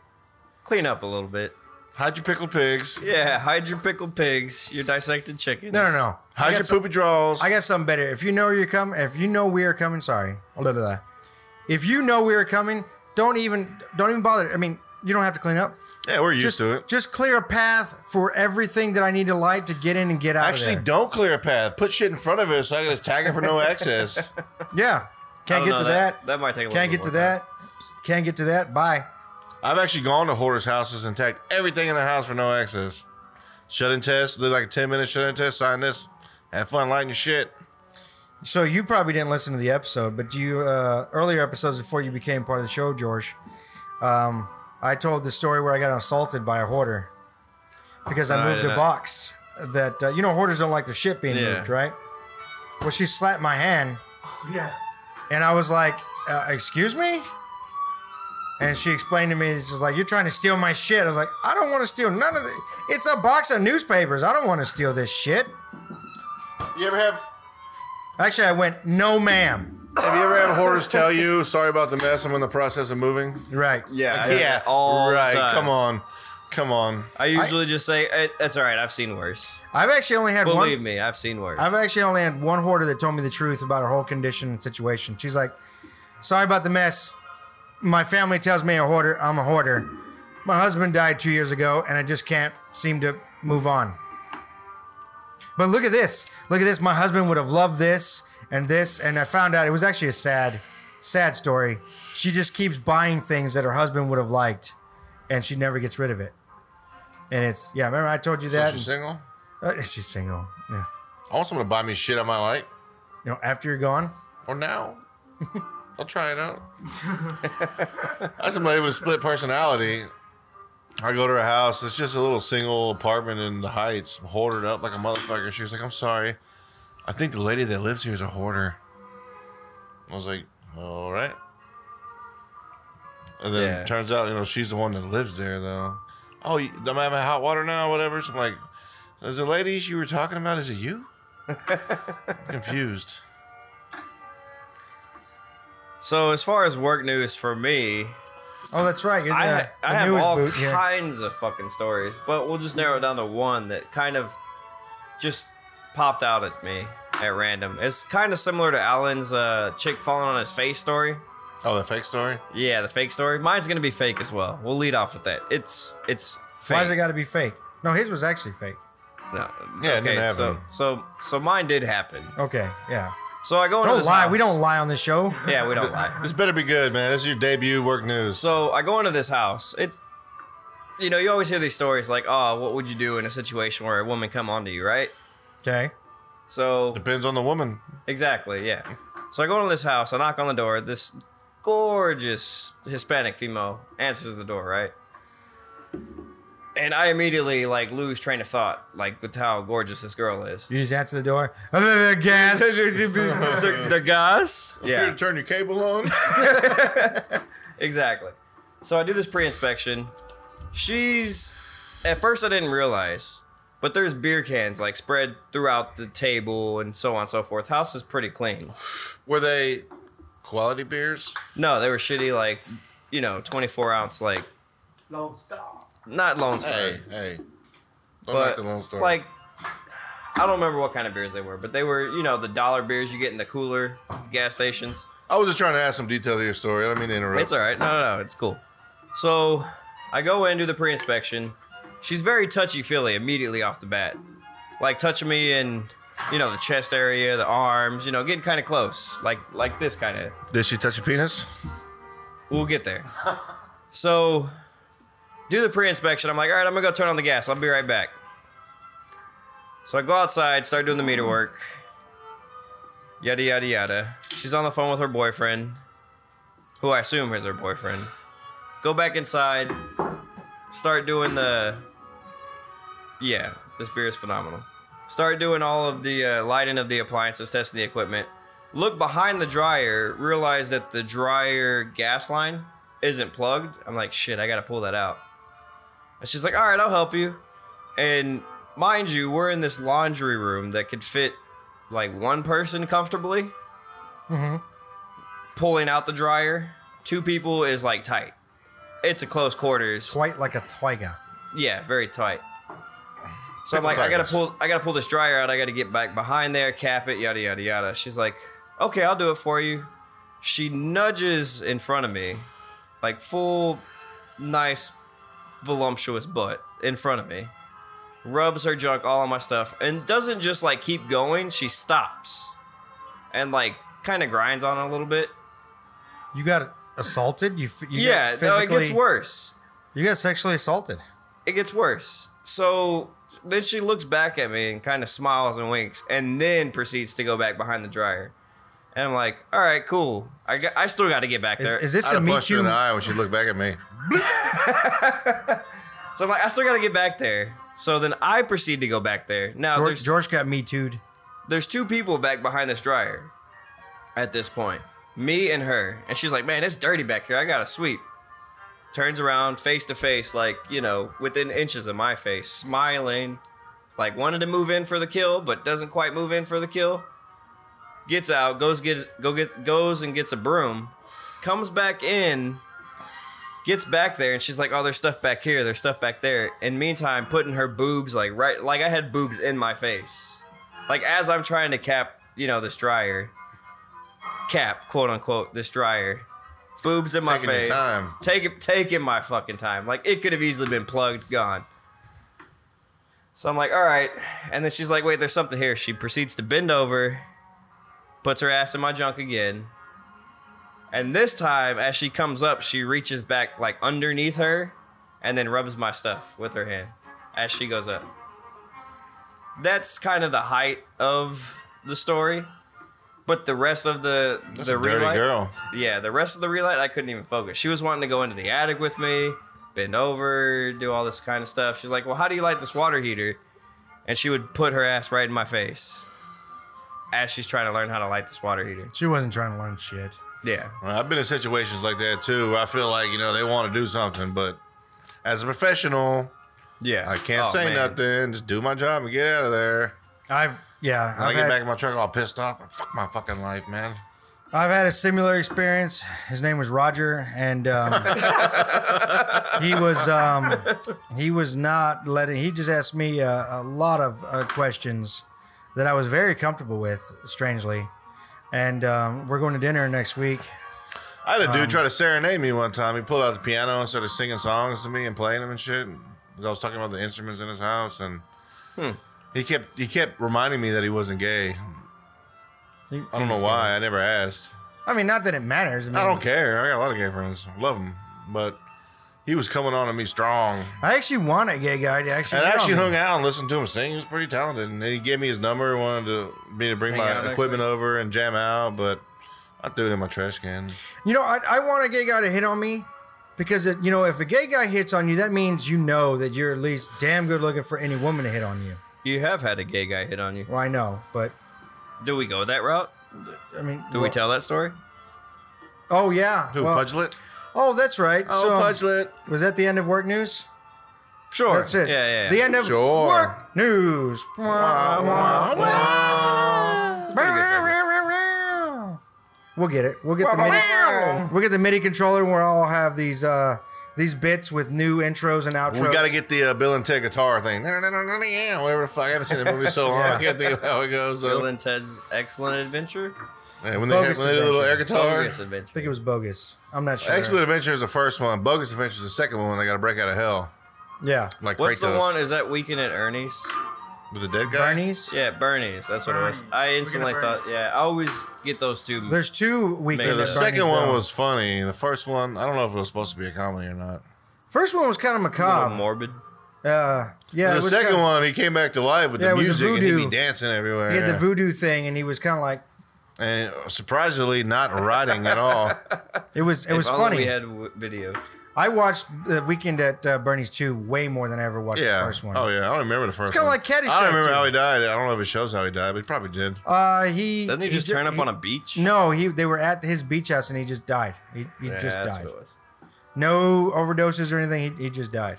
Speaker 3: clean up a little bit.
Speaker 2: Hide your pickled pigs.
Speaker 3: Yeah, hide your pickled pigs, your dissected chickens.
Speaker 1: No, no, no. I
Speaker 2: Hide
Speaker 1: got,
Speaker 2: your
Speaker 1: some-
Speaker 2: poopy draws.
Speaker 1: I got something better. If you know you're coming, if you know we are coming, sorry. Oh, Blah, blah, blah. If you know we are coming, don't even don't even bother. I mean, you don't have to clean up.
Speaker 2: yeah, we're used
Speaker 1: Just
Speaker 2: to it.
Speaker 1: just clear a path for everything that I need to light to get in and get out.
Speaker 2: Actually,
Speaker 1: of
Speaker 2: don't clear a path. Put shit in front of it so I can just tag it for no access.
Speaker 1: there. yeah. Can't
Speaker 3: don't
Speaker 1: get
Speaker 3: know,
Speaker 1: to that.
Speaker 3: That might take a little
Speaker 1: Can't
Speaker 3: bit
Speaker 1: get to
Speaker 3: more time.
Speaker 1: that. Can't get to that. Bye.
Speaker 2: I've actually gone to hoarders' houses and tagged everything in the house for no access. Shut in test, did like a 10 minute shut in test, sign this, have fun lighting your shit.
Speaker 1: So you probably didn't listen to the episode, but you uh, earlier episodes before you became part of the show, George. Um, I told the story where I got assaulted by a hoarder because I
Speaker 3: No, I
Speaker 1: moved
Speaker 3: did
Speaker 1: a
Speaker 3: not.
Speaker 1: box that uh, you know hoarders don't like their shit being
Speaker 3: Yeah.
Speaker 1: moved, right? Well, she slapped my hand,
Speaker 4: Oh, yeah.
Speaker 1: and I was like, uh, "Excuse me." And she explained to me, it's just like, you're trying to steal my shit. I was like, I don't want to steal none of the. It's a box of newspapers. I don't want to steal this shit.
Speaker 2: You ever have
Speaker 1: Actually, I went, no, ma'am.
Speaker 2: have you ever had hoarders tell you, sorry about the mess, I'm in the process of moving?
Speaker 1: Right.
Speaker 3: Yeah, I do that all the
Speaker 2: right.
Speaker 3: time.
Speaker 2: Come on. Come on.
Speaker 3: I usually just say "Eh, that's all right. I've seen worse.
Speaker 1: I've actually only had one.
Speaker 3: Believe me, I've seen worse.
Speaker 1: I've actually only had one hoarder that told me the truth about her whole condition and situation. She's like, sorry about the mess. My family tells me a hoarder, I'm a hoarder. My husband died two years ago, and I just can't seem to move on. But look at this. Look at this. My husband would have loved this and this. And I found out it was actually a sad, sad story. She just keeps buying things that her husband would have liked, and she never gets rid of it. And it's, yeah, remember I told you
Speaker 2: Is
Speaker 1: that?
Speaker 2: she single?
Speaker 1: Uh, she's single. Yeah.
Speaker 2: I want someone to buy me shit I might like.
Speaker 1: You know, after you're gone,
Speaker 2: Or now. I'll try it out. I somebody with a split personality. I go to her house. It's just a little single apartment in the Heights, hoarded up like a motherfucker. She was like, I'm sorry. I think the lady that lives here is a hoarder. I was like, all right. And then
Speaker 3: Yeah.
Speaker 2: it turns out, you know, she's the one that lives there, though. Oh, you, I'm having hot water now, whatever. So I'm like, is the lady you were talking about, is it you? confused.
Speaker 3: so as far as work news for me,
Speaker 1: Oh, that's right. You're the,
Speaker 3: I,
Speaker 1: the
Speaker 3: I have
Speaker 1: newest
Speaker 3: all
Speaker 1: boot here.
Speaker 3: kinds of fucking stories, but we'll just narrow it down to one that kind of just popped out at me at random. It's kind of similar to Alan's uh, chick falling on his face story.
Speaker 2: Oh, the fake story?
Speaker 3: Yeah, the fake story. Mine's gonna be fake as well. We'll lead off with that. It's it's fake.
Speaker 1: Why has it got to be fake? No, his was actually fake.
Speaker 3: No.
Speaker 2: Yeah, it didn't
Speaker 3: Okay.
Speaker 2: happen.
Speaker 3: So so so mine did happen.
Speaker 1: Okay, yeah.
Speaker 3: So I go into
Speaker 1: Don't
Speaker 3: this
Speaker 1: lie.
Speaker 3: house.
Speaker 1: We don't lie on this show.
Speaker 3: Yeah, we don't lie.
Speaker 2: This better be good, man. This is your debut work news.
Speaker 3: So I go into this house. It's you know you always hear these stories like oh what would you do in a situation where a woman come onto you right?
Speaker 1: Okay.
Speaker 3: So
Speaker 2: Depends on the woman.
Speaker 3: Exactly, yeah. So I go into this house, I knock on the door. This gorgeous Hispanic female answers the door, right? And I immediately like lose train of thought, like with how gorgeous this girl is.
Speaker 1: You just answer the door. "Uh, uh, uh, Gas.
Speaker 3: the, the gas?
Speaker 2: Here to
Speaker 3: Yeah,
Speaker 2: turn your cable on.
Speaker 3: exactly. So I do this pre-inspection. She's at first I didn't realize, but there's beer cans like spread throughout the table and so on and so forth. House is pretty clean.
Speaker 2: Were they quality beers?
Speaker 3: No, they were shitty like, you know, 24 ounce like
Speaker 4: Lone Star.
Speaker 3: not Lone Star.
Speaker 2: Hey, hey. Don't like
Speaker 3: but
Speaker 2: the Lone Star.
Speaker 3: like I don't remember what kind of beers they were, but they were, you know, the dollar beers you get in the cooler gas stations.
Speaker 2: I was just trying to add some detail to your story. I don't mean to interrupt.
Speaker 3: It's all right. No, no, no, it's cool. So I go in do the pre-inspection. She's very touchy-feely immediately off the bat, like touching me in, you know, the chest area, the arms, you know, getting kind of close, like like this kind of.
Speaker 2: Did she touch your penis?
Speaker 3: We'll get there. So, do the pre-inspection. I'm like, all right, I'm gonna go turn on the gas. I'll be right back. So I go outside, start doing the meter work. Yada yada yada. She's on the phone with her boyfriend, who I assume is her boyfriend. Go back inside, start doing the. Yeah, this beer is phenomenal. Start doing all of the uh, lighting of the appliances, testing the equipment look behind the dryer, realize that the dryer gas line isn't plugged. I'm like, shit, I gotta pull that out. And she's like, all right, I'll help you. And mind you, we're in this laundry room that could fit like one person comfortably. Mm-hmm. Pulling out the dryer, two people is like tight. It's a close quarters.
Speaker 1: Quite like a twiga.
Speaker 3: Yeah, very tight. So
Speaker 2: Pickle
Speaker 3: I'm like, I gotta
Speaker 2: tigers.
Speaker 3: pull, I gotta pull this dryer out. I gotta get back behind there, cap it, yada yada yada. She's like, okay, I'll do it for you. She nudges in front of me, like full, nice, voluptuous butt in front of me, rubs her junk all on my stuff, and doesn't just like keep going. She stops, and like kind of grinds on a little bit.
Speaker 1: You got assaulted. You, f- you
Speaker 3: yeah,
Speaker 1: got
Speaker 3: no, it
Speaker 1: physically,
Speaker 3: gets worse.
Speaker 1: You got sexually assaulted.
Speaker 3: it gets worse. So then she looks back at me and kind of smiles and winks, and then proceeds to go back behind the dryer. And I'm like, all right, cool. I, got, I still got to get back
Speaker 1: Is,
Speaker 3: there.
Speaker 1: is this
Speaker 2: I'd
Speaker 1: a
Speaker 2: have
Speaker 1: Me
Speaker 2: punched her
Speaker 1: Too?
Speaker 2: in the eye when she looked back at me.
Speaker 3: so I'm like, I still got to get back there. So then I proceed to go back there. Now
Speaker 1: George,
Speaker 3: there's
Speaker 1: George got Me Too'd.
Speaker 3: there's two people back behind this dryer at this point me and her and she's like man it's dirty back here i gotta sweep turns around face to face like you know within inches of my face smiling like wanted to move in for the kill but doesn't quite move in for the kill gets out goes get go get goes and gets a broom comes back in gets back there and she's like oh there's stuff back here there's stuff back there and meantime putting her boobs like right like i had boobs in my face like as I'm trying to cap, you know, this dryer, cap, quote unquote, this dryer, boobs in my
Speaker 2: Taking your
Speaker 3: face,
Speaker 2: time.
Speaker 3: taking taking my fucking time. Like it could have easily been plugged, gone. So I'm like, all right, and then she's like, wait, there's something here. She proceeds to bend over, puts her ass in my junk again. And this time, as she comes up, she reaches back like underneath her and then rubs my stuff with her hand as she goes up that's kind of the height of the story. But the rest of the
Speaker 2: That's
Speaker 3: the
Speaker 2: a dirty
Speaker 3: relight,
Speaker 2: girl.
Speaker 3: yeah, the rest of the relight, I couldn't even focus. She was wanting to go into the attic with me, bend over, do all this kind of stuff. She's like, "Well, how do you light this water heater?" And she would put her ass right in my face as she's trying to learn how to light this water heater.
Speaker 1: She wasn't trying to learn shit.
Speaker 3: Yeah,
Speaker 2: Well, I've been in situations like that too. Where I feel like you know they want to do something, but as a professional,
Speaker 3: yeah.
Speaker 2: I can't
Speaker 3: Oh,
Speaker 2: say
Speaker 3: man.
Speaker 2: nothing. Just do my job and get out of there.
Speaker 1: I've yeah.
Speaker 2: And I
Speaker 1: I've
Speaker 2: get
Speaker 1: had,
Speaker 2: back in my truck all pissed off. Fuck my fucking life, man.
Speaker 1: I've had a similar experience. His name was Roger, and um, he was um, he was not letting. He just asked me uh, a lot of uh, questions that I was very comfortable with, strangely. And um, we're going to dinner next week.
Speaker 2: I had a
Speaker 1: Um,
Speaker 2: dude try to serenade me one time. He pulled out the piano and started singing songs to me and playing them and shit. And I was talking about the instruments in his house, and Hmm. he kept he kept reminding me that he wasn't gay. I don't know why. I never asked.
Speaker 1: I mean, not that it matters. I, mean,
Speaker 2: I don't care. I got a lot of gay friends. Love them, but he was coming on to me strong.
Speaker 1: I actually want a gay guy to actually.
Speaker 2: And I
Speaker 1: get on
Speaker 2: actually
Speaker 1: me.
Speaker 2: hung out and listened to him sing. He was pretty talented. And he gave me his number and wanted to, me to bring
Speaker 3: Hang out
Speaker 2: my
Speaker 3: next
Speaker 2: equipment over and jam out, but I threw it in my trash can.
Speaker 1: You know, I, I want a gay guy to hit on me because, it, you know, if a gay guy hits on you, that means you know that you're at least damn good looking for any woman to hit on you.
Speaker 3: You have had a gay guy hit on you.
Speaker 1: Well, I know, but
Speaker 3: Do we go that route?
Speaker 1: I mean,
Speaker 3: Do we
Speaker 1: well-
Speaker 3: tell that story?
Speaker 1: Oh, yeah.
Speaker 2: Who,
Speaker 1: well-
Speaker 2: Pudgelet?
Speaker 1: Oh, that's right.
Speaker 2: Oh,
Speaker 1: so,
Speaker 2: Pudgelet.
Speaker 1: was that the end of work news?
Speaker 3: Sure.
Speaker 1: That's it.
Speaker 3: Yeah, yeah. yeah.
Speaker 1: The end of
Speaker 2: Sure.
Speaker 1: work news.
Speaker 2: Wah, wah,
Speaker 1: Oh.
Speaker 2: wah.
Speaker 3: Pretty good segment.
Speaker 1: We'll get it. We'll get the MIDI. We'll get the MIDI controller, and we'll all have these uh, these bits with new intros and outros.
Speaker 2: We got to get the uh, Bill and Ted guitar thing. Whatever the fuck. I haven't seen the movie so long. I can't think of how it goes. So.
Speaker 3: Bill and Ted's Excellent Adventure.
Speaker 2: Yeah, when they had
Speaker 1: Bogus
Speaker 2: when they did a little air guitar.
Speaker 3: Bogus Adventure.
Speaker 1: I think it was bogus. I'm not sure.
Speaker 2: Excellent Adventure is the first one. Bogus Adventure is the second one. They got to break out of hell.
Speaker 1: Yeah.
Speaker 2: Like
Speaker 3: What's
Speaker 2: Kratos
Speaker 3: the one? Is that Weekend at Ernie's?
Speaker 2: with the dead guy?
Speaker 1: Bernie's.
Speaker 3: Yeah, Bernie's. That's what it was.
Speaker 4: Bernie's.
Speaker 3: I
Speaker 4: Weekend at
Speaker 3: instantly thought.
Speaker 4: Bernie's.
Speaker 3: Yeah, I always get those two.
Speaker 1: There's two
Speaker 2: Yeah,
Speaker 1: weekends.
Speaker 3: Maybe.
Speaker 2: the
Speaker 1: at
Speaker 3: Bernie's
Speaker 2: second
Speaker 1: Bernie's,
Speaker 2: one
Speaker 1: though.
Speaker 2: was funny. The first one, I don't know if it was supposed to be a comedy or not.
Speaker 1: First one was kind of
Speaker 3: a little
Speaker 1: macabre.
Speaker 3: morbid.
Speaker 1: Uh, yeah. it
Speaker 2: the
Speaker 1: was
Speaker 2: second
Speaker 1: kinda-
Speaker 2: one, he came back to life with
Speaker 1: Yeah, it
Speaker 2: the
Speaker 1: was a
Speaker 2: music and he'd
Speaker 1: voodoo.
Speaker 2: be dancing everywhere.
Speaker 1: He had the voodoo thing, and he was kind of like
Speaker 2: and surprisingly, not riding at all.
Speaker 1: it was. It was
Speaker 3: if only
Speaker 1: funny.
Speaker 3: We had w- video.
Speaker 1: I watched the weekend at uh, Bernie's two way more than I ever watched
Speaker 2: Yeah.
Speaker 1: the first one.
Speaker 2: Oh yeah, I don't remember the first.
Speaker 1: kinda
Speaker 2: one.
Speaker 1: like Caddyshack,
Speaker 2: I don't remember
Speaker 1: too.
Speaker 2: how he died. I don't know if it shows how he died, but he probably did.
Speaker 1: Uh, he
Speaker 3: Doesn't he just
Speaker 1: ju-
Speaker 3: turn up
Speaker 1: he-
Speaker 3: on a beach?
Speaker 1: No, he they were at his beach house and he just died. He, he
Speaker 3: Yeah,
Speaker 1: just
Speaker 3: that's
Speaker 1: died.
Speaker 3: what it was.
Speaker 1: No overdoses or anything. He, he just died.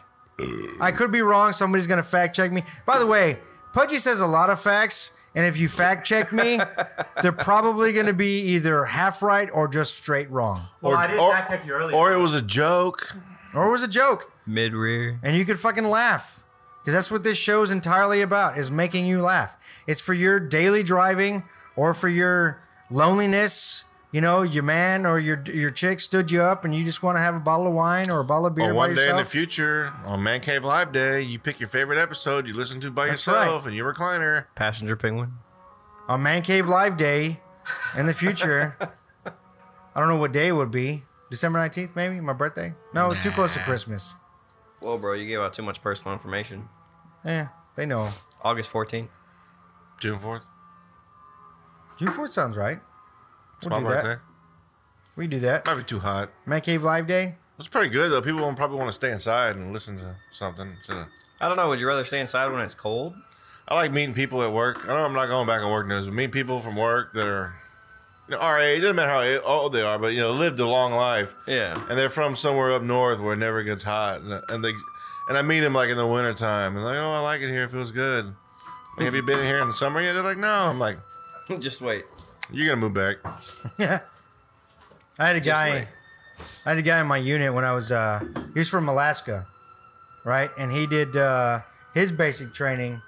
Speaker 1: I could be wrong. Somebody's gonna fact check me. By the way, Pudgy says a lot of facts, and if you fact check me, they're probably gonna be either half right or just straight wrong,
Speaker 4: Well,
Speaker 2: Or-
Speaker 4: I didn't
Speaker 2: or-
Speaker 4: fact check you earlier.
Speaker 2: Or it was a joke.
Speaker 1: or it was a joke,
Speaker 3: Mid rear.
Speaker 1: and you could fucking laugh. Because that's what this show's entirely about is making you laugh. It's for your daily driving or for your loneliness. You know, your man or your your chick stood you up and you just want to have a bottle of wine or a bottle of beer
Speaker 2: Or
Speaker 1: by
Speaker 2: one day
Speaker 1: yourself.
Speaker 2: in the future on Man Cave Live Day, you pick your favorite episode you listen to by
Speaker 1: That's
Speaker 2: yourself in your recliner.
Speaker 3: Passenger penguin.
Speaker 1: on Man Cave Live Day, in the future, I don't know what day it would be. December 19th, maybe? My birthday? No, too close to Christmas.
Speaker 3: Well, bro, you gave out too much personal information.
Speaker 1: Yeah, they know.
Speaker 3: August 14th.
Speaker 2: June fourth.
Speaker 1: June 4th sounds right.
Speaker 2: It's
Speaker 1: We'll
Speaker 2: my
Speaker 1: do that.
Speaker 2: birthday.
Speaker 1: We do that.
Speaker 2: Might be too hot.
Speaker 1: Man Cave Live Day?
Speaker 2: It's pretty good though. People won't probably want to stay inside and listen to something. instead of-
Speaker 3: I don't know. Would you rather stay inside when it's cold?
Speaker 2: I like meeting people at work. I know I'm not going back on work news, but meeting people from work that are you know, our age. It doesn't matter how old they are, but you know, lived a long life,
Speaker 3: Yeah.
Speaker 2: and they're from somewhere up north where it never gets hot, and, and they and I meet them like in the wintertime, and they're like, oh, I like it here. It feels good. Like, Have you been here in the summer yet? They're like, no. I'm like,
Speaker 3: Just wait.
Speaker 2: you're gonna move back.
Speaker 1: Yeah. I had a
Speaker 3: Just
Speaker 1: guy.
Speaker 3: wait.
Speaker 1: I had a guy in my unit when I was. Uh, he was from Alaska, right? And he did uh, his basic training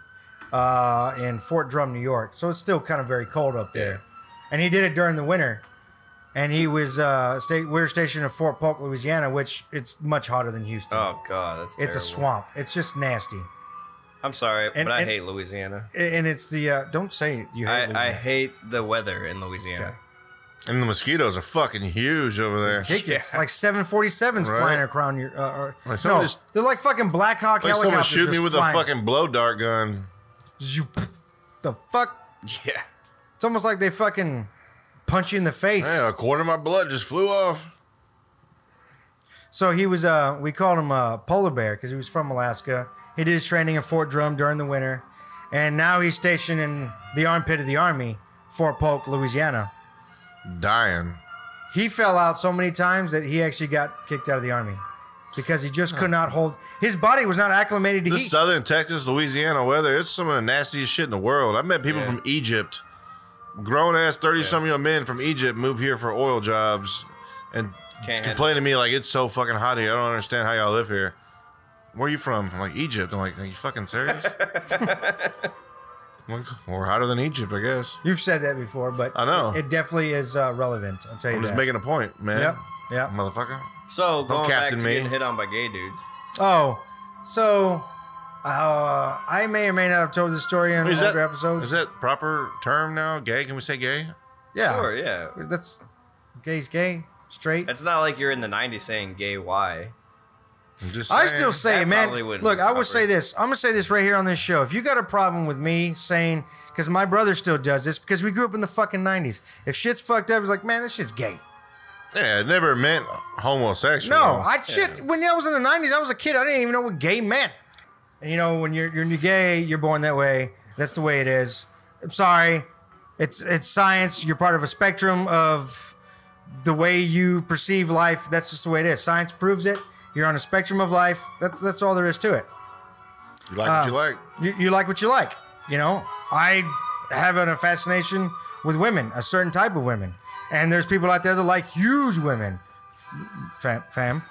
Speaker 1: uh, in Fort Drum, New York. So it's still kind of very cold up there. And he did it during the winter. And he was uh, state. We were stationed in Fort Polk, Louisiana, which it's much hotter than Houston.
Speaker 3: Oh God, that's
Speaker 1: it's a
Speaker 3: terrible.
Speaker 1: swamp. It's just nasty.
Speaker 3: I'm sorry,
Speaker 1: And-
Speaker 3: but I
Speaker 1: and-
Speaker 3: hate Louisiana.
Speaker 1: A- And it's the uh, don't say you hate. Louisiana.
Speaker 3: I, I hate the weather in Louisiana.
Speaker 2: And the mosquitoes are fucking huge over there.
Speaker 1: ridiculous. Like 747s
Speaker 2: Right.
Speaker 1: flying around your. Uh, or,
Speaker 2: Like someone
Speaker 1: no,
Speaker 2: just-
Speaker 1: they're like fucking Black Hawk
Speaker 2: Like someone
Speaker 1: helicopters.
Speaker 2: shoot me
Speaker 1: just
Speaker 2: with
Speaker 1: flying.
Speaker 2: a fucking blow dart gun.
Speaker 1: Zoop. The fuck?
Speaker 3: Yeah.
Speaker 1: It's almost like they fucking punch you in the face.
Speaker 2: Man, a quarter of my blood just flew off.
Speaker 1: So he was. Uh, we called him uh, Polar Bear because he was from Alaska. He did his training in Fort Drum during the winter, and now he's stationed in the armpit of the army, Fort Polk, Louisiana.
Speaker 2: Dying.
Speaker 1: He fell out so many times that he actually got kicked out of the army because he just could not hold. His body was not acclimated to
Speaker 2: This
Speaker 1: heat.
Speaker 2: southern Texas, Louisiana weather, it's some of the nastiest shit in the world. I met people
Speaker 3: Yeah.
Speaker 2: from Egypt. Grown ass 30 some year old men from Egypt move here for oil jobs and
Speaker 3: Can't
Speaker 2: complain to me like it's so fucking hot here. I don't understand how y'all live here. Where are you from? I'm like Egypt. I'm like, are you fucking serious? I'm like, we're hotter than Egypt, I guess.
Speaker 1: You've said that before, but
Speaker 2: I know.
Speaker 1: it, it definitely is uh, relevant. I'll tell you
Speaker 2: I'm
Speaker 1: that.
Speaker 2: just making a point, man.
Speaker 1: yep, yep.
Speaker 2: Motherfucker.
Speaker 3: So going back to
Speaker 2: captain me.
Speaker 3: getting hit on by gay dudes.
Speaker 1: Oh, so uh, I may or may not have told this story in
Speaker 2: Is
Speaker 1: older
Speaker 2: that,
Speaker 1: episodes.
Speaker 2: is that proper term now? Gay? Can we say gay?
Speaker 1: yeah,
Speaker 3: Sure. Yeah.
Speaker 1: that's gay's gay, straight.
Speaker 3: It's not like you're in the '90s saying gay. Why?
Speaker 2: I'm just
Speaker 1: I
Speaker 2: saying.
Speaker 1: still say,
Speaker 3: That
Speaker 1: man.
Speaker 3: probably wouldn't
Speaker 1: Look, I will
Speaker 3: cover
Speaker 1: say
Speaker 3: it.
Speaker 1: this. I'm gonna say this right here on this show. If you got a problem with me saying, because my brother still does this, because we grew up in the fucking '90s. If shit's fucked up, it's like, man, this shit's gay.
Speaker 2: Yeah, it never meant homosexual.
Speaker 1: No, I shit. When I was in the nineties, I was a kid. I didn't even know what gay meant. And you know, when you're you're gay, you're born that way. That's the way it is. I'm sorry. It's it's science. You're part of a spectrum of the way you perceive life. That's just the way it is. Science proves it. You're on a spectrum of life. That's that's all there is to it.
Speaker 2: You like
Speaker 1: Ah,
Speaker 2: what you like.
Speaker 1: You, you like what you like. You know, I have a fascination with women, a certain type of women. And there's people out there that like huge women, fam. fam.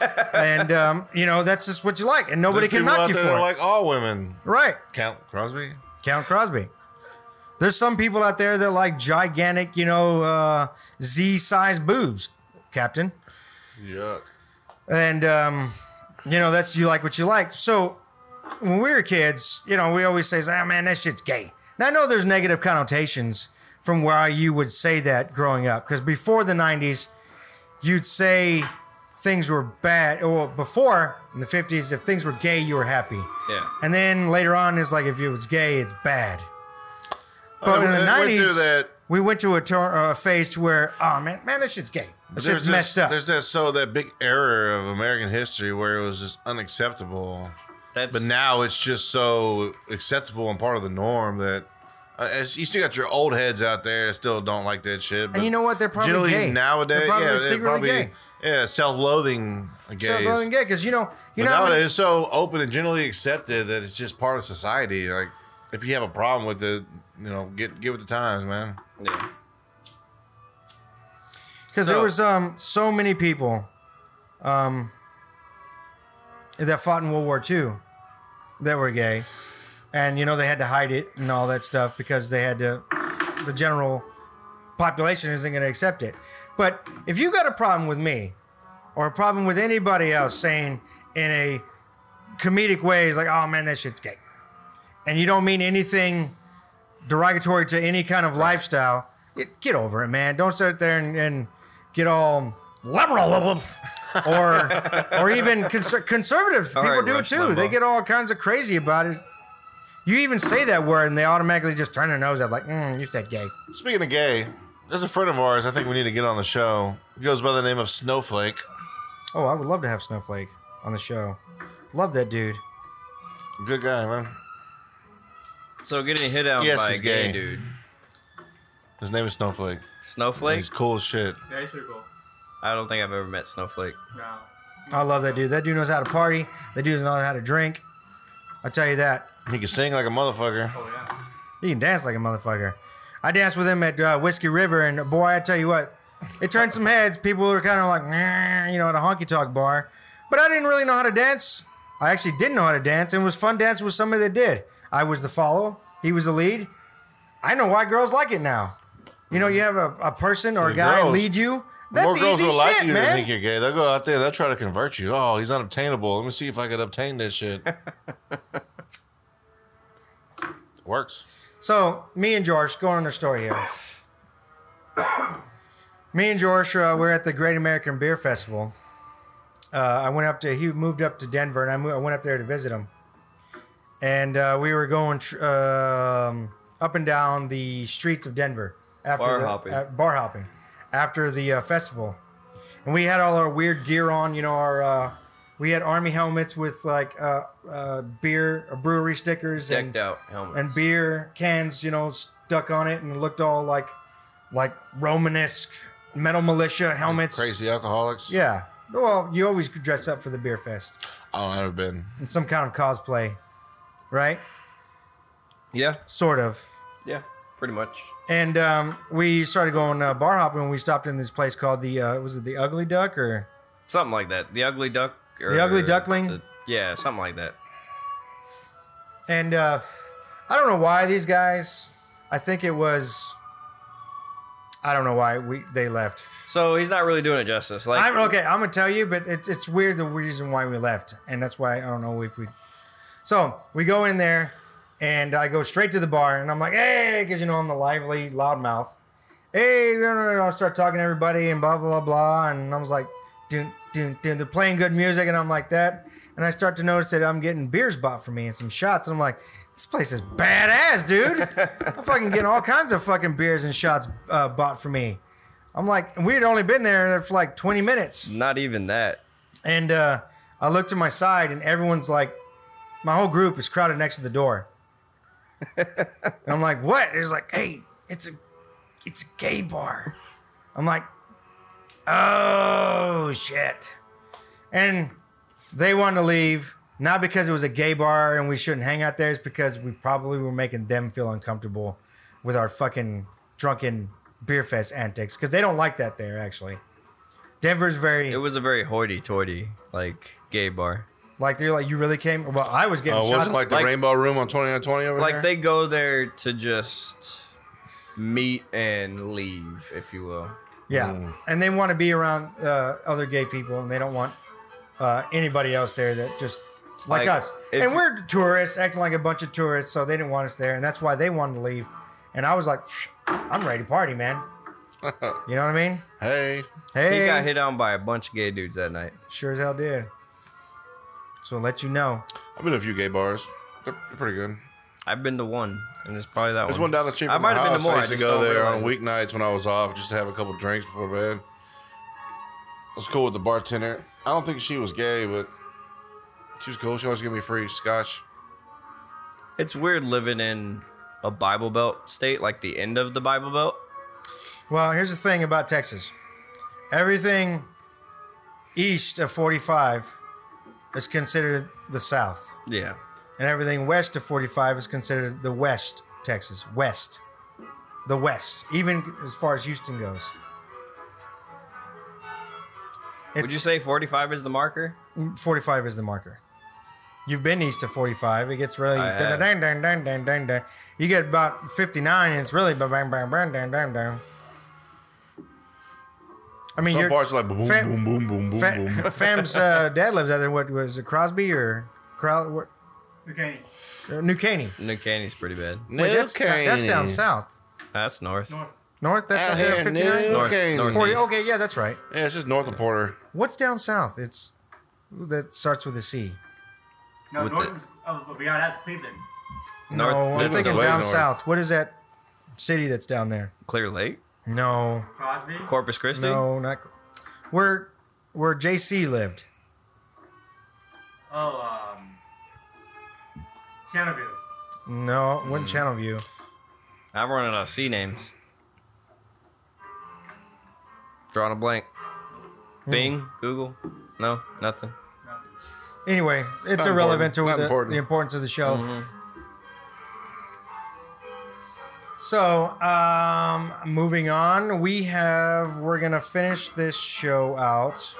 Speaker 1: and um, you know that's just what you like, and nobody
Speaker 2: There's
Speaker 1: can
Speaker 2: people
Speaker 1: knock
Speaker 2: out
Speaker 1: you
Speaker 2: there
Speaker 1: for
Speaker 2: that
Speaker 1: it.
Speaker 2: like all women.
Speaker 1: right,
Speaker 2: Count Crosby.
Speaker 1: Count Crosby. There's some people out there that like gigantic, you know, uh, Z-sized boobs, Captain.
Speaker 2: Yuck.
Speaker 1: and um, you know that's you like what you like. So when we were kids, you know, we always say, "Ah, man, that shit's gay." Now I know there's negative connotations from where you would say that growing up, because before the '90s, you'd say things were bad. Or before in the '50s, if things were gay, you were happy.
Speaker 3: Yeah.
Speaker 1: And then later on, it's like if it was gay, it's bad. But
Speaker 2: I
Speaker 1: in the
Speaker 2: went- went through
Speaker 1: '90s,
Speaker 2: that.
Speaker 1: we went to a, tur- a phase to where, oh man, man, this shit's gay. This
Speaker 2: There's
Speaker 1: shit's messed
Speaker 2: this-
Speaker 1: up.
Speaker 2: There's that so that big error of American history where it was just unacceptable,
Speaker 3: That's
Speaker 2: but now it's just so acceptable and part of the norm that uh, as you still got your old heads out there that still don't like that shit. But
Speaker 1: And you know what? They're probably
Speaker 2: generally
Speaker 1: gay.
Speaker 2: nowadays,
Speaker 1: They're probably
Speaker 2: yeah, they're
Speaker 1: secretly
Speaker 2: probably
Speaker 1: gay.
Speaker 2: yeah, self-loathing gays.
Speaker 1: So voting gay because you know you
Speaker 2: But
Speaker 1: know how
Speaker 2: now
Speaker 1: many-
Speaker 2: it is so open and generally accepted that it's just part of society. Like, if you have a problem with it, you know, get get with the times, man.
Speaker 3: Yeah.
Speaker 1: because there
Speaker 3: So-
Speaker 1: was um so many people um that fought in World War II that were gay, and you know they had to hide it and all that stuff because they had to the general population isn't going to accept it. But if you got a problem with me or a problem with anybody else saying in a comedic way is like, oh man, that shit's gay, and you don't mean anything derogatory to any kind of lifestyle, y- get over it, man. Don't sit there and, and get all liberal or or even conser- conservatives. People
Speaker 3: right,
Speaker 1: do
Speaker 3: Rush
Speaker 1: it too. They
Speaker 3: Limbaugh.
Speaker 1: get all kinds of crazy about it. You even say that word and they automatically just turn their nose up, like, mm, you said gay.
Speaker 2: Speaking of gay, there's a friend of ours I think we need to get on the show. He goes by the name of Snowflake.
Speaker 1: Oh, I would love to have Snowflake on the show. Love that dude.
Speaker 2: Good guy, man.
Speaker 3: So getting hit out
Speaker 2: Yes,
Speaker 3: by a
Speaker 2: he's
Speaker 3: gay,
Speaker 2: gay.
Speaker 3: dude.
Speaker 2: His name is Snowflake.
Speaker 3: Snowflake?
Speaker 2: He's cool as shit.
Speaker 4: Yeah, he's pretty cool.
Speaker 3: I don't think I've ever met Snowflake.
Speaker 4: No.
Speaker 1: I love that dude. That dude knows how to party. That dude knows how to drink. I tell you that.
Speaker 2: He can sing like a motherfucker.
Speaker 4: Oh, yeah.
Speaker 1: He can dance like a motherfucker. I danced with him at uh, Whiskey River, and boy, I tell you what, it turned some heads. People were kind of like, "Nah," you know, at a honky tonk bar, but I didn't really know how to dance. I actually didn't know how to dance, and it was fun dancing with somebody that did. I was the follow. He was the lead. I know why girls like it now. You know, you have a, a person or a
Speaker 2: The
Speaker 1: guy
Speaker 2: girls-
Speaker 1: lead you. That's
Speaker 2: More girls
Speaker 1: easy
Speaker 2: will
Speaker 1: shit,
Speaker 2: like you than
Speaker 1: man.
Speaker 2: think you're gay. They'll go out there. They'll try to convert you. Oh, he's unobtainable. Let me see if I could obtain this shit. Works.
Speaker 1: So me and George going on the story here. me and George, uh, we're at the Great American Beer Festival. Uh, I went up to he moved up to Denver, and I, mo- I went up there to visit him. And uh, we were going tr- um, up and down the streets of Denver after
Speaker 3: Bar
Speaker 1: the,
Speaker 3: hopping.
Speaker 1: uh, bar hopping after the uh, festival, and we had all our weird gear on. You know, our uh, we had army helmets with like uh, uh, beer uh, brewery stickers and
Speaker 3: Decked out helmet.
Speaker 1: and beer cans, you know, stuck on it, and it looked all like like Romanesque metal militia helmets.
Speaker 2: Crazy alcoholics.
Speaker 1: Yeah. Well, you always could dress up for the beer fest
Speaker 2: I don't ever been.
Speaker 1: in some kind of cosplay, right?
Speaker 3: yeah,
Speaker 1: Sort of.
Speaker 3: yeah, pretty much.
Speaker 1: And um, we started going uh, bar hopping. and We stopped in this place called the uh, was it the Ugly Duck or
Speaker 3: Something like that. The ugly duck. Or
Speaker 1: The Ugly Duckling?
Speaker 3: the- yeah, something like that.
Speaker 1: and uh, I don't know why these guys. I think it was. I don't know why we they left.
Speaker 3: So he's not really doing it justice. Like
Speaker 1: I'm, okay, I'm gonna tell you, but it's it's weird the reason why we left, and that's why I don't know if we. So we go in there, and I go straight to the bar, and I'm like, hey, because you know I'm the lively loudmouth. Hey, you know, I start talking to everybody and blah blah blah, and I was like, dun dun dun. They're playing good music, and I'm like that, and I start to notice that I'm getting beers bought for me and some shots, and I'm like. This place is badass, dude. I'm fucking getting all kinds of fucking beers and shots uh, bought for me. I'm like, we had only been there for like 20 minutes.
Speaker 3: not even that.
Speaker 1: And uh, I look to my side, and everyone's like, my whole group is crowded next to the door. and I'm like, what? It's like, hey, it's a, it's a gay bar. I'm like, oh shit. And they wanted to leave, not because it was a gay bar and we shouldn't hang out there, it's because we probably were making them feel uncomfortable with our fucking drunken beer fest antics because they don't like that there actually. Denver's very
Speaker 3: It was a very hoity-toity like gay bar.
Speaker 1: like they're like you really came. Well, I was getting
Speaker 2: Oh,
Speaker 1: shots.
Speaker 2: wasn't like the
Speaker 3: Like-
Speaker 2: Rainbow Room on 2920 over
Speaker 3: Like
Speaker 2: there?
Speaker 3: they go there to just meet and leave, if you will.
Speaker 1: Yeah,
Speaker 3: Hmm.
Speaker 1: and they want to be around uh, other gay people, and they don't want uh, anybody else there that just like,
Speaker 3: Like,
Speaker 1: us.
Speaker 3: if-
Speaker 1: And we're tourists, acting like a bunch of tourists, so they didn't want us there, and that's why they wanted to leave. And I was like, "Psh, I'm ready to party, man. you know what I mean?
Speaker 2: Hey,
Speaker 1: Hey,
Speaker 3: He got hit on by a bunch of gay dudes that night.
Speaker 1: sure as hell did. So let you know.
Speaker 2: I've been to a few gay bars. They're, they're pretty good.
Speaker 3: I've been to one, and it's probably that
Speaker 2: There's
Speaker 3: one.
Speaker 2: one down the street.
Speaker 3: Oh, I
Speaker 2: From
Speaker 3: might
Speaker 2: my
Speaker 3: have
Speaker 2: house.
Speaker 3: been to more,
Speaker 2: I
Speaker 3: I
Speaker 2: used to
Speaker 3: just
Speaker 2: go
Speaker 3: don't
Speaker 2: there on
Speaker 3: realize it.
Speaker 2: weeknights when I was off, just to have a couple drinks before bed. I was cool with the bartender. I don't think she was gay, but she was cool. She always gave me free scotch.
Speaker 3: It's weird living in a Bible Belt state, like the end of the Bible Belt.
Speaker 1: Well, here's the thing about Texas. Everything east of 45 is considered the South.
Speaker 3: Yeah.
Speaker 1: and everything west of 45 is considered the west texas west the west even as far as houston goes
Speaker 3: Would
Speaker 1: it's
Speaker 3: you say 45 is the marker?
Speaker 1: 45 is the marker you've been east of 45 it gets really
Speaker 3: I have.
Speaker 1: dun, dun, dun, dun, dun, dun, dun. you get about 59 and it's really bang bang bang bang bang bang bang I mean,
Speaker 2: Some
Speaker 1: your
Speaker 2: parts are like boom,
Speaker 1: fam-
Speaker 2: boom, boom, boom, boom,
Speaker 1: fa-
Speaker 2: boom.
Speaker 1: Fam's uh, dad lives out there. What was it, Crosby or Crow- what,
Speaker 4: Okay.
Speaker 1: uh, New Caney?
Speaker 3: New Caney's pretty bad.
Speaker 1: Wait, that's, that's down
Speaker 2: Okay.
Speaker 1: south.
Speaker 3: That's north.
Speaker 4: North.
Speaker 1: North? That's
Speaker 2: Out
Speaker 1: uh,
Speaker 2: here in
Speaker 1: 59?
Speaker 3: North-
Speaker 2: New York.
Speaker 3: North-
Speaker 1: Forty-
Speaker 3: East.
Speaker 1: okay, yeah, that's right.
Speaker 2: Yeah, it's just north of Porter.
Speaker 1: What's down south? It's that starts with a C.
Speaker 4: No,
Speaker 3: With
Speaker 4: Norton's. Oh, but beyond that's Cleveland.
Speaker 3: North,
Speaker 1: no, I'm
Speaker 2: that's
Speaker 1: thinking
Speaker 2: the way
Speaker 1: down
Speaker 2: north.
Speaker 1: south. What is that city that's down there?
Speaker 3: Clear Lake,
Speaker 1: No,
Speaker 4: Crosby.
Speaker 3: Corpus Christi.
Speaker 1: no, not where where JC lived.
Speaker 4: Oh, um. Channelview.
Speaker 1: No, it
Speaker 2: Hmm.
Speaker 1: wasn't Channel View.
Speaker 3: I'm running out of C names. Drawing a blank. Bing, Google, no, nothing.
Speaker 1: Anyway, it's
Speaker 2: Not important.
Speaker 1: irrelevant
Speaker 2: Not
Speaker 1: to the,
Speaker 2: important. Mm-hmm.
Speaker 1: the importance of the show. So, um, moving on, we have we're gonna finish this show out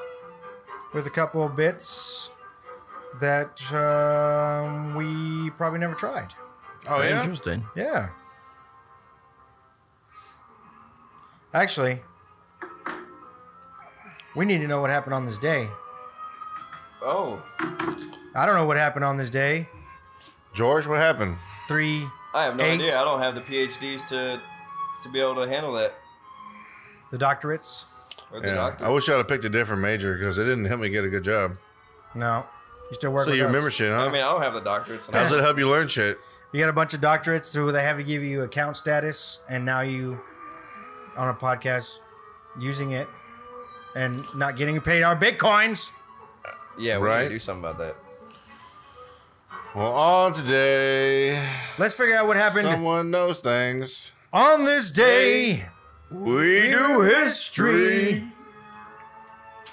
Speaker 1: with a couple of bits that um, we probably never tried.
Speaker 2: Oh yeah.
Speaker 5: Interesting.
Speaker 1: Yeah. Actually, we need to know what happened on this day.
Speaker 2: Oh,
Speaker 1: I don't know what happened on this day.
Speaker 2: George, what happened?
Speaker 1: Three,
Speaker 3: I have no
Speaker 1: Eight.
Speaker 3: idea. I don't have the PhDs to to be able to handle that.
Speaker 1: the doctorates.
Speaker 3: Or the
Speaker 2: Yeah,
Speaker 3: doctor.
Speaker 2: I wish I'd have picked a different major because it didn't help me get a good job.
Speaker 1: No, you still work
Speaker 2: So
Speaker 1: with
Speaker 2: you
Speaker 1: us.
Speaker 2: remember shit, huh?
Speaker 3: I mean, I don't have the doctorate. So
Speaker 2: How does it help you learn shit?
Speaker 1: You got a bunch of doctorates, so they have to give you account status, and now you on a podcast using it and not getting paid our bitcoins.
Speaker 3: yeah, we need
Speaker 2: Right.
Speaker 3: to do something about that.
Speaker 2: Well, on today,
Speaker 1: Let's figure out what happened
Speaker 2: someone knows things.
Speaker 1: on this day.
Speaker 2: We do history.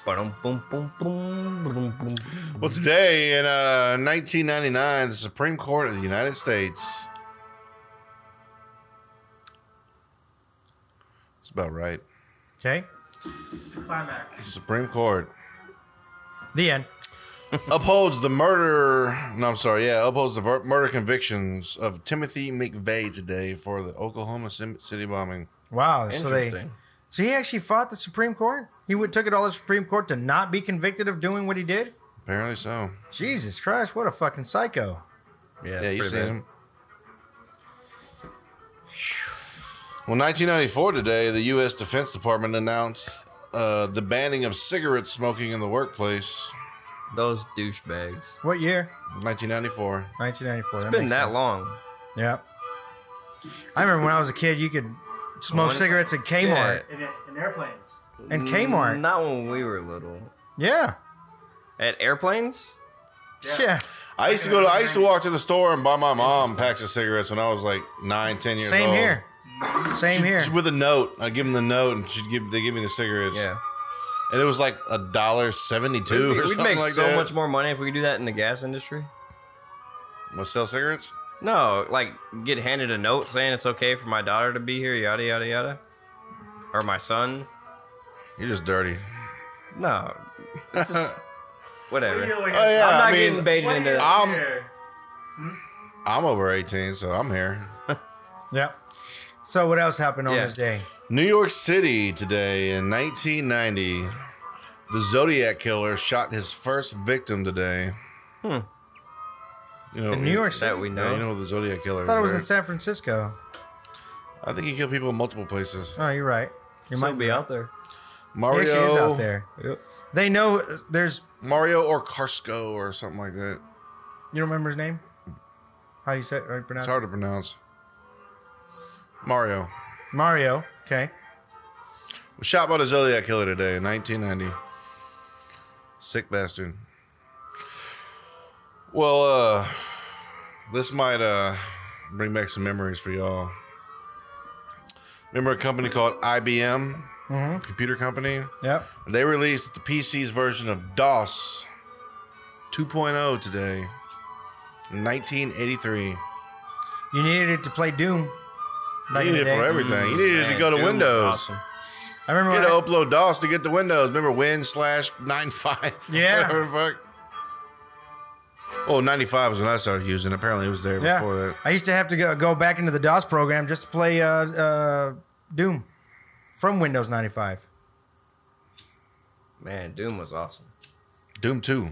Speaker 3: Boom, boom, boom, boom, boom, boom.
Speaker 2: Well, today in uh, 1999, the Supreme Court of the United States. That's about right.
Speaker 1: Okay,
Speaker 4: It's a climax.
Speaker 2: Supreme Court
Speaker 1: the end.
Speaker 2: upholds the murder. No, I'm sorry. Yeah, upholds the ver- murder convictions of Timothy McVeigh today for the Oklahoma Sim- City bombing.
Speaker 1: Wow. So they
Speaker 3: Interesting.
Speaker 1: so he actually fought the Supreme Court. He would took it all to the Supreme Court to not be convicted of doing what he did.
Speaker 2: Apparently so.
Speaker 1: Jesus Christ! What a fucking psycho.
Speaker 2: Yeah, you
Speaker 3: pretty
Speaker 2: seen
Speaker 3: bad.
Speaker 2: him. Well, 1994 today, the U.S. Defense Department announced uh, the banning of cigarette smoking in the workplace.
Speaker 3: Those douchebags.
Speaker 1: What year?
Speaker 2: 1994.
Speaker 1: 1994.
Speaker 3: It's been
Speaker 1: makes
Speaker 3: that
Speaker 1: sense.
Speaker 3: long.
Speaker 1: Yeah. I remember when I was a kid, you could smoke
Speaker 3: One-
Speaker 1: cigarettes at Kmart.
Speaker 3: Yeah.
Speaker 4: In, in airplanes.
Speaker 1: And Kmart.
Speaker 3: Not when we were little.
Speaker 1: Yeah.
Speaker 3: At airplanes?
Speaker 1: Yeah.
Speaker 4: Yeah.
Speaker 2: I used to go to. I used to walk to the store and buy my mom packs of cigarettes when I was like nine, ten years
Speaker 1: Same
Speaker 2: old.
Speaker 1: here. Same here.
Speaker 2: She- With a note, I would give them the note, and she'd give they give me the cigarettes.
Speaker 3: Yeah.
Speaker 2: and it was like a dollar seventy two.
Speaker 3: We'd,
Speaker 2: or
Speaker 3: we'd
Speaker 2: something
Speaker 3: make
Speaker 2: like
Speaker 3: so
Speaker 2: that.
Speaker 3: much more money if we could do that in the gas industry.
Speaker 2: Want to sell cigarettes?
Speaker 3: No, like get handed a note saying it's okay for my daughter to be here, yada yada yada, or my son.
Speaker 2: You're just dirty.
Speaker 3: No, this is whatever.
Speaker 4: What are you
Speaker 3: I'm
Speaker 4: doing?
Speaker 2: Oh, yeah. Um,
Speaker 3: not
Speaker 2: I mean-
Speaker 3: getting baited
Speaker 4: What are
Speaker 3: into
Speaker 4: you
Speaker 3: that.
Speaker 2: I'm-
Speaker 4: doing here?
Speaker 2: I'm over eighteen, so I'm here.
Speaker 1: yeah. So what else happened on
Speaker 3: Yeah.
Speaker 1: this day?
Speaker 2: New York City today in 1990, the Zodiac killer shot his first victim today. Hmm. You know,
Speaker 1: In New York City.
Speaker 3: That we
Speaker 2: Yeah, you
Speaker 3: know.
Speaker 2: know the Zodiac killer.
Speaker 1: I thought it was
Speaker 2: right?
Speaker 1: in San Francisco.
Speaker 2: I think he killed people in multiple places.
Speaker 1: Oh, you're right. You
Speaker 3: It might be out there.
Speaker 2: Mario
Speaker 1: Yes, it is out there. They know there's
Speaker 2: Mario or Carsko or something like that.
Speaker 1: you don't remember his name? How you say how you pronounce
Speaker 2: It's
Speaker 1: it?
Speaker 2: hard to pronounce. Mario
Speaker 1: Mario. Okay.
Speaker 2: was shot by the Zodiac killer today in 1990. Sick bastard. Well, uh, this might uh, bring back some memories for y'all. Remember a company called IBM,
Speaker 3: Mm-hmm.
Speaker 2: computer company?
Speaker 1: Yep.
Speaker 2: They released the PC's version of DOS 2.0 today, in 1983.
Speaker 1: You needed it to play Doom. back
Speaker 2: You
Speaker 1: in the
Speaker 2: needed it for
Speaker 1: day.
Speaker 2: everything. You needed it to
Speaker 3: Man,
Speaker 2: go to
Speaker 3: Doom was
Speaker 2: Windows.
Speaker 3: awesome.
Speaker 1: I remember
Speaker 2: You
Speaker 1: when
Speaker 2: had to
Speaker 1: I-
Speaker 2: upload DOS to get the Windows. Remember Win slash 95?
Speaker 1: Yeah.
Speaker 2: Whatever the fuck. Oh, 95 was when I started using. it. Apparently, it was there
Speaker 1: yeah.
Speaker 2: before that.
Speaker 1: I used to have to go, go back into the DOS program just to play uh, uh, Doom from Windows 95.
Speaker 3: Man, Doom was awesome.
Speaker 2: Doom 2.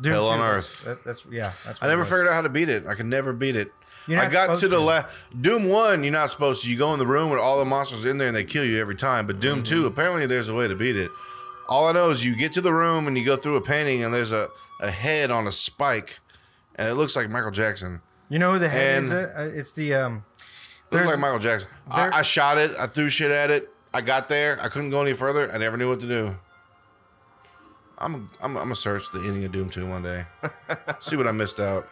Speaker 1: Doom
Speaker 2: Hell on
Speaker 1: 2,
Speaker 2: Earth.
Speaker 1: That's, that- that's yeah. That's
Speaker 2: I
Speaker 1: what it
Speaker 2: never
Speaker 1: was.
Speaker 2: figured out how to beat it. I could never beat it.
Speaker 1: You're
Speaker 2: I
Speaker 1: not
Speaker 2: got
Speaker 1: supposed
Speaker 2: to the last Doom One. You're not supposed to. You go in the room with all the monsters in there, and they kill you every time. But Doom Two, apparently, there's a way to beat it. All I know is you get to the room and you go through a painting, and there's a, a head on a spike, and it looks like Michael Jackson.
Speaker 1: You know who the head is?
Speaker 2: And-
Speaker 1: Uh, It's the um.
Speaker 2: It looks
Speaker 1: There's-
Speaker 2: like Michael Jackson. I,
Speaker 1: there-
Speaker 2: I shot it. I threw shit at it. I got there. I couldn't go any further. I never knew what to do. I'm I'm I'm gonna search the ending of Doom Two one day. See what I missed out.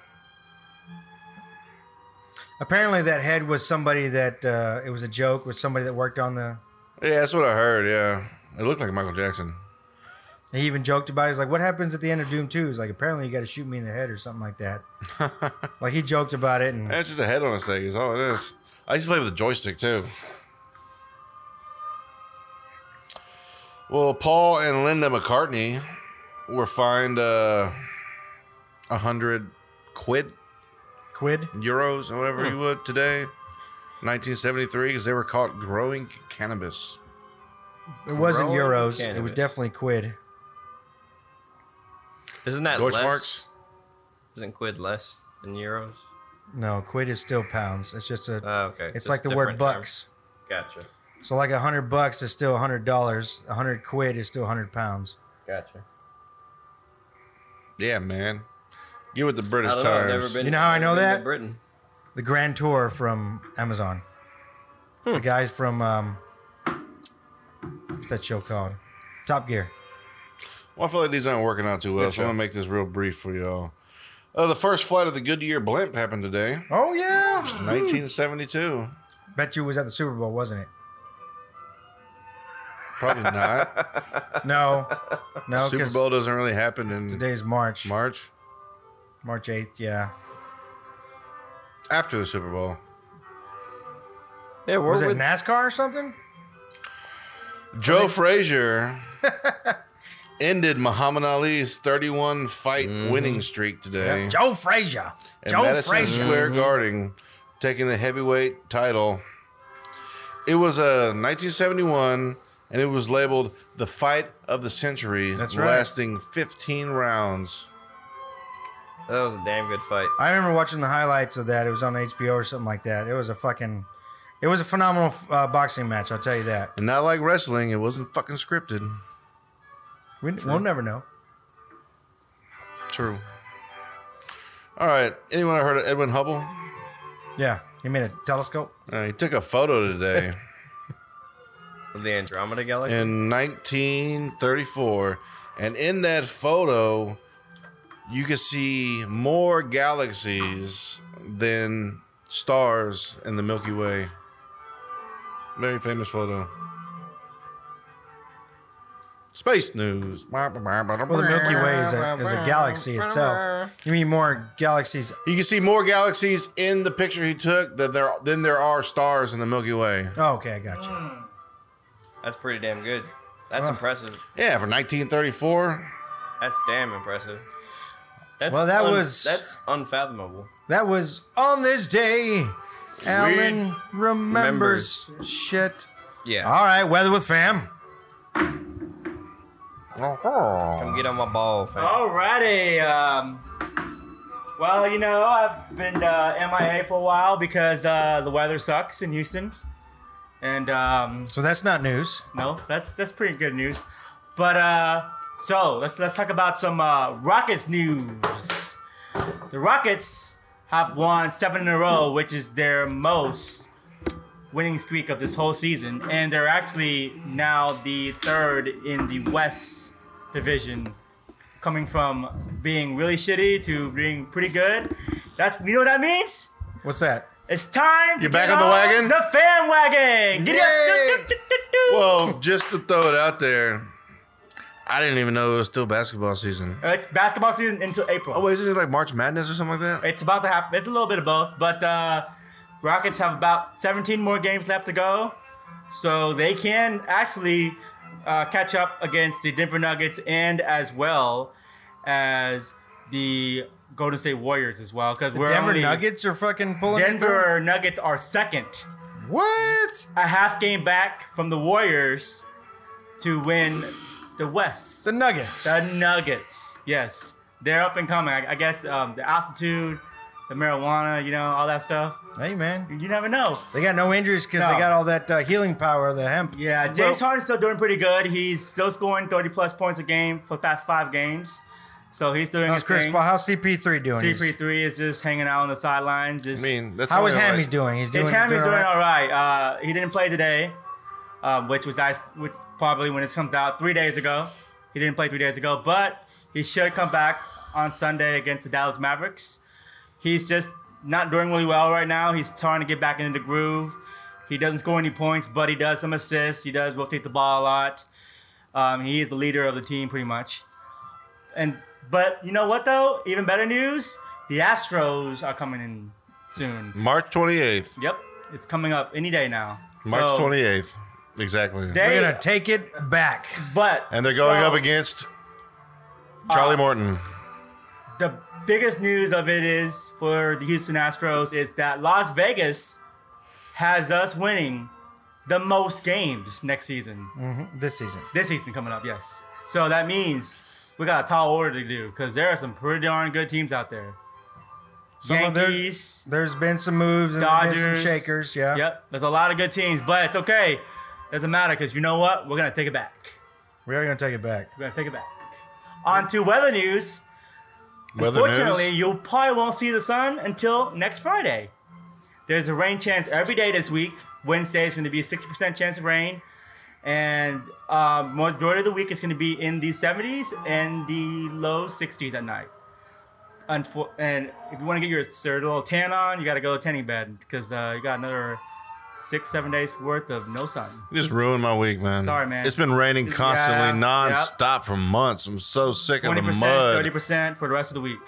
Speaker 1: Apparently, that head was somebody that uh, it was a joke with somebody that worked on the.
Speaker 2: Yeah, that's what I heard. Yeah, it looked like Michael Jackson.
Speaker 1: He even joked about. it. He's like, "What happens at the end of Doom 2? He's like, "Apparently, you got to shoot me in the head or something like that." like he joked about it, and
Speaker 2: That's just a head on a stick. Is all it is. I used to play with a joystick too. Well, Paul and Linda McCartney were fined uh, a hundred quid
Speaker 1: quid.
Speaker 2: euros or whatever you would today, 1973, because they were caught growing cannabis.
Speaker 1: It wasn't
Speaker 3: Growing
Speaker 1: euros. It was
Speaker 3: cannabis.
Speaker 1: definitely quid.
Speaker 3: Isn't that
Speaker 2: Deutschmarks?
Speaker 3: less? Isn't quid less than euros?
Speaker 1: No, quid is still pounds. It's just a.
Speaker 3: Oh, okay.
Speaker 1: it's
Speaker 3: just
Speaker 1: like the
Speaker 3: different
Speaker 1: word
Speaker 3: term.
Speaker 1: bucks.
Speaker 3: Gotcha.
Speaker 1: So like a hundred bucks is still a hundred dollars. A hundred quid is still a hundred pounds.
Speaker 3: Gotcha.
Speaker 2: Yeah, man. Get with the British
Speaker 3: I don't know. I've
Speaker 2: times.
Speaker 3: never been.
Speaker 1: You know how I know
Speaker 3: never been
Speaker 1: that?
Speaker 3: to Britain.
Speaker 1: The Grand Tour from Amazon.
Speaker 2: Hmm.
Speaker 1: The guys from um, what's that show called? Top Gear.
Speaker 2: Well, I feel like these aren't working out too well, so I'm
Speaker 3: show.
Speaker 2: gonna make this real brief for y'all. Uh, the first flight of the Goodyear blimp happened today,
Speaker 1: Oh yeah.
Speaker 2: 1972.
Speaker 1: Bet you it was at the Super Bowl, wasn't it?
Speaker 2: Probably not.
Speaker 1: No, no,
Speaker 2: Super
Speaker 1: because
Speaker 2: Bowl doesn't really happen in
Speaker 1: today's March,
Speaker 2: March
Speaker 1: March eighth. Yeah.
Speaker 2: after the Super Bowl.
Speaker 3: Yeah,
Speaker 1: Was
Speaker 3: we're
Speaker 1: it
Speaker 3: with.
Speaker 1: NASCAR or something?
Speaker 2: Joe Frazier ended Muhammad Ali's 31 fight winning streak today.
Speaker 1: Joe Frazier.
Speaker 2: at
Speaker 1: Joe
Speaker 2: Madison
Speaker 1: Frazier.
Speaker 2: Square Garden, taking the heavyweight title. It was uh, 1971, and it was labeled the fight of the century,
Speaker 1: That's right.
Speaker 2: lasting 15 rounds.
Speaker 3: that was a damn good fight.
Speaker 1: I remember watching the highlights of that. It was on HBO or something like that. It was a fucking, it was a phenomenal uh, boxing match. I'll tell you that.
Speaker 2: And not like wrestling, it wasn't fucking scripted.
Speaker 1: We, we'll never know.
Speaker 2: True. All right. Anyone heard of Edwin Hubble?
Speaker 1: Yeah, he made a telescope.
Speaker 2: Uh, he took a photo today.
Speaker 3: With the Andromeda Galaxy.
Speaker 2: in 1934 and in that photo you can see more galaxies than stars in the milky way very famous photo space news well
Speaker 1: Well,
Speaker 2: the
Speaker 1: the Milky Way is a, is a galaxy itself. You mean more galaxies?
Speaker 2: you can see more galaxies in the picture he took than there than there are stars in the milky way
Speaker 1: Oh, okay, I got you.
Speaker 3: That's pretty damn good. That's
Speaker 1: Huh.
Speaker 3: impressive.
Speaker 2: yeah for 1934
Speaker 3: That's damn impressive. That's
Speaker 1: Well, that was-
Speaker 3: that's unfathomable.
Speaker 1: That was on this day. Alan remembers,
Speaker 3: Remembers.
Speaker 1: shit.
Speaker 3: Yeah.
Speaker 1: All right, weather with fam.
Speaker 2: Uh-huh.
Speaker 3: Come
Speaker 1: Ah.
Speaker 3: get on my ball, fam.
Speaker 2: Ah.
Speaker 4: Alrighty. Um, well, you know, I've been uh, MIA for a while because uh, the weather sucks in Houston, and um,
Speaker 1: So that's not news.
Speaker 4: no, that's that's pretty good news. But uh, so let's let's talk about some uh, Rockets news. The Rockets have won seven in a row, which is their most winning streak of this whole season, and they're actually now the third in the West division, coming from being really shitty to being pretty good. That's you know what that means.
Speaker 1: What's that?
Speaker 4: It's time.
Speaker 2: You're back on the wagon?
Speaker 4: The fan wagon. Get
Speaker 2: Yay!
Speaker 4: up. Do, do, do, do, do.
Speaker 2: well, just to throw it out there, I didn't even know it was still basketball season.
Speaker 4: Uh, It's basketball season until April.
Speaker 2: Oh, wait, isn't it like March Madness or something like that?
Speaker 4: It's about to happen. It's a little bit of both, but uh, Rockets have about 17 more games left to go, so they can actually uh, catch up against the Denver Nuggets and as well as the Golden State Warriors as well. Because we're
Speaker 1: Denver
Speaker 4: only,
Speaker 1: Nuggets are fucking pulling in third?
Speaker 4: Denver Nuggets are second,
Speaker 1: What?
Speaker 4: a half game back from the Warriors to win the West.
Speaker 1: The Nuggets.
Speaker 4: The Nuggets, yes, they're up and coming. I, I guess um, the altitude, the marijuana, you know, all that stuff.
Speaker 1: Hey, man.
Speaker 4: You never know.
Speaker 1: They got no injuries because
Speaker 4: No.
Speaker 1: they got all that uh, healing power of the hemp.
Speaker 4: Yeah, James Harden's still doing pretty good. He's still scoring 30 plus points a game for the past five games. So he's doing
Speaker 1: How's
Speaker 4: his
Speaker 1: Chris
Speaker 4: thing.
Speaker 1: Paul? How's CP3 doing? He's-
Speaker 4: CP3 is just hanging out on the sidelines. Just
Speaker 2: I mean, that's
Speaker 1: How
Speaker 2: only
Speaker 1: is
Speaker 2: like-
Speaker 1: Hammy's doing? He's doing.
Speaker 4: his hand is doing
Speaker 1: all right.
Speaker 4: all right. Uh, he didn't play today, um, which was nice, which probably when it comes out three days ago. He didn't play three days ago, but he should come back on Sunday against the Dallas Mavericks. He's just not doing really well right now. He's trying to get back into the groove. He doesn't score any points, but he does some assists. He does rotate the ball a lot. Um, he is the leader of the team pretty much. And but you know what though? Even better news: the Astros are coming in soon.
Speaker 2: March 28th.
Speaker 4: Yep, it's coming up any day now.
Speaker 2: March
Speaker 4: So,
Speaker 2: 28th. Exactly.
Speaker 4: They,
Speaker 1: We're gonna take it back.
Speaker 4: but
Speaker 2: and they're going
Speaker 4: so,
Speaker 2: up against Charlie Morton.
Speaker 4: The biggest news of it is for the Houston Astros is that Las Vegas has us winning the most games next season.
Speaker 1: This season.
Speaker 4: This season coming up, yes. So that means we got a tall order to do because there are some pretty darn good teams out there.
Speaker 1: Some of their-
Speaker 4: Yankees,
Speaker 1: There's been some moves and there's been
Speaker 4: Dodgers,
Speaker 1: some shakers. Yeah.
Speaker 4: Yep, there's a lot of good teams, but it's okay. Doesn't matter because you know what? We're gonna take it back.
Speaker 1: We are gonna take it back.
Speaker 4: We're gonna take it back. On to weather news.
Speaker 2: Weather
Speaker 4: Unfortunately,
Speaker 2: news.
Speaker 4: you probably won't see the sun until next Friday. There's a rain chance every day this week. Wednesday is going to be a 60% chance of rain. And uh, majority of the week is going to be in the 70s and the low 60s at night. Unfor- and if you want to get your, your little tan on, you got to go tanning bed because uh, you got another six, seven days worth of no sun.
Speaker 2: You just ruined my week, man.
Speaker 4: Sorry, man.
Speaker 2: It's been raining constantly,
Speaker 4: Yeah,
Speaker 2: nonstop for months. I'm so sick of the
Speaker 4: 20%,
Speaker 2: mud.
Speaker 4: 30% for the rest of the week.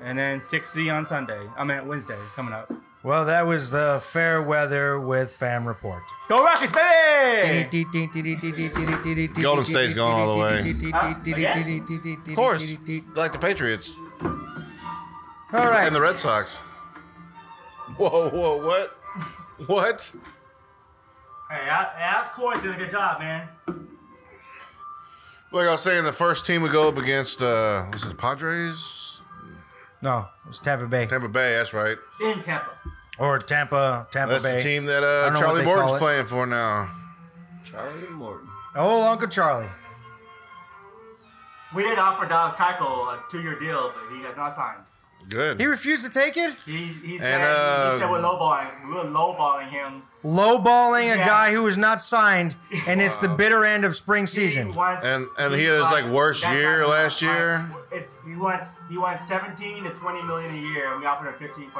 Speaker 4: And then 60 on Sunday. I mean, Wednesday coming up.
Speaker 1: Well, that was the fair weather with fam report.
Speaker 4: Go Rockets, baby!
Speaker 1: Golden
Speaker 2: State's going all the way.
Speaker 1: Of
Speaker 2: Of course, like the Patriots
Speaker 1: All right.
Speaker 2: and the Red Sox. Whoa, whoa, what? What?
Speaker 4: Hey, Al- Alex Corey did a good job, man.
Speaker 2: Like I was saying, the first team we go up against uh, was it the Padres,
Speaker 1: No, it's Tampa Bay
Speaker 2: Tampa Bay. That's right.
Speaker 4: In Tampa.
Speaker 1: or Tampa Tampa
Speaker 2: That's the
Speaker 1: Bay.
Speaker 2: team that
Speaker 1: don't know
Speaker 2: uh,
Speaker 1: what
Speaker 2: Charlie
Speaker 1: they
Speaker 2: Morton's
Speaker 1: call it.
Speaker 2: playing for now.
Speaker 3: Charlie Morton.
Speaker 1: Oh, Uncle Charlie.
Speaker 4: We did offer Don Keiko a two-year deal, but he has not signed.
Speaker 2: Good.
Speaker 1: He refused to take it.
Speaker 4: He, he said
Speaker 2: And, uh,
Speaker 4: he said we're lowballing we're lowballing him.
Speaker 1: Lowballing a
Speaker 4: Yeah.
Speaker 1: guy who was not signed, and it's the bitter end of spring season.
Speaker 4: He wants,
Speaker 2: And- and
Speaker 4: he's
Speaker 2: he had his, like, worst
Speaker 4: that's
Speaker 2: year
Speaker 4: not enough.
Speaker 2: last year.
Speaker 4: It's he wants he wants 17 to 20 million a year, and we offered him 15.5.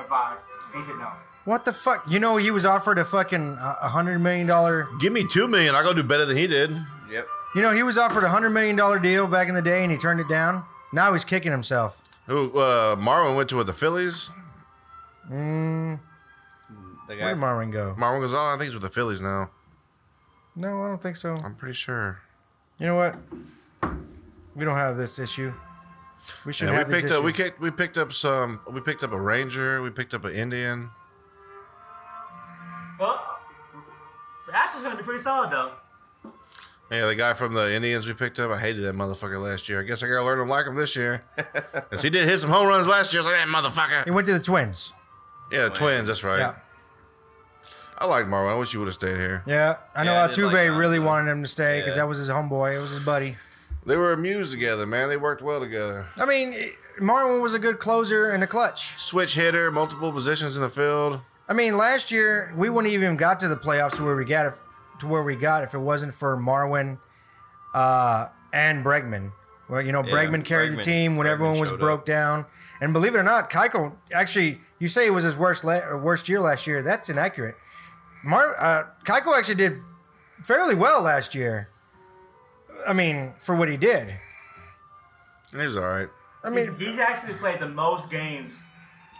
Speaker 4: And he said no.
Speaker 1: What the fuck? You know he was offered a fucking uh, a hundred million dollar.
Speaker 2: Give me two million. I go do better than he did.
Speaker 3: Yep.
Speaker 1: You know he was offered a hundred million dollar deal back in the day, and he turned it down. Now he's kicking himself.
Speaker 2: Who uh, Marwin went to with the Phillies?
Speaker 1: Mm,
Speaker 3: The
Speaker 1: Where
Speaker 3: guy.
Speaker 1: did Marvin go?
Speaker 2: Marwin Gonzalez, I think he's with the Phillies now.
Speaker 1: No, I don't think so.
Speaker 2: I'm pretty sure.
Speaker 1: You know what? We don't have this issue. We should
Speaker 2: Yeah,
Speaker 1: have
Speaker 2: we picked
Speaker 1: this
Speaker 2: up. We
Speaker 1: issue.
Speaker 2: kicked, We picked up some. We picked up a Ranger. We picked up an Indian.
Speaker 4: Well, the Astros gonna be pretty solid though.
Speaker 2: Yeah, the guy from the Indians we picked up. I hated that motherfucker last year. I guess I gotta learn to like him this year. 'Cause he did hit some home runs last year. I was like, that motherfucker.
Speaker 1: He went to the Twins.
Speaker 2: Yeah, the Twins. That's right.
Speaker 1: Yeah.
Speaker 2: I like Marwin. I wish you would have stayed here.
Speaker 1: Yeah, I know
Speaker 3: Yeah, I did
Speaker 1: Altuve
Speaker 3: like that,
Speaker 1: really
Speaker 3: so-
Speaker 1: wanted him to stay because
Speaker 3: Yeah.
Speaker 1: that was his homeboy. It was his buddy.
Speaker 2: They were amused together, man. They worked well together.
Speaker 1: I mean, it- Marwin was a good closer and a clutch.
Speaker 2: Switch hitter, multiple positions in the field.
Speaker 1: I mean, last year we wouldn't even got to the playoffs to where we got if, to where we got if it wasn't for Marwin uh, and Bregman. Well, you know,
Speaker 3: Yeah,
Speaker 1: Bregman carried the
Speaker 3: Bregman-
Speaker 1: team when
Speaker 3: Bregman
Speaker 1: everyone was
Speaker 3: showed up.
Speaker 1: broke down. And believe it or not, Keiko actually you say it was his worst la- or worst year last year. That's inaccurate. Mar uh, Keiko actually did fairly well last year. I mean, for what he did.
Speaker 2: He was all right.
Speaker 1: I mean,
Speaker 4: he's actually played the most games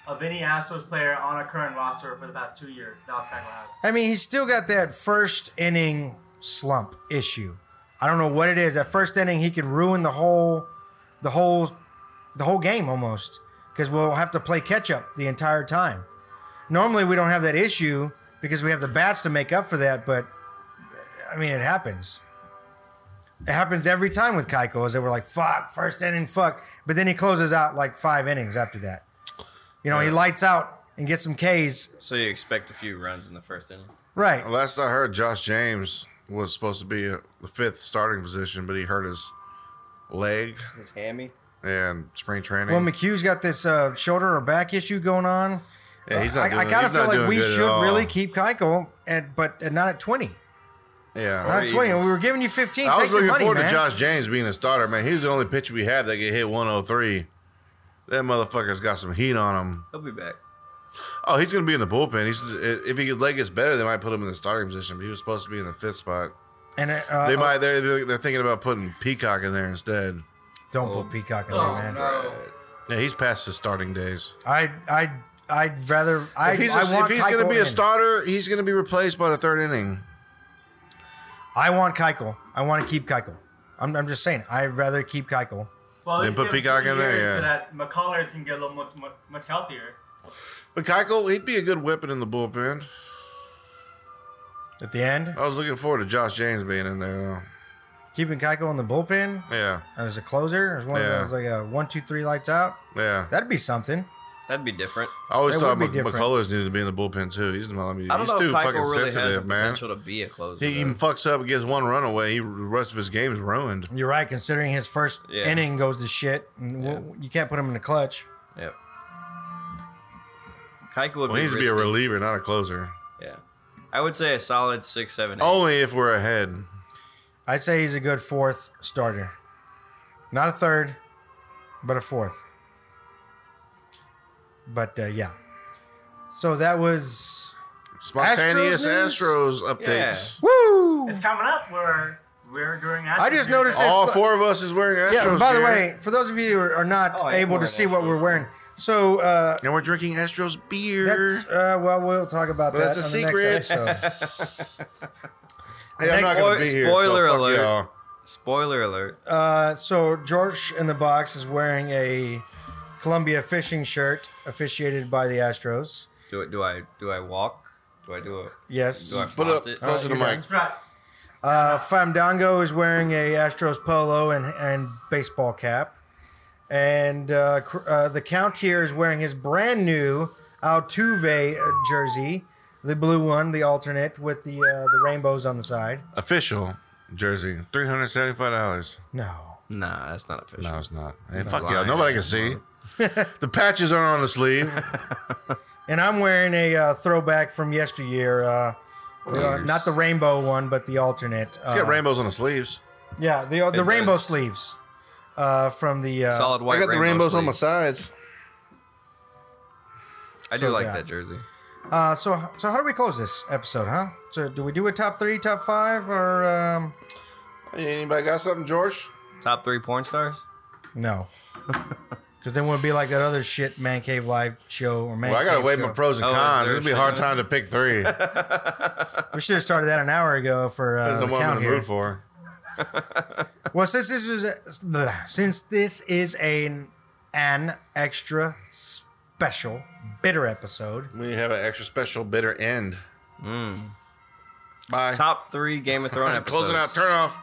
Speaker 4: of any Astros player on our current roster for the past two years. Dallas Keuchel has.
Speaker 1: I mean, he's still got that first inning slump issue. I don't know what it is. That first inning, he can ruin the whole, the whole, the whole game almost because we'll have to play catch up the entire time. Normally, we don't have that issue because we have the bats to make up for that. But I mean, it happens. It happens every time with Keiko is that we're like, fuck, first inning, fuck. But then he closes out like five innings after that. You know, he lights out and gets some K's.
Speaker 3: So you expect a few runs in the first inning.
Speaker 1: Right.
Speaker 2: Last I heard, Josh James was supposed to be uh, the fifth starting position, but he hurt his leg
Speaker 3: It's hammy.
Speaker 2: and spring training.
Speaker 1: Well, McHugh's got this uh, shoulder or back issue going on.
Speaker 2: yeah, he's not
Speaker 1: I,
Speaker 2: doing,
Speaker 1: I kind
Speaker 2: he's
Speaker 1: of feel
Speaker 2: not
Speaker 1: like
Speaker 2: doing
Speaker 1: we
Speaker 2: good at
Speaker 1: should
Speaker 2: all.
Speaker 1: really keep Keiko, at, but and not at 20.
Speaker 2: Yeah.
Speaker 1: Not at 20.
Speaker 3: evens.
Speaker 1: We were giving you 15.
Speaker 2: I
Speaker 1: Take
Speaker 2: was
Speaker 1: your
Speaker 2: looking
Speaker 1: money,
Speaker 2: forward
Speaker 1: man.
Speaker 2: to Josh James being a starter, man. He's the only pitcher we have that can hit 103. That motherfucker's got some heat on him.
Speaker 3: He'll be back.
Speaker 2: Oh, he's gonna be in the bullpen. He's if he leg gets better, they might put him in the starting position. But he was supposed to be in the fifth spot.
Speaker 1: And uh, uh,
Speaker 2: They might they're they're they're thinking about putting Peacock in there instead.
Speaker 1: don't put Peacock in there,
Speaker 4: Oh,
Speaker 1: man.
Speaker 4: no.
Speaker 2: Yeah, he's past his starting days.
Speaker 1: I I I'd rather I
Speaker 2: If he's, a-
Speaker 1: I
Speaker 2: if
Speaker 1: want
Speaker 2: he's gonna
Speaker 1: Keuchel
Speaker 2: be a
Speaker 1: in.
Speaker 2: starter, he's gonna be replaced by the third inning.
Speaker 1: I want Keiko. I want to keep Keiko. I'm, I'm just saying. I'd rather keep Keiko.
Speaker 4: Well,
Speaker 2: They
Speaker 4: just
Speaker 2: put
Speaker 4: give it two
Speaker 2: Peacock in there,
Speaker 4: years
Speaker 2: yeah.
Speaker 4: So that McCullers can get a little much, much, much healthier.
Speaker 2: But Keuchel, he'd be a good weapon in the bullpen.
Speaker 1: At the end,
Speaker 2: I was looking forward to Josh James being in there.
Speaker 1: keeping Keiko in the bullpen
Speaker 2: Though. Yeah,
Speaker 1: as a closer, as one
Speaker 2: Yeah.
Speaker 1: of those like a one, two, three lights out.
Speaker 2: yeah.
Speaker 1: That'd be something.
Speaker 3: That'd be different.
Speaker 2: I always
Speaker 1: That would
Speaker 2: thought
Speaker 1: be
Speaker 2: Mc-
Speaker 1: different.
Speaker 2: McCullers needed to be in the bullpen too. He's, I mean,
Speaker 3: I don't
Speaker 2: he's
Speaker 3: know
Speaker 2: too
Speaker 3: if
Speaker 2: fucking
Speaker 3: Keiko really has the
Speaker 2: sensitive, man.
Speaker 3: potential to be a closer.
Speaker 2: He even
Speaker 3: though.
Speaker 2: fucks up, gets one run away. He, the rest of his game is ruined.
Speaker 1: You're right, considering his first
Speaker 3: Yeah.
Speaker 1: inning goes to shit. And w- You can't put him in the clutch.
Speaker 3: Yep. Keiko would
Speaker 2: Well, he
Speaker 3: be,
Speaker 2: needs to be a
Speaker 3: risky.
Speaker 2: reliever, not a closer.
Speaker 3: Yeah. I would say a solid six, seven,
Speaker 1: Oh,
Speaker 3: eight.
Speaker 2: Only if we're ahead.
Speaker 1: I'd say he's a good fourth starter. Not a third, but a fourth. But uh, yeah. So that was
Speaker 2: Spontaneous
Speaker 1: Astros
Speaker 2: Astros, updates.
Speaker 1: woo.
Speaker 4: It's coming up where we're doing. Oh,
Speaker 1: I just noticed it-
Speaker 2: All
Speaker 1: It's-
Speaker 2: four of us is wearing Astros.
Speaker 1: Yeah. By the
Speaker 2: gear,
Speaker 1: way, for those of you who are are not
Speaker 3: Oh, I am
Speaker 1: able to
Speaker 3: wearing
Speaker 1: see what
Speaker 3: Astros.
Speaker 1: we're wearing, so uh,
Speaker 2: and we're drinking Astros beer.
Speaker 1: that, uh, well, we'll talk about
Speaker 2: Well,
Speaker 1: that.
Speaker 2: that's a
Speaker 1: on The
Speaker 2: secret.
Speaker 1: next episode.
Speaker 2: Hey, I'm not
Speaker 3: Next-
Speaker 2: gonna be here.
Speaker 3: spoiler
Speaker 2: so fuck
Speaker 3: alert.
Speaker 2: y'all.
Speaker 3: Spoiler alert.
Speaker 1: uh, so George in the box is wearing a Columbia fishing shirt officiated by the Astros.
Speaker 3: Do it. Do I? Do I walk? Do I do a?
Speaker 1: Yes.
Speaker 3: Do I
Speaker 2: Put
Speaker 3: flaunt
Speaker 2: up
Speaker 3: it?
Speaker 2: closer to
Speaker 1: you're
Speaker 2: the mic.
Speaker 1: done.
Speaker 4: That's right.
Speaker 1: Uh, Fandango is wearing a Astros polo and, and baseball cap. And uh, cr- uh, the count here is wearing his brand new Altuve jersey, the blue one, the alternate with the uh, the rainbows on the side.
Speaker 2: Official jersey, three hundred seventy-five dollars.
Speaker 1: No,
Speaker 3: Nah, that's not official.
Speaker 2: No, it's not. Hey, fuck
Speaker 3: lying.
Speaker 2: y'all. Nobody can see. the patches aren't on the sleeve.
Speaker 1: and I'm wearing a uh, throwback from yesteryear, uh, uh, not the rainbow one, but the alternate. Uh,
Speaker 2: Get rainbows on the sleves.
Speaker 1: yeah, the uh, the
Speaker 3: does.
Speaker 1: rainbow sleeves uh, from the uh,
Speaker 3: Solid white.
Speaker 2: I got the rainbows on my
Speaker 3: sleeves.
Speaker 2: sides.
Speaker 3: I do
Speaker 1: So
Speaker 3: like
Speaker 1: that.
Speaker 3: that jersey.
Speaker 1: Uh, so so how do we close this episode, huh? So do we do a top three, top five, or um,
Speaker 2: Anybody got something, George?
Speaker 3: Top three porn stars.
Speaker 1: no? Because then we'll be like that other shit man cave live show or man.
Speaker 2: Well, I gotta
Speaker 1: Cave
Speaker 2: weigh
Speaker 1: show.
Speaker 2: my pros and
Speaker 3: Oh, is
Speaker 2: cons.
Speaker 3: there
Speaker 2: This would be
Speaker 3: a
Speaker 2: a hard
Speaker 3: second?
Speaker 2: time to pick three. That's
Speaker 1: We should have started that an hour ago for uh,
Speaker 2: the
Speaker 1: the
Speaker 2: one I'm
Speaker 1: count
Speaker 2: in the
Speaker 1: here.
Speaker 2: mood for.
Speaker 1: Well, since this is a, since this is an an extra special bitter episode,
Speaker 2: We have an extra special bitter end. Mm. Bye.
Speaker 3: Top three Game of Thrones episodes.
Speaker 2: Close it out. Turn off.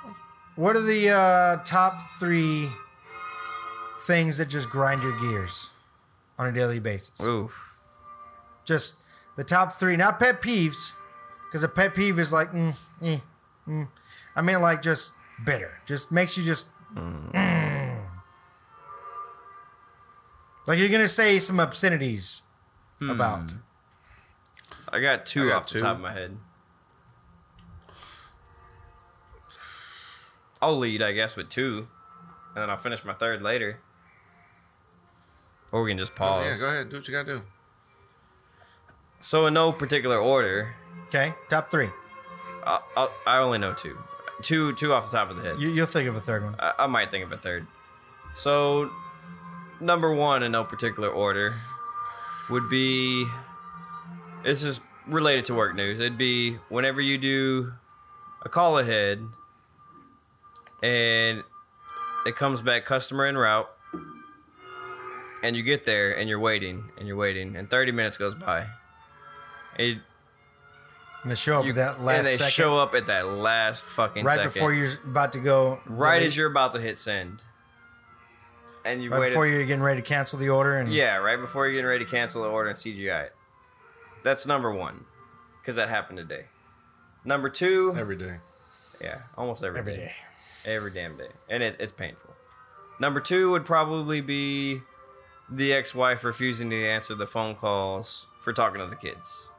Speaker 1: what are the uh, top three things that just grind your gears on a daily basis?
Speaker 3: Ooh.
Speaker 1: just the top three, not pet peeves, because a pet peeve is like, mm, eh, mm. I mean, like just bitter, just makes you just. mm. Like you're gonna say some obscenities about.
Speaker 3: Hmm. I got two
Speaker 2: I got
Speaker 3: off
Speaker 2: two.
Speaker 3: the top of my head. I'll lead, I guess, with two, and then I'll finish my third later. Or we can just pause.
Speaker 2: Yeah, go ahead. Do what you gotta do.
Speaker 3: So, in no particular order,
Speaker 1: Okay, top three.
Speaker 3: I, I, I only know two, two, two off the top of the head.
Speaker 1: You, you'll think of a third one.
Speaker 3: I, I might think of a third. So, number one in no particular order would be this is related to work news. It'd be whenever you do a call ahead and it comes back customer en route, and you get there and you're waiting and you're waiting, and 30 minutes goes by. It,
Speaker 1: And they show up
Speaker 3: you,
Speaker 1: at that last
Speaker 3: and they
Speaker 1: second,
Speaker 3: show up at that last fucking
Speaker 1: right
Speaker 3: second
Speaker 1: before you're about to go.
Speaker 3: right
Speaker 1: delete.
Speaker 3: as you're about to hit send. and you
Speaker 1: Right
Speaker 3: wait.
Speaker 1: before you're getting ready to cancel the order and
Speaker 3: yeah, right before you're getting ready to cancel the order and CGI it. That's number one, because that happened today. Number two,
Speaker 2: every day.
Speaker 3: yeah, almost
Speaker 1: every day.
Speaker 3: every damn day, and it, it's painful. Number two would probably be the ex-wife refusing to answer the phone calls for talking to the kids.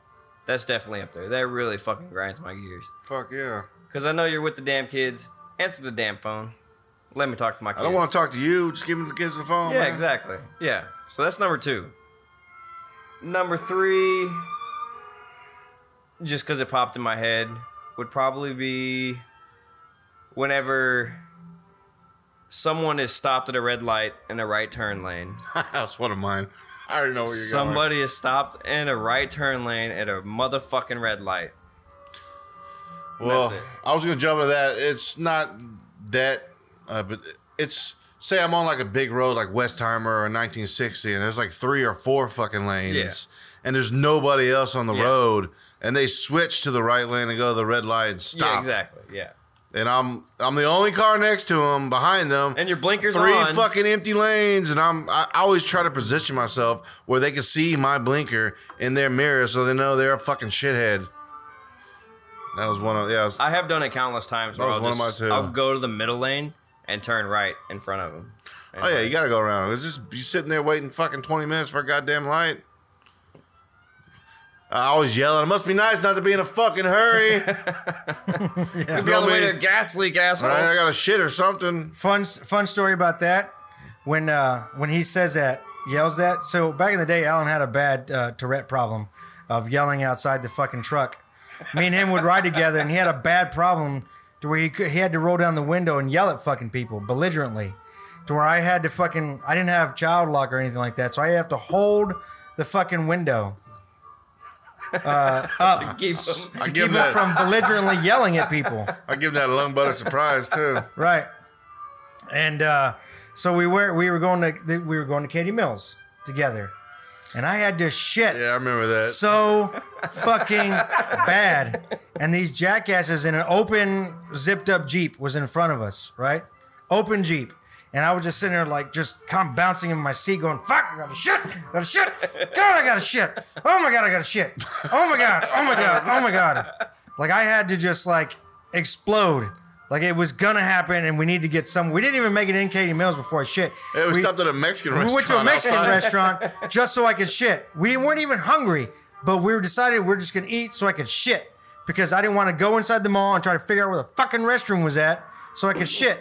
Speaker 3: That's definitely up there. That really fucking grinds my gears.
Speaker 2: Fuck yeah.
Speaker 3: Cause I know you're with the damn kids. Answer the damn phone. Let me talk to my kids.
Speaker 2: I don't want to talk to you. Just give me the kids the phone.
Speaker 3: Yeah,
Speaker 2: man.
Speaker 3: exactly. Yeah. So that's number two. Number three, just because it popped in my head, would probably be whenever someone is stopped at a red light in a right turn lane.
Speaker 2: That's one of mine. I already know where you're going.
Speaker 3: Somebody is stopped in a right turn lane at a motherfucking red light.
Speaker 2: Well,
Speaker 3: That's it.
Speaker 2: I was gonna jump to that. It's not that, uh, but it's say I'm on like a big road like Westheimer or 1960, and there's like three or four fucking lanes,
Speaker 3: Yeah.
Speaker 2: and there's nobody else on the
Speaker 3: Yeah.
Speaker 2: road, and they switch to the right lane and go to the red light and stop.
Speaker 3: Yeah, exactly. Yeah.
Speaker 2: And I'm I'm the only car next to them, behind them,
Speaker 3: And your blinkers
Speaker 2: three
Speaker 3: on.
Speaker 2: fucking empty lanes, and I'm I I always try to position myself where they can see my blinker in their mirror, so they know they're a fucking shithead. That was one of yeah. it's-
Speaker 3: I have done it countless times
Speaker 2: That
Speaker 3: where
Speaker 2: was
Speaker 3: I'll
Speaker 2: one of
Speaker 3: just
Speaker 2: mine, too.
Speaker 3: I'll go to the middle lane and turn right in front of them.
Speaker 2: oh yeah, you gotta go around. It's just you sitting there waiting fucking twenty minutes for a goddamn light. I always yell at. It must be nice not to be in a fucking hurry. right,
Speaker 3: You'd be on the
Speaker 2: know
Speaker 3: way
Speaker 2: me.
Speaker 3: to a gas leak, asshole.
Speaker 2: I got to shit or something.
Speaker 1: Fun s- fun story about that. When uh, when he says that, yells that. So back in the day, Alan had a bad uh, Tourette problem of yelling outside the fucking truck. Me and him would ride together, and he had a bad problem to where he could, he had to roll down the window and yell at fucking people belligerently. To where I had to fucking I didn't have child lock or anything like that, so I have to hold the fucking window
Speaker 3: Keep 'em.
Speaker 2: I
Speaker 1: to
Speaker 2: give
Speaker 1: keep
Speaker 2: him
Speaker 1: it
Speaker 2: that.
Speaker 1: from belligerently yelling at people.
Speaker 2: I give him that lung butter surprise too.
Speaker 1: Right. And uh, so we were we were going to th- we were going to Katie Mills together, and I had to shit
Speaker 2: Yeah, I remember that.
Speaker 1: so fucking bad. And these jackasses in an open zipped up jeep was in front of us, right? Open jeep. And I was just sitting there, like, just kind of bouncing in my seat, going, fuck, I gotta shit, gotta shit, God, I gotta shit, oh my God, I gotta shit, oh my God, oh my God, oh my God. Like, I had to just, like, explode. Like, it was gonna happen, and we need to get some. We didn't even make it in Katie Mills before I shit.
Speaker 2: Hey, we,
Speaker 1: We-
Speaker 2: stopped at a Mexican
Speaker 1: we
Speaker 2: restaurant.
Speaker 1: went to a Mexican
Speaker 2: outside.
Speaker 1: restaurant just so I could shit. We weren't even hungry, but we were decided we we're just gonna eat so I could shit because I didn't want to go inside the mall and try to figure out where the fucking restroom was at so I could shit.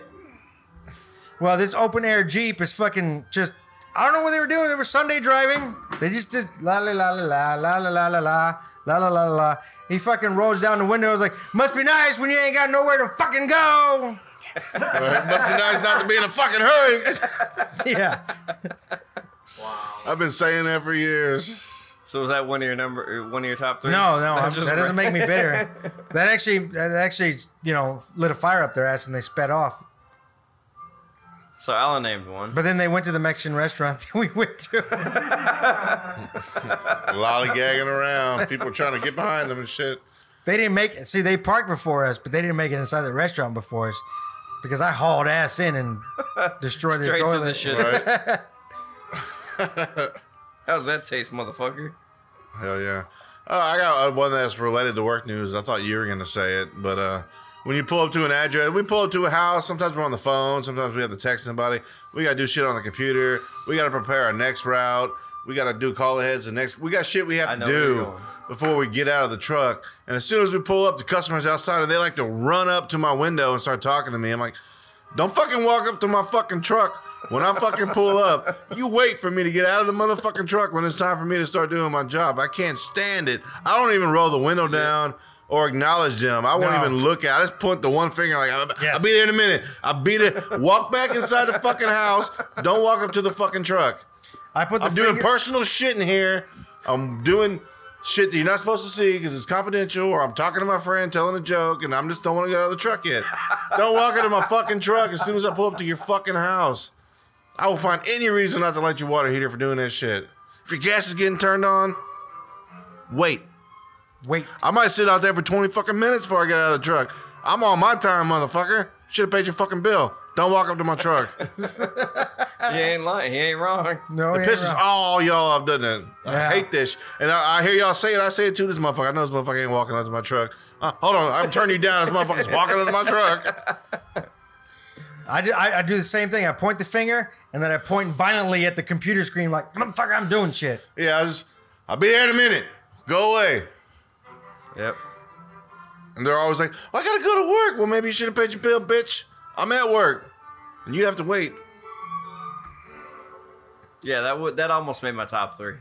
Speaker 1: Well, this open air Jeep is fucking just. I don't know what they were doing. They were Sunday driving. They just did la la la la la la la la la la la la la la. He fucking rolls down the window. I was like, must be nice when you ain't got nowhere to fucking go.
Speaker 2: It must be nice not to be in a fucking hurry.
Speaker 1: Yeah.
Speaker 2: I've been saying that for years.
Speaker 3: So was that one of your number, uh, one of your top three?
Speaker 1: No, no, I'm,
Speaker 3: just
Speaker 1: that doesn't make me bitter. That actually, that actually, you know, lit a fire up their ass and they sped off.
Speaker 3: So Alan named one.
Speaker 1: But then they went to the Mexican restaurant that we went to.
Speaker 2: Lollygagging around. People trying to get behind them and shit.
Speaker 1: They didn't make it. See, they parked before us, but they didn't make it inside the restaurant before us because I hauled ass in and destroyed their
Speaker 3: Straight
Speaker 1: toilet.
Speaker 3: to the shit.
Speaker 2: Right?
Speaker 3: How's that taste, motherfucker?
Speaker 2: Hell yeah. Uh, I got uh, one that's related to work news. I thought you were going to say it, but uh, when you pull up to an address, we pull up to a house. Sometimes we're on the phone. Sometimes we have to text somebody. We got to do shit on the computer. We got to prepare our next route. We got to do call aheads. The next, we got shit we
Speaker 3: I
Speaker 2: have to
Speaker 3: know where you're
Speaker 2: do
Speaker 3: going.
Speaker 2: before we get out of the truck. And as soon as we pull up, the customers outside, and they like to run up to my window and start talking to me. I'm like, Don't fucking walk up to my fucking truck. When I fucking pull up, you wait for me to get out of the motherfucking truck when it's time for me to start doing my job. I can't stand it. I don't even roll the window down or acknowledge them. I won't
Speaker 1: No.
Speaker 2: even look at. I just point the one finger like, I'll, I'll
Speaker 1: Yes.
Speaker 2: be there in a minute. I'll be there. Walk back inside the fucking house. Don't walk up to the fucking truck.
Speaker 1: I put the
Speaker 2: I'm doing
Speaker 1: finger-
Speaker 2: personal shit in here. I'm doing shit that you're not supposed to see because it's confidential, or I'm talking to my friend, telling a joke, and I'm just don't want to get out of the truck yet. don't walk into my fucking truck as soon as I pull up to your fucking house. I will find any reason not to light your water heater for doing that shit. If your gas is getting turned on, wait.
Speaker 1: Wait,
Speaker 2: I might sit out there for 20 fucking minutes before I get out of the truck. I'm on my time, motherfucker. Should have paid your fucking bill. Don't walk up to my truck. It
Speaker 1: Ah.
Speaker 3: He ain't lying. He ain't wrong.
Speaker 1: No, it ain't
Speaker 2: pisses
Speaker 1: wrong.
Speaker 2: all y'all off, doesn't it?
Speaker 1: Yeah.
Speaker 2: I hate this. And I, I hear y'all say it. I say it to this motherfucker. I know this motherfucker ain't walking up to my truck. Uh, hold on, I'm turning you down. This motherfucker's walking up to my truck.
Speaker 1: I do, I, I do the same thing. I point the finger and then I point violently at the computer screen, like, motherfucker, I'm doing shit.
Speaker 2: Yeah, I just, I'll be there in a minute. Go away.
Speaker 3: Yep.
Speaker 2: And they're always like, well, I gotta go to work. Well, maybe you should have paid your bill, bitch. I'm at work. And you have to wait.
Speaker 3: Yeah, that would that almost made my top three.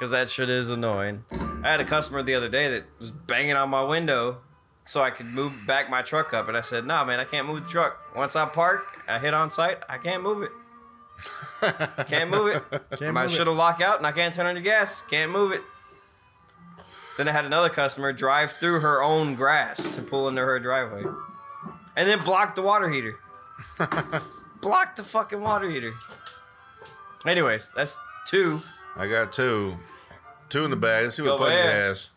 Speaker 3: Cause that shit is annoying. I had a customer the other day that was banging on my window so I could move back my truck up, and I said, "Nah, man, I can't move the truck. Once I park, I hit on site, I can't move it. can't move it.
Speaker 1: Can't
Speaker 3: my
Speaker 1: move it.
Speaker 3: shit'll lock out, and I can't turn on the gas. Can't move it." Then I had another customer drive through her own grass to pull into her driveway, and then block the water heater. block the fucking water heater. Anyways, that's two.
Speaker 2: I got two. Two in the bag. Let's see what
Speaker 3: Go
Speaker 2: Pudgy
Speaker 3: ahead.
Speaker 2: has.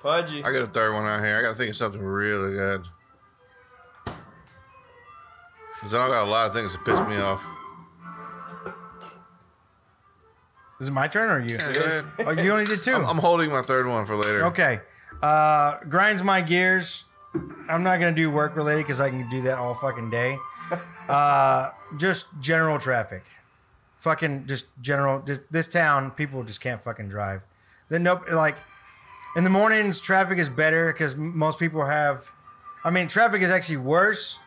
Speaker 3: Pudgy.
Speaker 2: I got a third one out here. I gotta think of something really good. 'Cause I got a lot of things that piss me off.
Speaker 1: Is it my turn or you?
Speaker 2: Go ahead.
Speaker 1: Oh, you only did 2
Speaker 2: I'm holding my third one for later.
Speaker 1: Okay. Uh, grinds my gears. I'm not gonna do work related because I can do that all fucking day. Uh, just general traffic. Fucking just general. Just this town, people just can't fucking drive. Then nope. Like in the mornings, traffic is better because most people have. I mean, traffic is actually worse,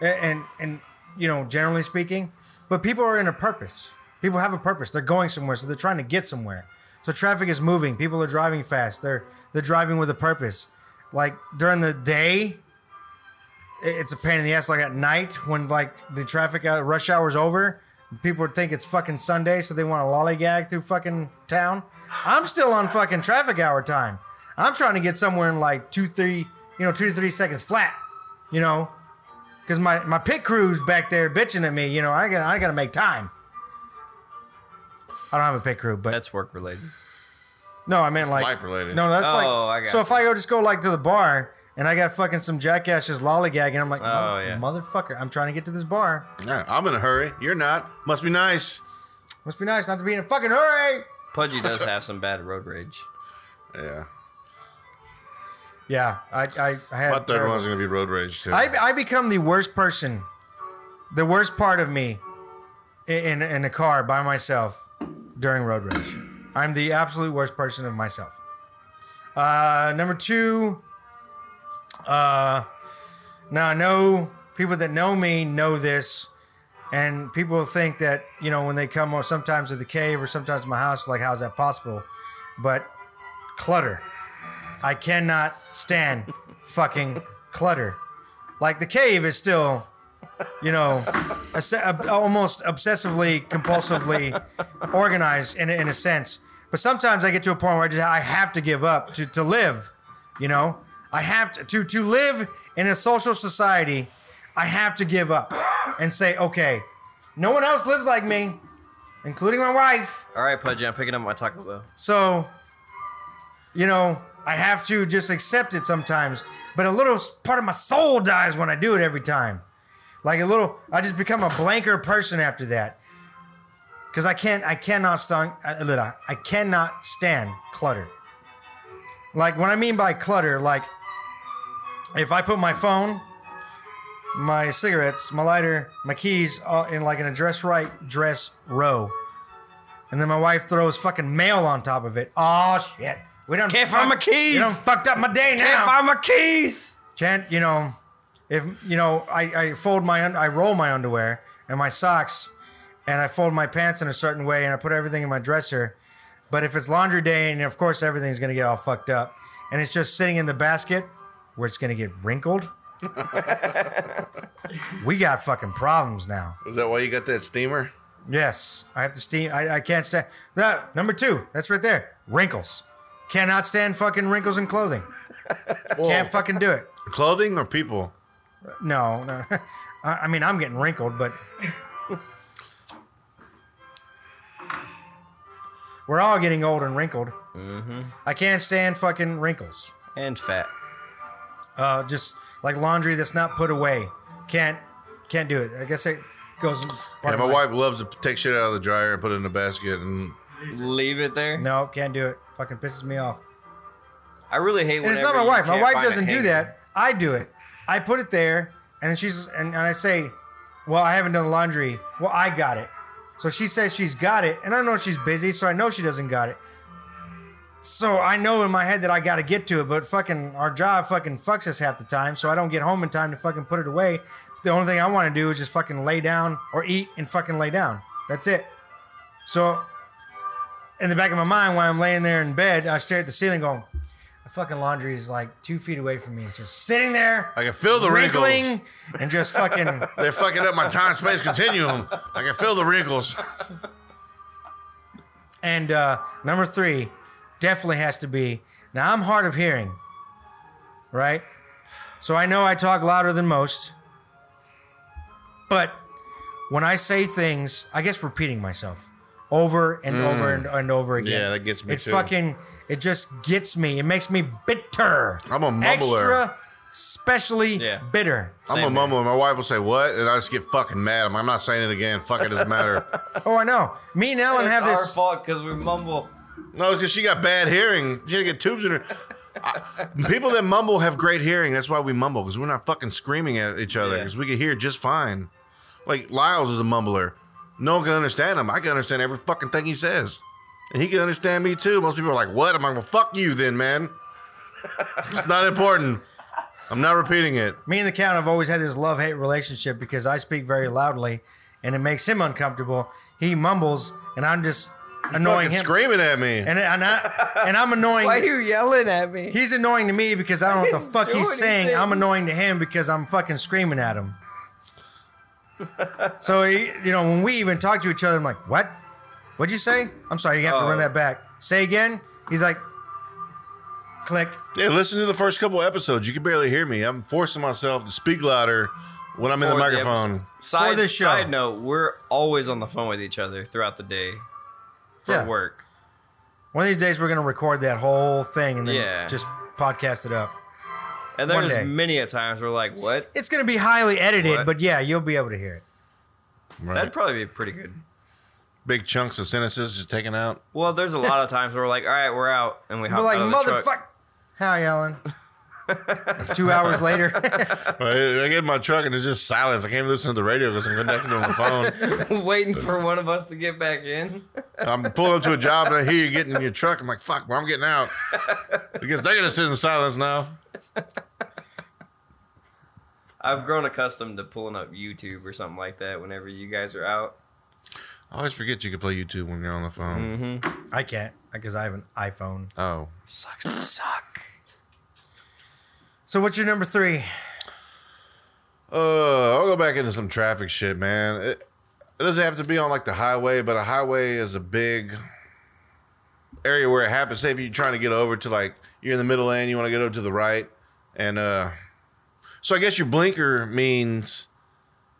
Speaker 1: a- and and you know, generally speaking, but people are in a purpose. People have a purpose. They're going somewhere, so they're trying to get somewhere. So traffic is moving. People are driving fast. They're they're driving with a purpose. Like during the day, i- it's a pain in the ass. Like at night, when like the traffic uh, rush hour's over, people think it's fucking Sunday, so they want to lollygag through fucking town. I'm still on fucking traffic hour time. I'm trying to get somewhere in like two, three, you know, two to three seconds flat. You know, because my, my pit crew's back there bitching at me. You know, I got I gotta make time. I don't have a pit crew, but
Speaker 3: That's work related.
Speaker 1: no, I meant like
Speaker 2: life related.
Speaker 1: No, that's
Speaker 3: Oh, I
Speaker 1: like
Speaker 3: got
Speaker 1: so. If I go just go like to the bar and I got fucking some jackasses lollygagging, I'm like,
Speaker 3: Oh,
Speaker 1: "Mother-
Speaker 3: yeah.
Speaker 1: motherfucker, I'm trying to get to this bar.
Speaker 2: Yeah, I'm in a hurry. You're not. Must be nice.
Speaker 1: Must be nice not to be in a fucking hurry.
Speaker 3: Pudgy does have some bad road rage.
Speaker 2: Yeah.
Speaker 1: Yeah, I I, I had
Speaker 2: My third
Speaker 1: terrible-
Speaker 2: one's gonna be road rage too.
Speaker 1: I, I become the worst person, the worst part of me, i- in in a car by myself during road rage. I'm the absolute worst person of myself. Uh, number two. Uh, now I know people that know me know this, and people think that you know when they come or sometimes to the cave or sometimes to my house, like how's that possible? But clutter, I cannot stand fucking clutter like the cave is still you know obs- ob- almost obsessively compulsively organized in, a- in a sense but sometimes i get to a point where i just i have to give up to, to live you know i have to, to to live in a social society i have to give up and say okay no one else lives like me including my wife
Speaker 3: All right, Pudgy, I'm picking up my Taco Bell.
Speaker 1: so, you know, I have to just accept it sometimes. But a little s- part of my soul dies when I do it every time. Like a little, I just become a blanker person after that. Because I can't, I cannot stand, uh, I cannot stand clutter. Like what I mean by clutter, like if I put my phone, my cigarettes, my lighter, my keys all in like an address right dress row. And then my wife throws fucking mail on top of it. Oh shit. We don't
Speaker 3: Can't find my keys.
Speaker 1: You done fucked up my day now.
Speaker 3: Can't find my keys.
Speaker 1: Can't you know? If you know, I, I fold my un- I roll my underwear and my socks, and I fold my pants in a certain way, and I put everything in my dresser. But if it's laundry day, and of course everything's gonna get all fucked up, and it's just sitting in the basket where it's gonna get wrinkled. we got fucking problems now.
Speaker 2: Is that why you got that steamer?
Speaker 1: Yes, I have to steam. I, I can't stand that. Number two, that's right there. Wrinkles. Cannot stand fucking wrinkles in clothing. Can't fucking do it.
Speaker 2: Clothing or people?
Speaker 1: No, no. I, I mean, I'm getting wrinkled, but we're all getting old and wrinkled.
Speaker 2: Mm-hmm.
Speaker 1: I can't stand fucking wrinkles.
Speaker 3: And fat.
Speaker 1: Uh, just like laundry that's not put away. Can't Can't do it. I guess it goes. in part
Speaker 2: Yeah,
Speaker 1: of
Speaker 2: my wife loves to take shit out of the dryer and put it in a basket. And
Speaker 3: Leave it there.
Speaker 1: No, can't do it. Fucking pisses me off.
Speaker 3: I really hate.
Speaker 1: And it's
Speaker 3: whenever
Speaker 1: not my
Speaker 3: you
Speaker 1: wife. My
Speaker 3: can't
Speaker 1: wife
Speaker 3: find a
Speaker 1: doesn't do
Speaker 3: hanger.
Speaker 1: that. I do it. I put it there, and then she's and, and I say, "Well, I haven't done laundry. Well, I got it." So she says she's got it, and I know she's busy, so I know she doesn't got it. So I know in my head that I got to get to it, but fucking our job fucking fucks us half the time, so I don't get home in time to fucking put it away. The only thing I want to do is just fucking lay down or eat and fucking lay down. That's it. So in the back of my mind, while I'm laying there in bed, I stare at the ceiling, going, "The fucking laundry is like two feet away from me. It's just sitting there,
Speaker 2: I can feel the wrinkles.
Speaker 1: wrinkling, and just fucking."
Speaker 2: They're fucking up my time space continuum. I can feel the wrinkles.
Speaker 1: And uh, number three definitely has to be now I'm hard of hearing, right? So I know I talk louder than most, but when I say things, I guess repeating myself over and over and, and over again.
Speaker 2: Mm. Yeah, that gets me
Speaker 1: It
Speaker 2: too.
Speaker 1: fucking it just gets me. It makes me bitter.
Speaker 2: I'm a mumbler.
Speaker 1: Extra, especially
Speaker 3: Yeah.
Speaker 1: bitter.
Speaker 2: I'm a
Speaker 3: Same
Speaker 2: mumble. and My wife will say what, and I just get fucking mad. I'm, I'm not saying it again. Fuck it, doesn't matter.
Speaker 1: Oh, I know. Me and Ellen
Speaker 3: It's
Speaker 1: have
Speaker 3: our
Speaker 1: this.
Speaker 3: fault because we mumble.
Speaker 2: No, because she got bad hearing. She had to get tubes in her. I, people that mumble have great hearing. That's why we mumble because we're not fucking screaming at each other
Speaker 3: Yeah.
Speaker 2: because we can hear just fine. Like Lyles is a mumbler. No one can understand him. I can understand every fucking thing he says, and he can understand me too. Most people are like, "What?" I'm like, "Well, fuck you, then, man." It's not important. I'm not repeating it.
Speaker 1: me and the count have always had this love hate relationship because I speak very loudly and it makes him uncomfortable. He mumbles and I'm just annoying
Speaker 2: Fucking
Speaker 1: him.
Speaker 2: screaming at me.
Speaker 1: And, and, I, and I'm annoying.
Speaker 3: you yelling at me?
Speaker 1: He's annoying to me because I don't know what the fuck
Speaker 3: do
Speaker 1: he's saying.
Speaker 3: anything.
Speaker 1: I'm annoying to him because I'm fucking screaming at him. so, he- you know, when we even talk to each other, I'm like, what? What'd you say? I'm sorry, you have to
Speaker 3: Oh.
Speaker 1: run that back. Say again. He's like, click.
Speaker 2: Yeah, listen to the first couple episodes. You can barely hear me. I'm forcing myself to speak louder when I'm in the
Speaker 3: For the
Speaker 2: microphone.
Speaker 3: Side,
Speaker 1: this show.
Speaker 3: side note: We're always on the phone with each other throughout the day for
Speaker 1: Yeah.
Speaker 3: work.
Speaker 1: One of these days, we're going to record that whole thing and then
Speaker 3: Yeah.
Speaker 1: just podcast it up.
Speaker 3: And
Speaker 1: One
Speaker 3: there's
Speaker 1: day.
Speaker 3: many a times we're like, "What?
Speaker 1: It's going to be highly edited,
Speaker 3: What?
Speaker 1: but yeah, you'll be able to hear it.
Speaker 2: right.
Speaker 3: That'd probably be pretty good."
Speaker 2: Big chunks of sentences just taken out.
Speaker 3: Well, there's a lot of times where we're like, "All right, we're out," and we hop
Speaker 1: But like,
Speaker 3: out of the truck.
Speaker 1: motherfucker. Hi, Ellen. Two hours later.
Speaker 2: I I get in my truck and it's just silence. I can't even listen to the radio because I'm connected on the phone.
Speaker 3: waiting for one of us to get back in.
Speaker 2: I'm pulling up to a job and I hear you getting in your truck. I'm like, fuck, well, I'm getting out because they're gonna sit in silence now.
Speaker 3: I've grown accustomed to pulling up YouTube or something like that whenever you guys are out.
Speaker 2: I always forget you can play YouTube when you're on the
Speaker 3: Mm.
Speaker 2: phone.
Speaker 3: Mm-hmm.
Speaker 1: I can't because I have an iPhone.
Speaker 2: Oh,
Speaker 3: Sucks to suck.
Speaker 1: So what's your number three?
Speaker 2: Uh, I'll go back into some traffic shit, man. It, it doesn't have to be on like the highway, but a highway is a big area where it happens. Say if you're trying to get over to like you're in the middle lane, you want to get over to the right, and uh, so I guess your blinker means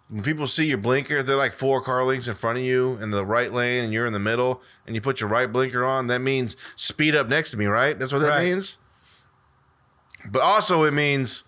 Speaker 2: when people see your blinker, they're like four car lengths in front of you in the right lane, and you're in the middle, and you put your right blinker on. That means speed up next to me, right? That's what that
Speaker 1: Right.
Speaker 2: means. But also, it means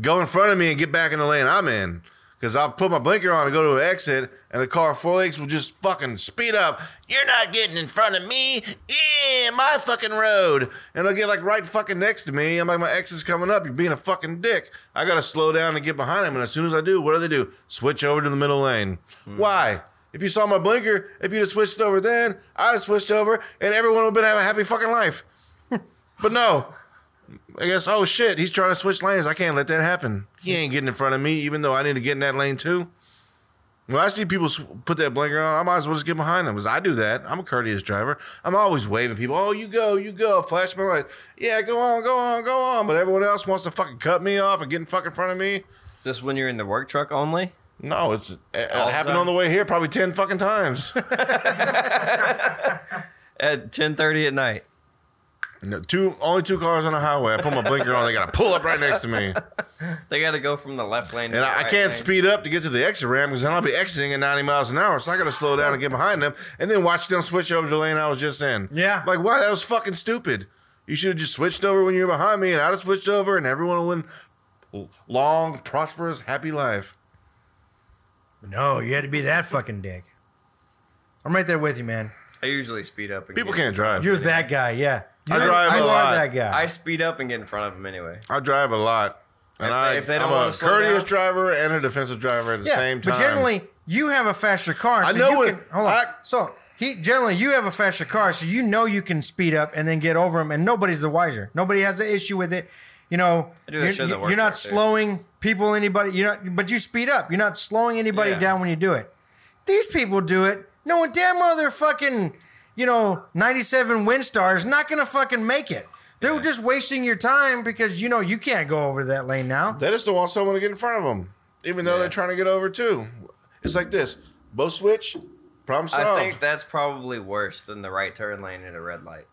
Speaker 2: go in front of me and get back in the lane I'm in. Cause I'll put my blinker on and go to an exit, and the car four legs will just fucking speed up. You're not getting in front of me. Yeah, my fucking road. And it'll get like right fucking next to me. I'm like, my exit's coming up. You're being a fucking dick. I gotta slow down and get behind him. And as soon as I do, what do they do? Switch over to the middle lane. Why? If you saw my blinker, if you'd have switched over then, I'd have switched over, and everyone would have been having a happy fucking life. but no, I guess, oh shit, he's trying to switch lanes. I can't let that happen. He ain't getting in front of me, even though I need to get in that lane too. When I see people sw- put that blinker on, I might as well just get behind them because I do that. I'm a courteous driver. I'm always waving people. Oh, you go, you go. Flash my light. Yeah, go on, go on, go on. But everyone else wants to fucking cut me off and get in fucking front of me.
Speaker 3: Is this when you're in the work truck only?
Speaker 2: No, it's it, it
Speaker 3: All the
Speaker 2: happened
Speaker 3: time.
Speaker 2: on the way here probably ten fucking times.
Speaker 3: At 10:30 at night.
Speaker 2: No, two, only two cars on the highway. I put my blinker on. They gotta pull up right next to me.
Speaker 3: They got to go from the left lane. To
Speaker 2: And
Speaker 3: the
Speaker 2: I, I
Speaker 3: right
Speaker 2: can't
Speaker 3: lane.
Speaker 2: speed up to get to the exit ramp because then I'll be exiting at 90 miles an hour. So I got to slow down and get behind them and then watch them switch over to the lane I was just in.
Speaker 1: Yeah.
Speaker 2: Like, why? That was fucking stupid. You should have just switched over when you were behind me and I'd have switched over and everyone would win long, prosperous, happy life.
Speaker 1: No, you had to be that fucking dick. I'm right there with you, man.
Speaker 3: I usually speed up. And
Speaker 2: People
Speaker 3: get-
Speaker 2: can't drive.
Speaker 1: You're that guy, yeah.
Speaker 2: I
Speaker 1: You're-
Speaker 2: drive
Speaker 1: you
Speaker 2: a
Speaker 1: are
Speaker 2: lot.
Speaker 1: that guy.
Speaker 3: I speed up and get in front of them anyway.
Speaker 2: I drive a lot. And
Speaker 3: If they-
Speaker 2: I,
Speaker 3: if they don't
Speaker 2: I'm a
Speaker 3: wanna slow
Speaker 2: courteous
Speaker 3: down-
Speaker 2: driver and a defensive driver at the
Speaker 1: yeah,
Speaker 2: same time.
Speaker 1: but generally you have a faster car. So
Speaker 2: know
Speaker 1: you
Speaker 2: what-
Speaker 1: Can, hold on.
Speaker 2: I-
Speaker 1: so he generally you have a faster car, so you know you can speed up and then get over him, and nobody's the wiser. Nobody has an issue with it. You know,
Speaker 3: do that
Speaker 1: you're,
Speaker 3: shit at
Speaker 1: you're-
Speaker 3: work
Speaker 1: you're not
Speaker 3: right there.
Speaker 1: slowing people, anybody. You're not, but you speed up. You're not slowing anybody
Speaker 3: Yeah.
Speaker 1: down when you do it. These people do it, knowing damn well they're fucking, you know, 97 Windstar is not gonna fucking make it. They're just wasting your time because you know you can't go over that lane now.
Speaker 2: They just don't want someone to get in front of them, even though
Speaker 3: Yeah.
Speaker 2: they're trying to get over too. It's like this: both switch, problem solved.
Speaker 3: I think that's probably worse than the right turn lane at a red light.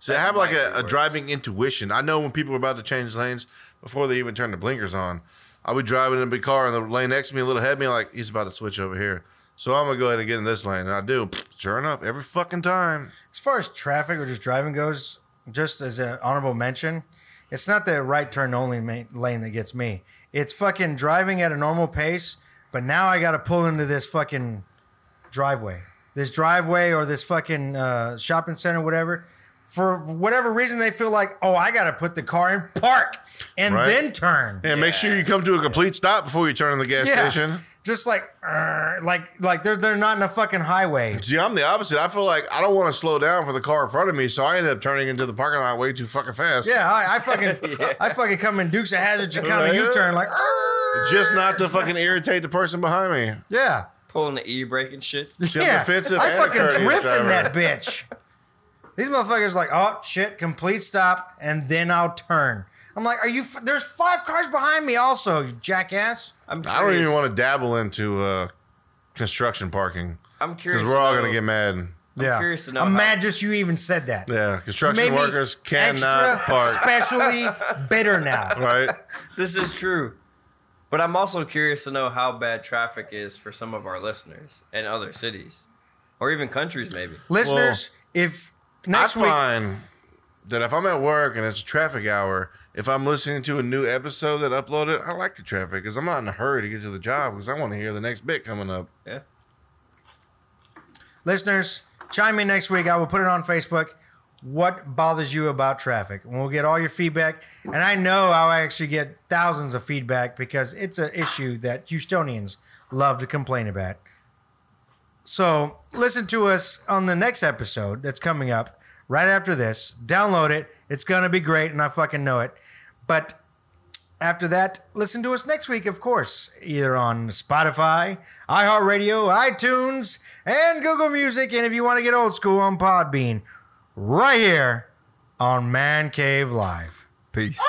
Speaker 2: so I
Speaker 3: that
Speaker 2: have like
Speaker 3: might
Speaker 2: a,
Speaker 3: be
Speaker 2: a
Speaker 3: worse.
Speaker 2: driving intuition. I know when people are about to change lanes before they even turn the blinkers on. I'll be driving in a big car, and the lane next to me, a little ahead of me, like he's about to switch over here. So I'm gonna go ahead and get in this lane, and I do. Sure enough, every fucking time.
Speaker 1: as far as traffic or just driving goes, just as an honorable mention, it's not the right turn only ma- lane that gets me. It's fucking driving at a normal pace, but now I got to pull into this fucking driveway, this driveway or this fucking uh, shopping center, whatever. For whatever reason, they feel like, oh, I got to put the car in park and
Speaker 2: Right.
Speaker 1: then turn.
Speaker 2: And make sure you come to a complete stop before you turn on the gas station.
Speaker 1: Just like, "Arr," like, like they're they're not in a fucking highway.
Speaker 2: See, I'm the opposite. I feel like I don't want to slow down for the car in front of me, so I end up turning into the parking lot way too fucking fast.
Speaker 1: Yeah, I, I fucking, I fucking come in Dukes of Hazard, Chicano
Speaker 2: Right.
Speaker 1: U-turn, like, "Arr."
Speaker 2: Just not to fucking irritate the person behind me.
Speaker 1: Yeah.
Speaker 3: Pulling the e brake and shit.
Speaker 2: Jump offensive
Speaker 1: I
Speaker 2: and a
Speaker 1: fucking
Speaker 2: courteous
Speaker 1: drift in
Speaker 2: driver.
Speaker 1: that bitch. These motherfuckers like, oh shit, complete stop, and then I'll turn. I'm like, are you? F- There's five cars behind me, also, you jackass.
Speaker 3: I'm
Speaker 2: I don't even want to dabble into uh, construction parking
Speaker 3: I'm curious.
Speaker 2: because we're all
Speaker 3: to
Speaker 2: gonna
Speaker 3: know-
Speaker 2: get mad.
Speaker 1: yeah.
Speaker 3: curious to know
Speaker 1: I'm
Speaker 3: how-
Speaker 1: mad just you even said that.
Speaker 2: Yeah, construction
Speaker 1: Made me
Speaker 2: workers
Speaker 1: extra
Speaker 2: cannot park.
Speaker 1: Especially bitter now.
Speaker 2: right?
Speaker 3: This is true. But I'm also curious to know how bad traffic is for some of our listeners and other cities or even countries, maybe.
Speaker 1: Listeners, if next
Speaker 2: I
Speaker 1: week,
Speaker 2: find that if I'm at work and it's a traffic hour, if I'm listening to a new episode that uploaded, I like the traffic because I'm not in a hurry to get to the job because I want to hear the next bit coming up.
Speaker 3: Yeah.
Speaker 1: listeners, chime in next week. I will put it on Facebook. What bothers you about traffic? And we'll get all your feedback. And I know I'll actually get thousands of feedback because it's an issue that Houstonians love to complain about. So listen to us on the next episode that's coming up right after this. Download it. It's going to be great, and I fucking know it. But after that, listen to us next week, of course, either on Spotify, iHeartRadio, iTunes, and Google Music. And if you want to get old school on Podbean, right here on Man Cave Live.
Speaker 5: Peace.